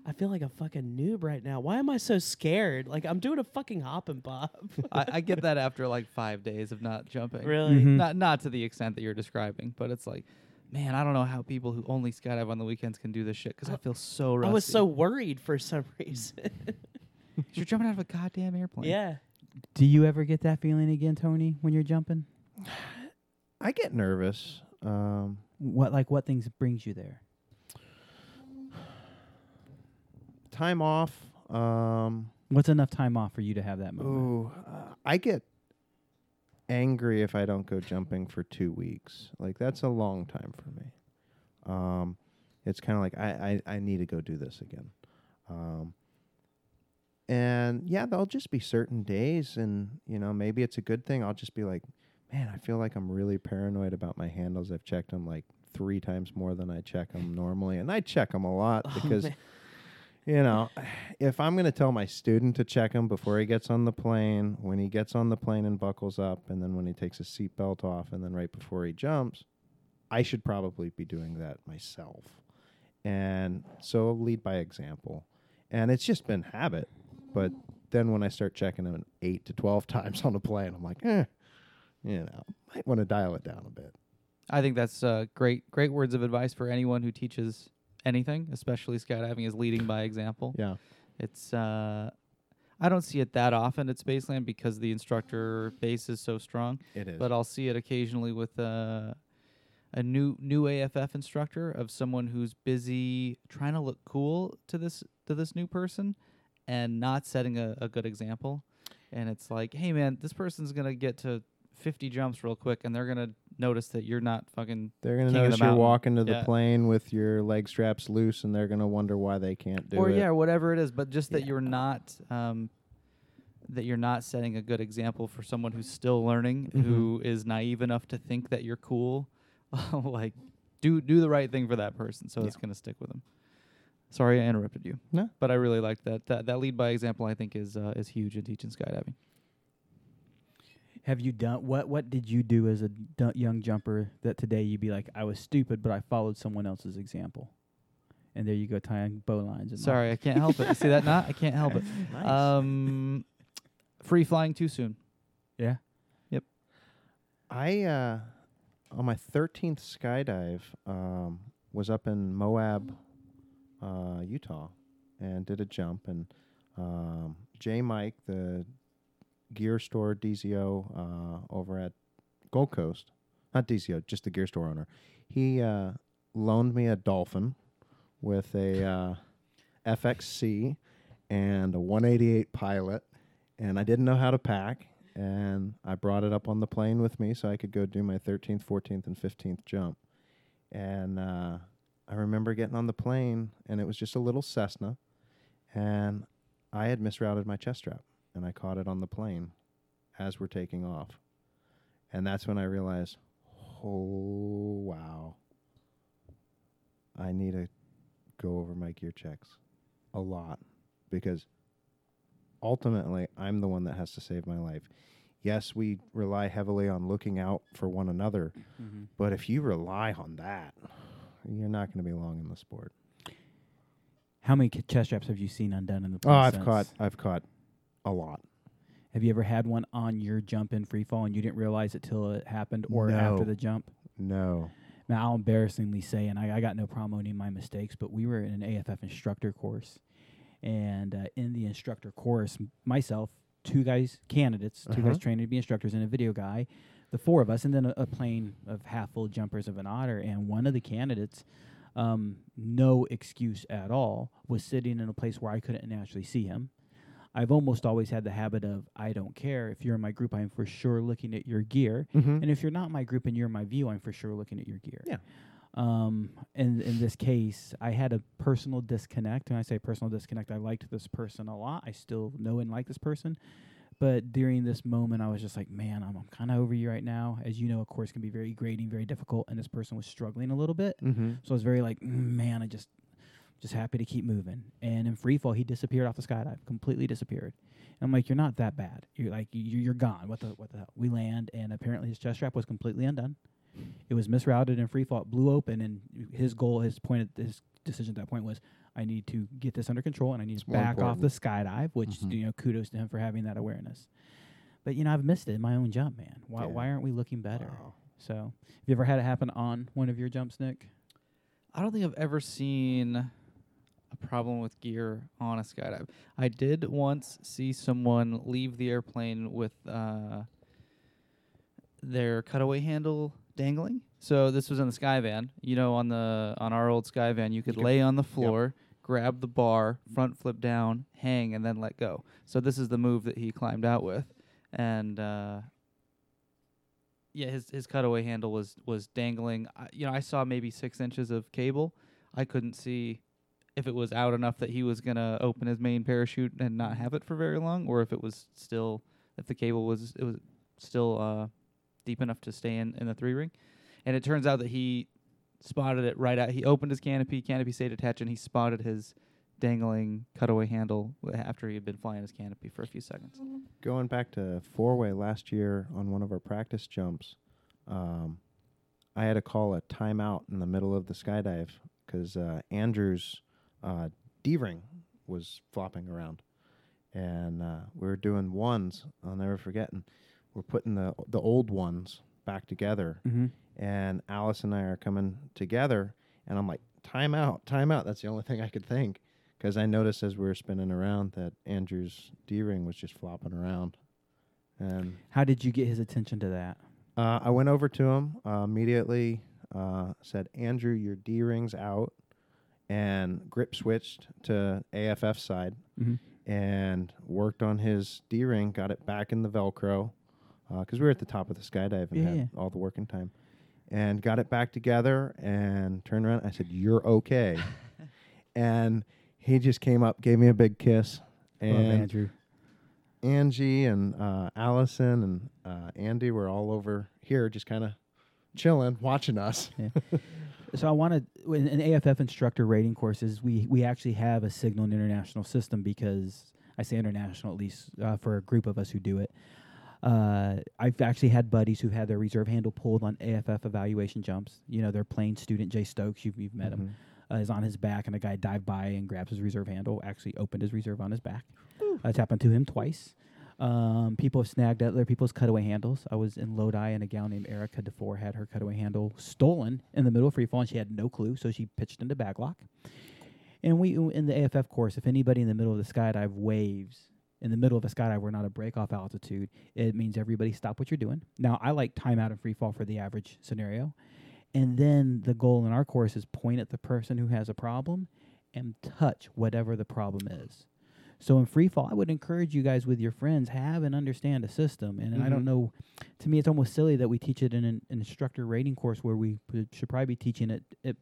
I feel like a fucking noob right now. Why am I so scared? Like I'm doing a fucking hop and pop.
I, I get that after like five days of not jumping.
Really? Mhm.
Not not to the extent that you're describing, but it's like, man, I don't know how people who only skydive on the weekends can do this shit because I feel so rusty.
I was so worried for some reason.
you're jumping out of a goddamn airplane.
yeah.
Do you ever get that feeling again, Tony, when you're jumping?
I get nervous. Um,
What like what things brings you there?
time off. Um,
What's enough time off for you to have that moment?
ooh, uh, I get angry if I don't go jumping for two weeks. Like that's a long time for me. Um, it's kind of like I, I I need to go do this again. Um, and yeah, there'll just be certain days, and you know maybe it's a good thing. I'll just be like, man, I feel like I'm really paranoid about my handles. I've checked them like three times more than I check them normally, and I check them a lot because.
man.
You know, if I'm going to tell my student to check him before he gets on the plane, when he gets on the plane and buckles up, and then when he takes his seatbelt off, and then right before he jumps, I should probably be doing that myself. And so lead by example. And it's just been habit. But then when I start checking him eight to 12 times on the plane, I'm like, eh, you know, might want to dial it down a bit.
I think that's uh, great. Great words of advice for anyone who teaches anything, especially skydiving, is leading by example.
Yeah.
it's. Uh, I don't see it that often at Spaceland because the instructor base is so strong.
It is.
but I'll see it occasionally with uh, a new new AFF instructor of someone who's busy trying to look cool to this to this new person, and not setting a, a good example. And it's like, hey man, this person's gonna get to 50 jumps real quick, and they're gonna notice that you're not fucking.
They're going to
king of the
notice you're
mountain.
walking to the
Yeah.
plane with your leg straps loose, and they're going to wonder why they can't do
or
it.
yeah, or whatever it is. But just that you're not um, that you're not setting a good example for someone who's still learning,
Mm-hmm.
who is naive enough to think that you're cool. like, do do the right thing for that person, so it's gonna stick with them. Sorry, I interrupted you.
No.
but I really liked that. That that lead by example, I think, is uh, is huge in teaching skydiving.
Have you done what? What did you do as a du- young jumper that today you'd be like, I was stupid, but I followed someone else's example, and there you go tying bow lines. And all.
Sorry, I can't help it. You See that knot? I can't help it.
Nice.
Um, free flying too soon.
Yeah.
Yep.
I uh, on my thirteenth skydive um, was up in Moab, uh, Utah, and did a jump. And um, J Mike, the gear store DZO uh, over at Gold Coast, not DZO, just the gear store owner, he uh, loaned me a dolphin with a uh, FXC and a 188 pilot, and I didn't know how to pack. And I brought it up on the plane with me so I could go do my 13th, 14th, and 15th jump. And uh, I remember getting on the plane, and it was just a little Cessna, and I had misrouted my chest strap, and I caught it on the plane as we're taking off. And that's when I realized, oh, wow, I need to go over my gear checks a lot because ultimately I'm the one that has to save my life. Yes, we rely heavily on looking out for one another,
Mm-hmm.
but if you rely on that, you're not going to be long in the sport.
How many ca- chest straps have you seen undone in the?
Oh,
plane
I've
since?
caught, I've caught a lot.
Have you ever had one on your jump in free fall and you didn't realize it till it happened or
No.
after the jump?
No.
Now, I'll embarrassingly say, and I, I got no problem owning my mistakes, but we were in an AFF instructor course. And uh, in the instructor course, m- myself, two guys, candidates, 2 guys
Uh-huh.
training to be instructors, and a video guy, the four of us, and then a, a plane of half full jumpers of an otter. And one of the candidates, um, no excuse at all, was sitting in a place where I couldn't naturally see him. I've almost always had the habit of I don't care if you're in my group. I'm for sure looking at your gear,
Mhm.
and if you're not my group and you're in my view, I'm for sure looking at your gear.
Yeah.
Um, and in this case, I had a personal disconnect. When I say personal disconnect, I liked this person a lot. I still know and like this person, But during this moment, I was just like, man, I'm, I'm kind of over you right now. As you know, a course can be very grating, very difficult, and this person was struggling a little bit.
Mhm.
So I was very like, "Mm, man, I just just happy to keep moving. And in free fall, he disappeared off the skydive, completely disappeared. And I'm like, you're not that bad. You're like, you're, you're gone. What the what the hell? We land, and apparently his chest strap was completely undone. It was misrouted and free fall. It blew open, and his goal, his point, at- his decision at that point was, I need to get this under control, and I need to
more
back off the
important. Mm-hmm.
skydive. Which you know, kudos to him for having that awareness. But you know, I've missed it in my own jump, man. Why
Yeah.
why aren't we looking better? So, have you ever had it happen on one of your jumps, Nick?
I don't think I've ever seen a problem with gear on a skydive. I did once see someone leave the airplane with uh, their cutaway handle dangling. So this was in the Skyvan. You know, on the on our old Skyvan, you could lay on the floor, grab the bar, front flip down, hang, and then let go. So this is the move that he climbed out with, and uh, yeah, his his cutaway handle was was dangling. I, you know, I saw maybe six inches of cable. I couldn't see if it was out enough that he was gonna open his main parachute and not have it for very long, or if it was still if the cable was it was still uh, deep enough to stay in in the three ring. And it turns out that he spotted it right out. He opened his canopy. Canopy stayed attached, and he spotted his dangling cutaway handle wh- after he had been flying his canopy for a few seconds.
Going back to four way last year on one of our practice jumps, um, I had to call a timeout in the middle of the skydive because uh, Andrew's uh, D ring was flopping around. And uh, we were doing ones, I'll never forget. And we're putting the, the old ones back together.
Mhm.
And Alice and I are coming together. And I'm like, timeout, timeout. That's the only thing I could think because I noticed as we were spinning around that Andrew's D ring was just flopping around. And
How did you get his attention to that?
uh, I went over to him uh, immediately, uh, said, Andrew, your D ring's out, and grip switched to AFF side
Mhm.
and worked on his D ring, got it back in the Velcro because we were at the top of the skydive and
Yeah,
had
yeah.
all the working time, and got it back together and turned around. I said, You're okay. and he just came up, gave me a big kiss. And
Andrew.
Angie and uh, Allison and uh, Andy were all over here, just kind of chilling, watching us.
So I wanted in, in AFF instructor rating courses, we we actually have a signal and international system because I say international at least uh, for a group of us who do it. Uh, I've actually had buddies who've had their reserve handle pulled on AFF evaluation jumps. You know, their plane student Jay Stokes, you've, you've met him, uh, is on his back, and a guy dived by and grabs his reserve handle. Actually, opened his reserve on his back. Uh, it's happened to him twice. Um, people have snagged other people's cutaway handles. I was in Lodi, and a gal named Erica DeFore had her cutaway handle stolen in the middle of free fall, and she had no clue, so she pitched into bag lock. And we in the AFF course, if anybody in the middle of the skydive waves in the middle of a skydive, we're not a break off altitude. It means everybody stop what you're doing. Now I like timeout and free fall for the average scenario, and then the goal in our course is point at the person who has a problem and touch whatever the problem is. So in free fall, I would encourage you guys with your friends have and understand a system. And I don't know, to me, it's almost silly that we teach it in an, an instructor rating course where we p- should probably be teaching it at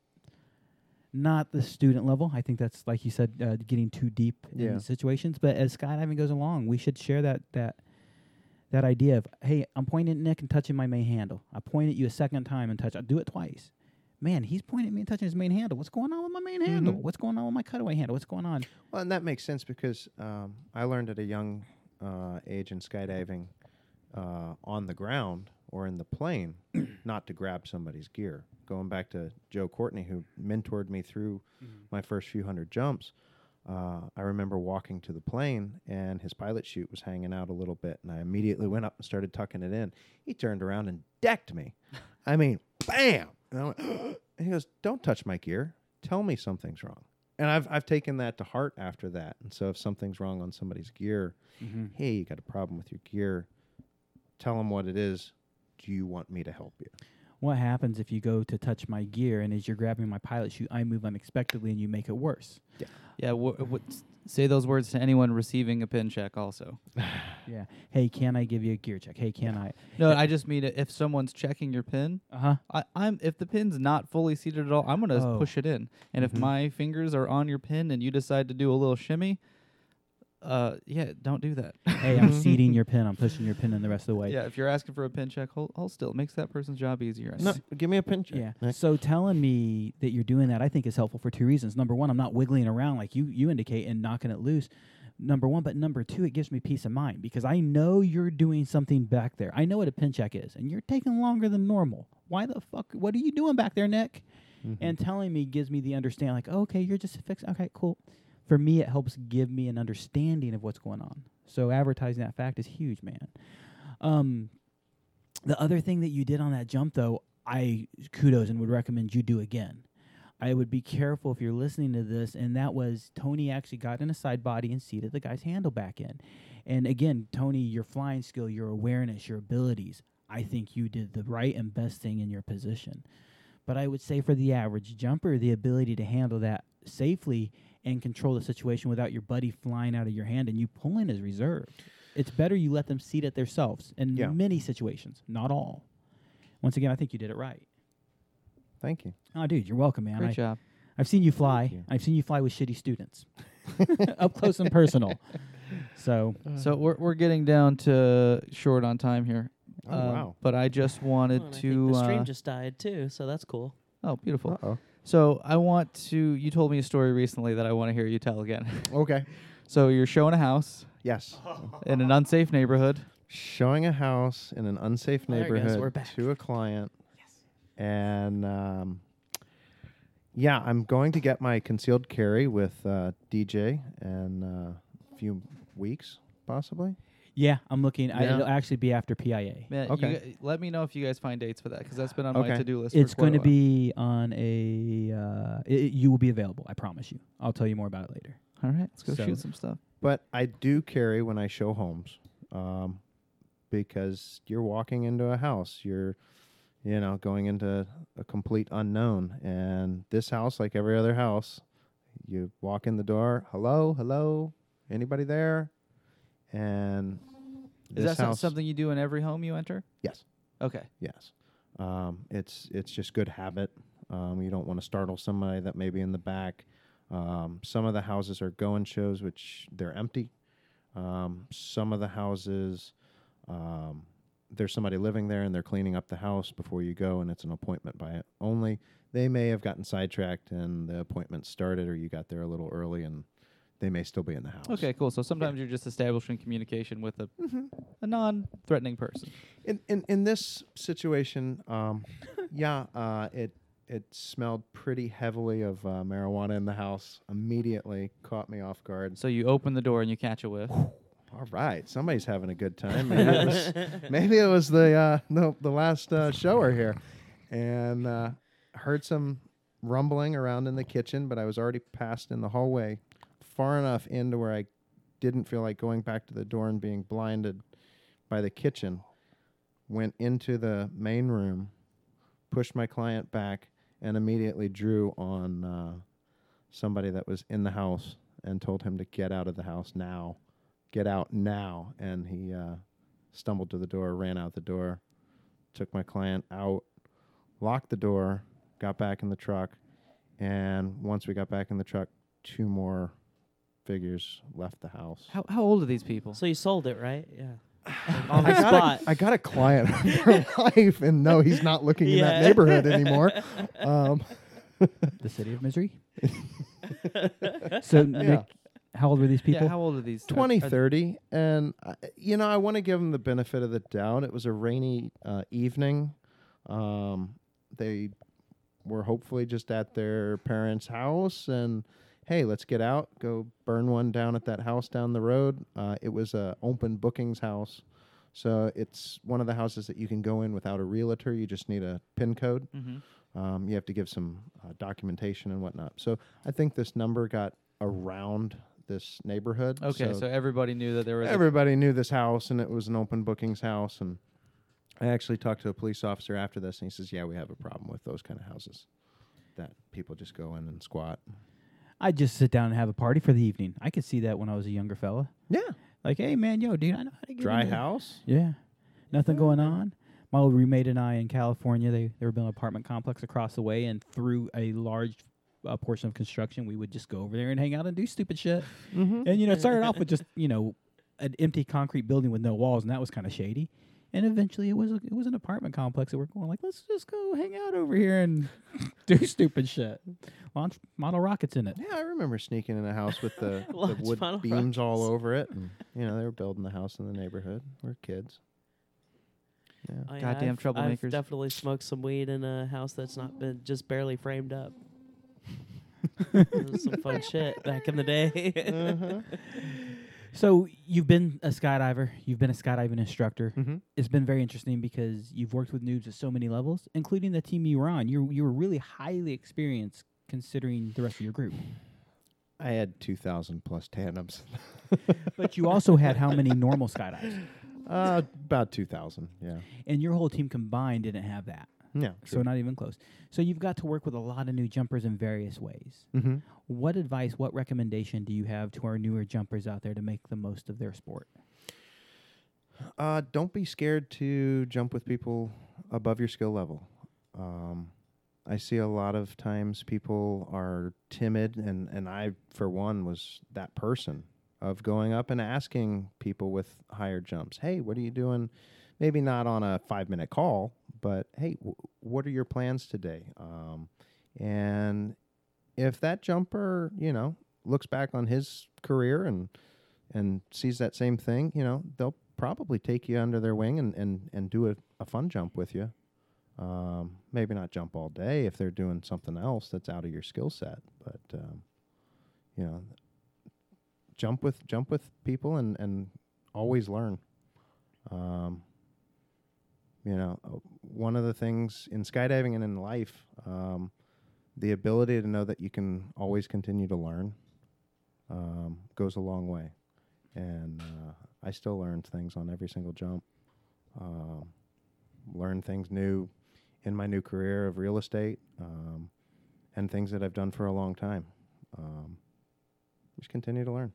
not the student level. I think that's like you said, uh, getting too deep in
Yeah.
these situations. But as skydiving goes along, we should share that that that idea of hey, I'm pointing at Nick and touching my main handle. I point at you a second time and touch. I do it twice. Man, he's pointing at me and touching his main handle. What's going on with my main handle? What's going on with my cutaway handle? What's going on?
Well, and that makes sense because um, I learned at a young uh, age in skydiving uh, on the ground or in the plane not to grab somebody's gear. Going back to Joe Courtney, who mentored me through my first few hundred jumps, uh, I remember walking to the plane and his pilot chute was hanging out a little bit, and I immediately went up and started tucking it in. He turned around and decked me. I mean, bam! And I went, and he goes, "Don't touch my gear. Tell me something's wrong." And I've I've taken that to heart after that. And so if something's wrong on somebody's gear, hey, you got a problem with your gear? Tell them what it is. Do you want me to help you?
What happens if you go to touch my gear and as you're grabbing my pilot chute, I move unexpectedly and you make it worse?
Yeah, w- w- s- say those words to anyone receiving a pin check. Also,
Yeah. Hey, can I give you a gear check? Hey, can I?
no, I just mean if someone's checking your pin,
Uh huh.
I, I'm if the pin's not fully seated at all, I'm gonna
Oh.
push it in. And if my fingers are on your pin and you decide to do a little shimmy, uh, yeah, don't do that.
hey, I'm seating your pin. I'm pushing your pin in the rest of the way.
Yeah, if you're asking for a pin check, hold, hold still. It makes that person's job easier. I
No,
think.
give me a pin check.
Yeah. So telling me that you're doing that, I think is helpful for two reasons. Number one, I'm not wiggling around like you you indicate and knocking it loose. Number one, but number two, it gives me peace of mind because I know you're doing something back there. I know what a pin check is, and you're taking longer than normal. Why the fuck? What are you doing back there, Nick? And telling me gives me the understanding, like, oh, okay, you're just fixing. Okay, cool. For me, it helps give me an understanding of what's going on. So advertising that fact is huge, man. Um, the other thing that you did on that jump, though, I kudos and would recommend you do again. I would be careful if you're listening to this, and that was Tony actually got in a side body and seated the guy's handle back in. And again, Tony, your flying skill, your awareness, your abilities, I think you did the right and best thing in your position. But I would say for the average jumper, the ability to handle that safely and control the situation without your buddy flying out of your hand and you pulling is reserved. It's better you let them seat it themselves in
Yeah.
many situations, not all. Once again, I think you did it right.
Thank you.
Oh, dude, you're welcome, man.
Great
I,
job.
I've seen you fly. I've seen you fly with shitty students, up close and personal. So,
So we're we're getting down to short on time here. Um,
Oh, wow.
But I just wanted
I
to.
think the stream
uh,
just died too, so that's cool.
oh, beautiful.
Uh-oh.
So I want to. You told me a story recently that I want to hear you tell again.
Okay.
so you're showing a house
Yes.
in an unsafe neighborhood.
Showing a house in an unsafe
There it goes,
neighborhood
we're back.
to a client. And um, yeah, I'm going to get my concealed carry with uh, DJ in uh, a few weeks, possibly.
yeah, I'm looking. I,
Yeah.
it'll actually be after PIA.
Man,
Okay.
you g- let me know if you guys find dates for that because that's been on my
Okay.
to-do list.
It's
going to
be on a. Uh, i i- you will be available. I promise you. I'll tell you more about it later.
All right, let's go
So-
shoot some stuff.
But I do carry when I show homes, um, because you're walking into a house, you're, you know, going into a complete unknown, and this house, like every other house, you walk in the door, hello, hello, anybody there, and
Is
this
that so-
house-
something you do in every home you enter?
Yes.
Okay.
Yes. Um, it's it's just good habit. Um, you don't want to startle somebody that may be in the back. Um, some of the houses are go-in shows, which they're empty. Um, some of the houses, um, there's somebody living there and they're cleaning up the house before you go, and it's an appointment by only. They may have gotten sidetracked and the appointment started, or you got there a little early, and they may still be in the house.
Okay, cool. So sometimes you're just establishing communication with a,
Mm-hmm.
a non-threatening person.
In in in this situation, um, yeah, uh, it it smelled pretty heavily of uh, marijuana in the house. Immediately caught me off guard.
So you open the door and you catch a whiff.
All right, somebody's having a good time. Maybe it was, maybe it was the uh, no the last uh, shower here, and uh, heard some rumbling around in the kitchen, but I was already past in the hallway, far enough into where I didn't feel like going back to the door and being blinded by the kitchen. Went into the main room, pushed my client back, and immediately drew on uh, somebody that was in the house and told him to get out of the house now get out now. And he uh, stumbled to the door, ran out the door, took my client out, locked the door, got back in the truck. And once we got back in the truck, two more figures left the house.
How how old are these people?
So you sold it, right? Yeah. Like,
I
on the
got,
spot.
A, I got a client for life, and no, he's not looking in that
Yeah.
neighborhood anymore. Um,
The city of misery. so, Nick, how old were these people?
Yeah, how old are these? Are-
Twenty
are-
thirty, and I, you know i want to give them the benefit of the doubt it was a rainy uh, evening um, they were hopefully just at their parents house and hey let's get out go burn one down at that house down the road uh, it was a open bookings house so it's one of the houses that you can go in without a realtor you just need a pin code
Mm-hmm.
um, you have to give some uh, documentation and whatnot so i think this number got around this neighborhood
Okay, so, everybody knew that there was. a-
everybody knew this house and it was an open bookings house and i actually talked to a police officer after this and he says yeah we have a problem with those kind of houses that people just go in and squat
I'd just sit down and have a party for the evening. I could see that when I was a younger fella.
yeah
Like, hey, man, yo, dude, I know how to get
dry
into-
house
Yeah. Nothing going on. My old roommate and I in California, they, they were building an apartment complex across the way, and through a large a portion of construction, we would just go over there and hang out and do stupid shit.
Mhm.
And you know, it started off with just you know an empty concrete building with no walls, and that was kind of shady. And eventually, it was a, it was an apartment complex that we're going like, let's just go hang out over here and do stupid shit. Launch model rockets in it.
Yeah, I remember sneaking in a house with the, the
Launch
wood
model
beams all
rockets.
over it. And, you know, they were building the house in the neighborhood. We're kids.
Oh, yeah,
Goddamn
I've-
troublemakers.
I've definitely smoked some weed in a house that's not been just barely framed up. It was some fun shit back in the day.
So you've been a skydiver, you've been a skydiving instructor.
Mhm.
It's been very interesting because you've worked with noobs at so many levels, including the team you were on. You you were really highly experienced considering the rest of your group.
I had 2,000 plus tandems.
But you also had how many normal skydives?
uh, about 2,000, yeah.
And your whole team combined didn't have that.
Yeah.
So not even close. So you've got to work with a lot of new jumpers in various ways.
Mm-hmm.
What advice, what recommendation do you have to our newer jumpers out there to make the most of their sport?
Uh, don't be scared to jump with people above your skill level. Um, I see a lot of times people are timid, and, and I, for one, was that person of going up and asking people with higher jumps, hey, what are you doing? Maybe not on a five minute call, but hey, w- what are your plans today? Um, and if that jumper, you know, looks back on his career and and sees that same thing, you know, they'll probably take you under their wing and and and do a, a fun jump with you. Um, maybe not jump all day if they're doing something else that's out of your skill set, but um, you know, jump with jump with people and and always learn. Um, you know, uh, one of the things in skydiving and in life, um, the ability to know that you can always continue to learn um, goes a long way. And uh, I still learn things on every single jump. Um, learn things new in my new career of real estate um, and things that I've done for a long time. Um, just continue to learn.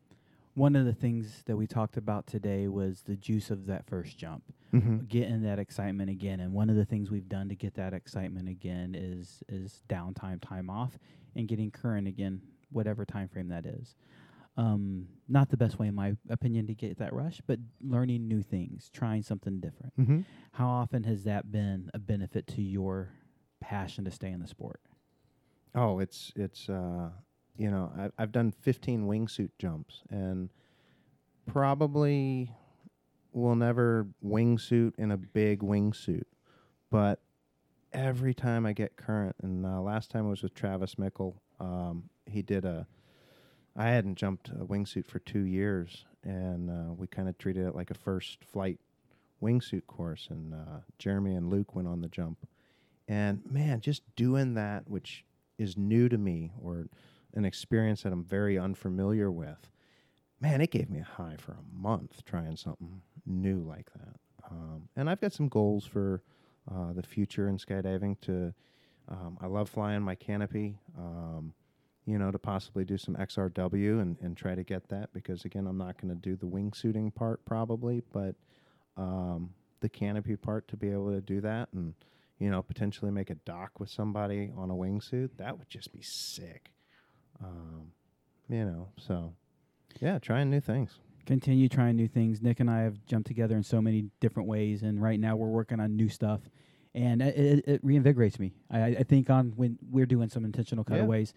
One of the things that we talked about today was the juice of that first jump,
Mhm.
getting that excitement again. And one of the things we've done to get that excitement again is is downtime, time off, and getting current again, whatever time frame that is. Um, not the best way, in my opinion, to get that rush, but learning new things, trying something different.
Mhm.
How often has that been a benefit to your passion to stay in the sport?
Oh, it's it's uh, you know I, I've done 15 wingsuit jumps and probably will never wingsuit in a big wingsuit, but every time I get current and uh, last time I was with Travis Mickle, um, he did a I hadn't jumped a wingsuit for two years and uh, we kind of treated it like a first flight wingsuit course and uh, Jeremy and Luke went on the jump and man, just doing that, which is new to me or an experience that I'm very unfamiliar with, man, it gave me a high for a month trying something new like that. Um, and I've got some goals for uh, the future in skydiving. To um, I love flying my canopy. Um, you know, to possibly do some XRW and, and try to get that because again, I'm not going to do the wingsuiting part probably, but um, the canopy part to be able to do that and you know potentially make a dock with somebody on a wingsuit that would just be sick um, you know so yeah trying new things
continue trying new things. Nick and I have jumped together in so many different ways, and right now we're working on new stuff, and it, it, it reinvigorates me. I, I think on when we're doing some intentional
Yeah.
cutaways,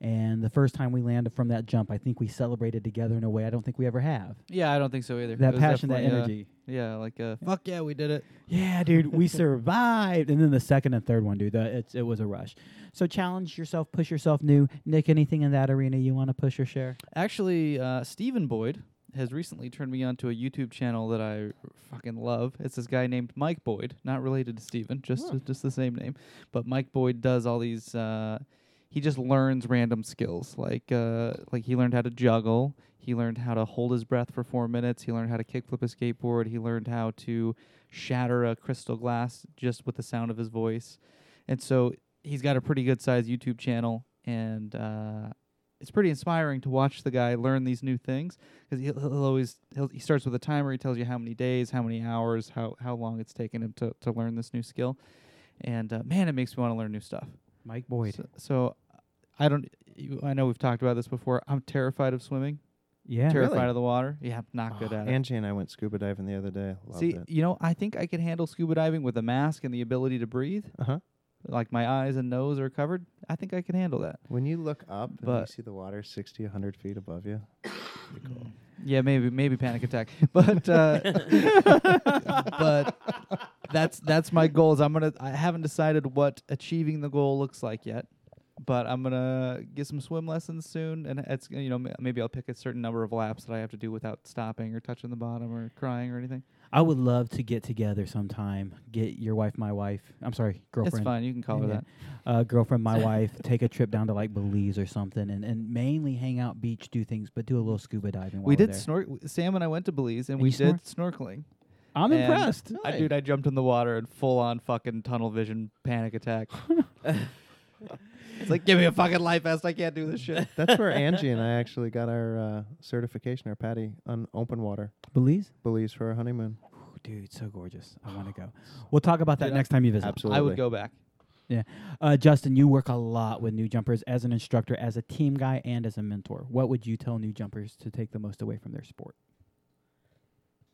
and the first time we landed from that jump, I think we celebrated together in a way I don't think we ever have.
Yeah, I don't think so either. It
That
was
passion, that
definitely, uh,
energy.
yeah, like uh, fuck yeah, we did it.
Yeah, dude, we survived. And then the second and third one, dude, that it's, it was a rush. So challenge yourself, push yourself new. Nick, anything in that arena you want to push or share?
Actually, uh, Stephen Boyd has recently turned me on to a YouTube channel that I fucking love. It's this guy named Mike Boyd, not related to Stephen, just just the same name. But Mike Boyd does all these. Uh, he just learns random skills, like uh, like he learned how to juggle. He learned how to hold his breath for four minutes. He learned how to kickflip a skateboard. He learned how to shatter a crystal glass just with the sound of his voice. And so he's got a pretty good sized YouTube channel, and uh, it's pretty inspiring to watch the guy learn these new things because he'll, he'll always he'll, he starts with a timer. He tells you how many days, how many hours, how how long it's taken him to to learn this new skill, and uh, man, it makes me want to learn new stuff.
Mike Boyd.
So, so
I don't. you- I know we've talked about this before. I'm terrified of swimming.
Yeah.
terrified
Really? Ah,
of the water. Yeah, I'm not good at it.
Angie and I went scuba diving the other day. Loved
See,
it.
you know, I think I could handle scuba diving with a mask and the ability to breathe.
Uh huh.
Like my eyes and nose are covered. I think I can handle that.
When you look up and you
But-
see the water 60, 100 feet above you,
Yeah, maybe maybe panic attack. But uh, but that's that's my goal. Is I'm gonna I haven't decided what achieving the goal looks like yet. But I'm gonna get some swim lessons soon, and it's you know m- maybe I'll pick a certain number of laps that I have to do without stopping or touching the bottom or crying or anything.
I would love to get together sometime. Get your wife, my wife. I'm sorry, girlfriend.
fine, you can call her that.
Uh, girlfriend, my wife. Take a trip down to like Belize or something, and, and mainly hang out, beach, do things, but do a little scuba diving. While
we
we're
did
there.
snork. Sam and I went to Belize, and,
And
we
you
did snorkeling.
I'm
And
impressed.
I, dude, I jumped in the water and full on fucking tunnel vision panic attack. it's like, give me a fucking life vest. I can't do this shit.
that's where Angie and I actually got our uh, certification, our patty on open water.
Belize,
Belize for our honeymoon.
Ooh, dude, so gorgeous. I want to go. We'll talk about that next time you visit.
Absolutely.
I would go back.
Yeah, uh, Justin, you work a lot with new jumpers as an instructor, as a team guy, and as a mentor. What would you tell new jumpers to take the most away from their sport?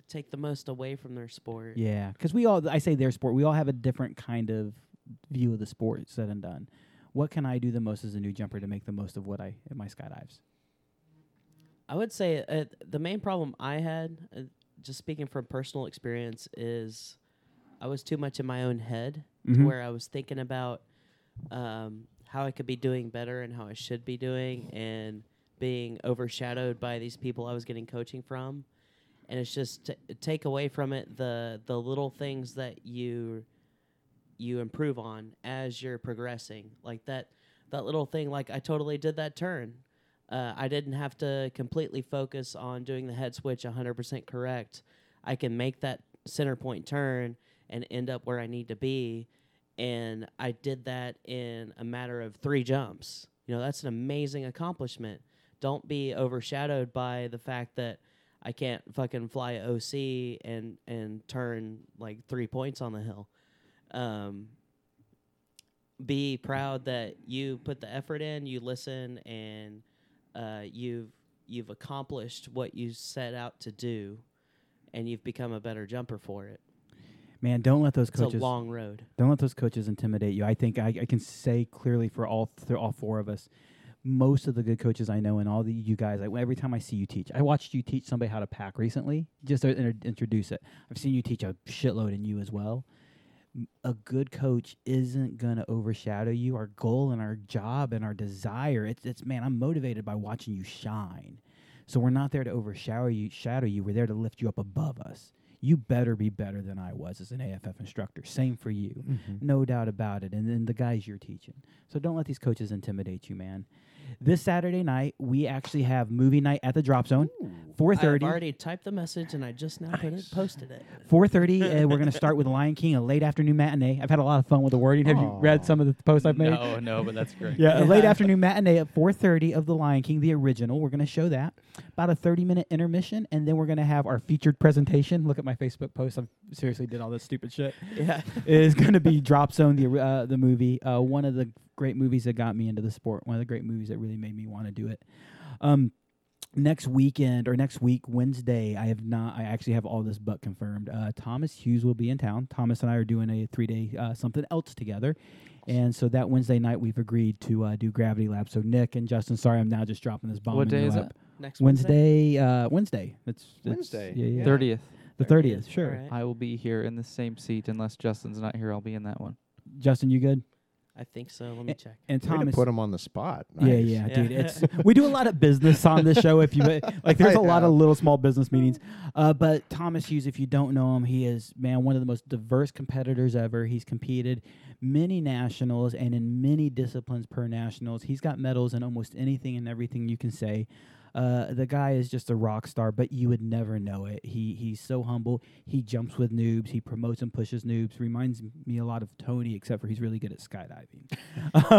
Take the most away from their sport.
Yeah, because we all, I say their sport, we all have a different kind of view of the sport said and done. What can I do the most as a new jumper to make the most of what I, in my skydives?
I would say uh, the main problem I had, uh, just speaking from personal experience, is I was too much in my own head
Mhm.
to where I was thinking about um, how I could be doing better and how I should be doing and being overshadowed by these people I was getting coaching from. And it's just t- take away from it the the little things that you you improve on as you're progressing. Like that that little thing like I totally did that turn. Uh, I didn't have to completely focus on doing the head switch 100% correct. I can make that center point turn and end up where I need to be. And I did that in a matter of three jumps. You know, that's an amazing accomplishment. Don't be overshadowed by the fact that I can't fucking fly a OC and and turn like three points on the hill. Um, be proud that you put the effort in, you listen, and uh, you've you've accomplished what you set out to do, and you've become a better jumper for it.
Man, don't let those
It's a
coaches.
long road.
Don't let those coaches intimidate you. I think I, I can say clearly for all th- all four of us, most of the good coaches I know and all the you guys. I, every time I see you teach, I watched you teach somebody how to pack recently. Just to inter- introduce it. I've seen you teach a shitload, and you as well. M- A good coach isn't gonna overshadow you. Our goal and our job and our desire. It's it's man. I'm motivated by watching you shine. So we're not there to overshadow you. Shadow you. We're there to lift you up above us. You better be better than I was as an AFF instructor. Same for you, no doubt about it. And then the guys you're teaching. So don't let these coaches intimidate you, man. This Saturday night we actually have movie night at the Drop Zone, four
I've
thirty.
already typed the message, and I just now put it, posted it.
4.30 uh, we're going to start with lion king a late afternoon matinee i've had a lot of fun with the wording have you read some of the posts i've made
No, no, but that's great.
yeah, a late afternoon matinee at 4.30 of the lion king the original we're going to show that about a 30 minute intermission and then we're going to have our featured presentation look at my facebook post i seriously did all this stupid shit
Yeah.
is going to be drop zone the, uh, the movie uh, one of the great movies that got me into the sport one of the great movies that really made me want to do it um, next weekend or next week wednesday i have not i actually have all this but confirmed uh, thomas hughes will be in town thomas and i are doing a three day uh, something else together and so that wednesday night we've agreed to uh, do gravity lab so nick and justin sorry i'm now just dropping this bomb
What
in your
day is
lap.
Next Wednesday.
wednesday uh, wednesday it's, it's-
Wednesday.
yeah, yeah.
Thirtieth.
the 30th sure
All right.
I will be here in the same seat unless Justin's not here. I'll be in that one.
justin you good
I think so.
Eh,
Let me check.
and
Way to
thomas
put him on the spot.
Yeah,
Nice.
yeah,
Yeah.
dude. It's we do a lot of business on this show. If you like, there's a
I
lot of
know.
little small business meetings. Uh, but Thomas Hughes, if you don't know him, he is man one of the most diverse competitors ever. He's competed many nationals and in many disciplines per nationals. He's got medals in almost anything and everything you can say. Uh, the guy is just a rock star, but you would never know it. He he's so humble. He jumps with noobs. He promotes and pushes noobs. Reminds me a lot of Tony, except for he's really good at skydiving. oh.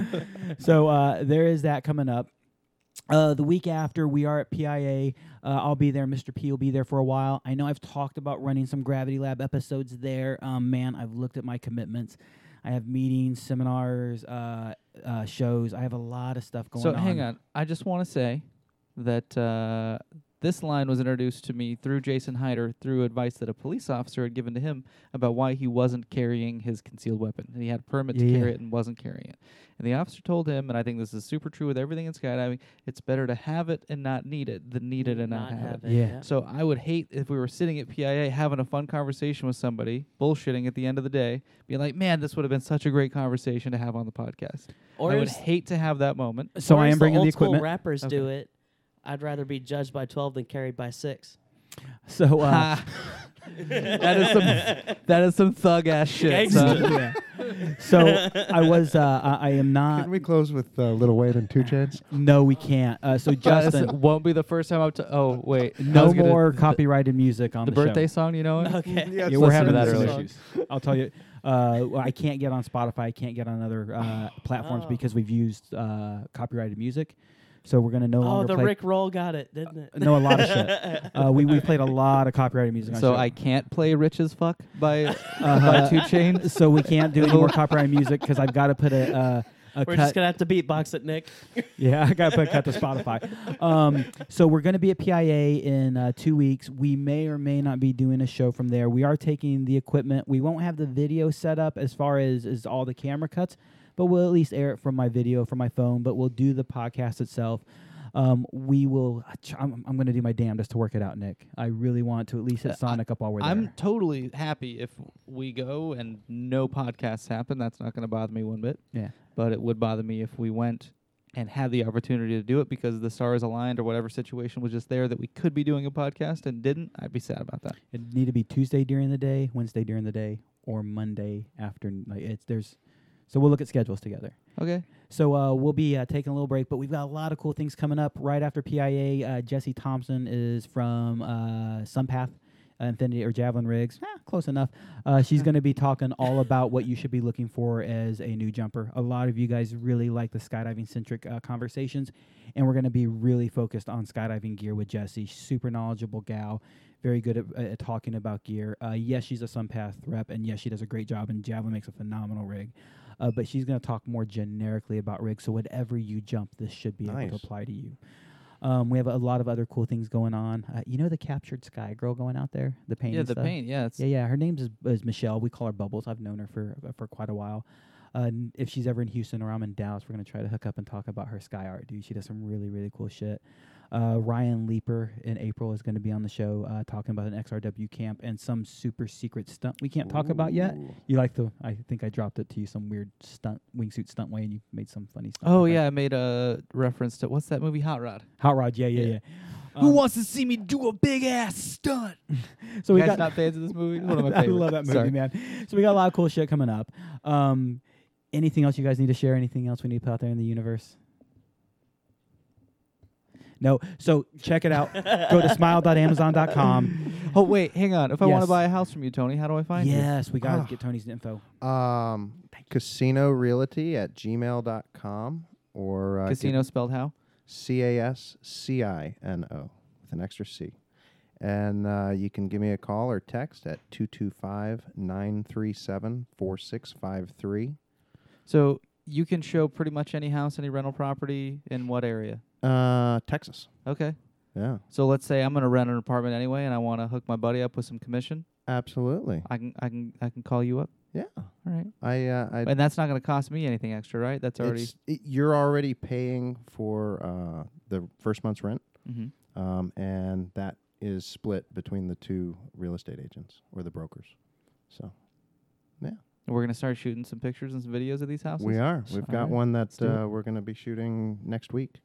Heyo.
so uh, there is that coming up. Uh, the week after, we are at PIA. Uh, I'll be there. Mr. P will be there for a while. I know I've talked about running some Gravity Lab episodes there. Um, man, I've looked at my commitments. I have meetings, seminars, uh, uh, shows. I have a lot of stuff going
so
on.
hang on. I just want to say that uh, this line was introduced to me through Jason Hyder through advice that a police officer had given to him about why he wasn't carrying his concealed weapon. And he had a permit
Yeah,
to
yeah.
carry it and wasn't carrying it. And the officer told him, and I think this is super true with everything in skydiving, it's better to have it and not need it than need it and not,
Not
have,
have
it.
it, Yeah. yeah.
So I would hate if we were sitting at PIA having a fun conversation with somebody, bullshitting at the end of the day, being like, man, this would have been such a great conversation to have on the podcast.
Or
I would
is-
hate to have that moment.
So
Or
I
as
am bringing
old
the
School
equipment.
rappers do it. I'd rather be judged by twelve than carried by six.
So uh,
that is
Oh,
some that is some thug ass shit. son.
yeah. so I was. Uh, I, I am not.
Can we close with uh, Little Wayne and Two Chains?
No, we can't. Uh, so
That
Justin,
won't be the first time I'm. T- oh wait, I
no
was gonna-
more
the-
copyrighted music on
The,
the,
birthday
Show.
song, you know it.
Okay.
Yeah, we're having
that
that
earlier.
issues. I'll tell you. Uh, well, I can't get on Spotify. I can't get on other uh, platforms
Oh.
because we've used uh, copyrighted music. So we're gonna no
oh,
longer
the
play. Uh,
Rick Roll got it, didn't it?
no, a lot of shit. Uh, we we played a lot of copyrighted music. on
So
our show.
I can't play "Rich as Fuck" by by
Uh-huh.
Two Chains.
So we can't do any more copyrighted music because I've got to put a. Uh, a
We're
cut.
just gonna have to beatbox it, Nick.
Yeah, I got to put a cut to Spotify. Um, so we're going to be at PIA in uh, two weeks. We may or may not be doing a show from there. We are taking the equipment. We won't have the video set up as far as, as all the camera cuts, but we'll at least air it from my video, from my phone, but we'll do the podcast itself. Um, we will. I'm, I'm going to do my damnedest to work it out, Nick. I really want to at least hit Sonic up while we're there.
I'm totally happy if we go and no podcasts happen. That's not going to bother me one bit.
Yeah.
But it would bother me if we went and had the opportunity to do it because the stars aligned or whatever situation was just there that we could be doing a podcast and didn't. I'd be sad about that.
It need to be Tuesday during the day, Wednesday during the day, or Monday afternoon. Like it's there's. So we'll look at schedules together.
Okay.
So uh, we'll be uh, taking a little break, but we've got a lot of cool things coming up right after PIA. Uh, Jesse Thompson is from uh, Sunpath uh, Infinity or Javelin Rigs, Eh, close enough. Uh, she's going to be talking all about what you should be looking for as a new jumper. A lot of you guys really like the skydiving centric uh, conversations, and we're going to be really focused on skydiving gear with Jesse. Super knowledgeable gal. Very good at, at talking about gear. Uh, yes, she's a Sunpath rep, and yes, she does a great job. And Javelin makes a phenomenal rig uh, but she's going to talk more generically about rigs. So whatever you jump, this should be able
Nice.
to apply to you. Um, we have a lot of other cool things going on. Uh, you know the captured sky girl going out there, the paint.
yeah,
and
the
stuff?
paint. Yeah, it's
Yeah, yeah. Her name is, is Michelle. We call her Bubbles. I've known her for uh, for quite a while. Uh, n- if she's ever in Houston or I'm in Dallas, we're gonna try to hook up and talk about her sky art, dude. She does some really really cool shit. Uh, Ryan Leeper in April is going to be on the show uh, talking about an XRW camp and some super secret stunt we can't talk about yet. You like the? I think I dropped it to you some weird stunt wingsuit stunt way, and you made some funny stuff.
Oh
with that.
yeah, I made a reference to what's that movie Hot Rod?
hot rod. Yeah, yeah, yeah.
Yeah.
Um,
wants to see me do a big ass stunt?
so
you
we
guys
got
not fans of this movie? It's one of my
I
favorites.
love that movie,
Sorry.
man. So we got a lot of cool shit coming up. Um, anything else you guys need to share? Anything else we need to put out there in the universe? No. So check it out. Go to smile.amazon.com.
Oh wait, hang on. If I want
Yes.
to buy a house from you, Tony, how do I find you?
Yes, we gotta
Ah.
get Tony's info.
Um, casino realty at gmail.com or uh, get
Casino spelled how?
C A S C I N O with an extra C. And uh, you can give me a call or text at 225 937 4653.
So you can show pretty much any house, any rental property in what area?
Uh, Texas.
Okay.
Yeah,
So let's say I'm gonna rent an apartment anyway, and I want to hook my buddy up with some commission.
absolutely.
I can, I can, I can call you up.
Yeah.
All right.
I, uh, I
And that's not gonna cost me anything extra, right? That's already.
it's- it- you're already paying for uh, the first month's rent,
Mm-hmm.
um, and that is split between the two real estate agents or the brokers. So
We're gonna start shooting some pictures and some videos of these houses.
we are. We've got
Alright,
one that
do it.
uh, we're going to be shooting next week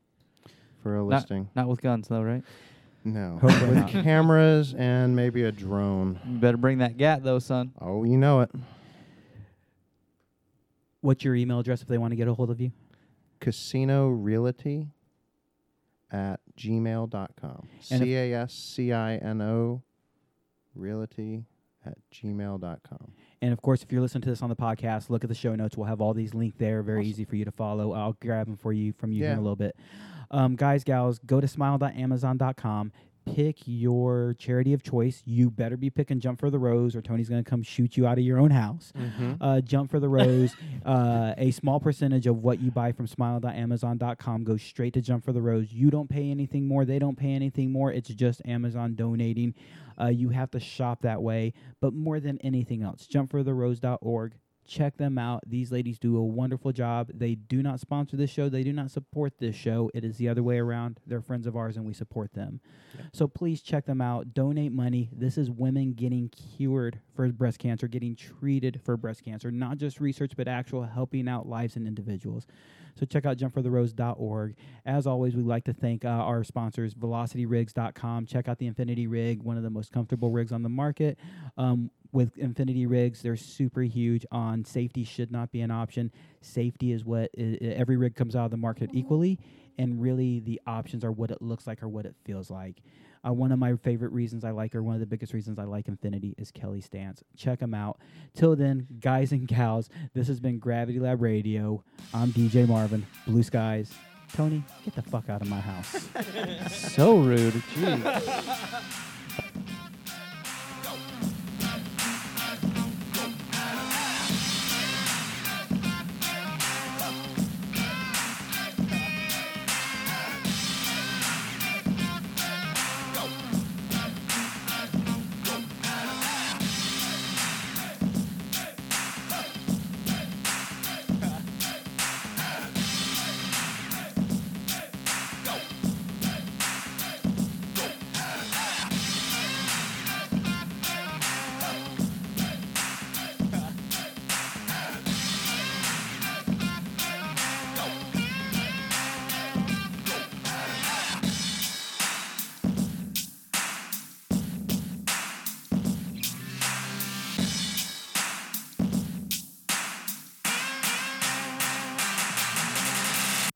for a
Not-
listing.
Not with guns though, right?
No,
Hopefully
with
not.
cameras and maybe a drone.
You better bring that gat though, son.
Oh, you know it.
What's your email address if they want to get a hold of you?
Casino Realty at gmail.com.
And if-
C A S C I N O Realty at gmail.com.
And of course, if you're listening to this on the podcast, look at the show notes. We'll have all these linked there. Very easy for you to follow. I'll grab them for you from you here in
Yeah.
a little bit. Um, guys, gals, go to smile.amazon.com. pick your charity of choice. You better be picking Jump for the Rose, or Tony's going to come shoot you out of your own house.
Mhm.
Uh, Jump for the Rose. uh, a small percentage of what you buy from smile.amazon.com goes straight to Jump for the Rose. You don't pay anything more. They don't pay anything more. It's just Amazon donating. Uh, you have to shop that way. But more than anything else, jumpfortherose.org check them out. These ladies do a wonderful job. They do not sponsor this show. They do not support this show. It is the other way around. They're friends of ours and we support them. So please check them out. Donate money. This is women getting cured for breast cancer, getting treated for breast cancer, not just research but actual helping out lives and individuals. So check out jumpfortherose.org. As always, we'd like to thank uh, our sponsors, velocityrigs.com. Check out the Infinity Rig, one of the most comfortable rigs on the market. Um, with Infinity rigs, they're super huge on safety should not be an option. Safety is what i- i- every rig comes out of the market equally, and really the options are what it looks like or what it feels like. Uh, one of my favorite reasons I like, or one of the biggest reasons I like Infinity, is Kelly Stance. Check him out. Till then, guys and gals, this has been Gravity Lab Radio. I'm DJ Marvin. Blue skies. Tony, get the fuck out of my house.
so rude. Jeez.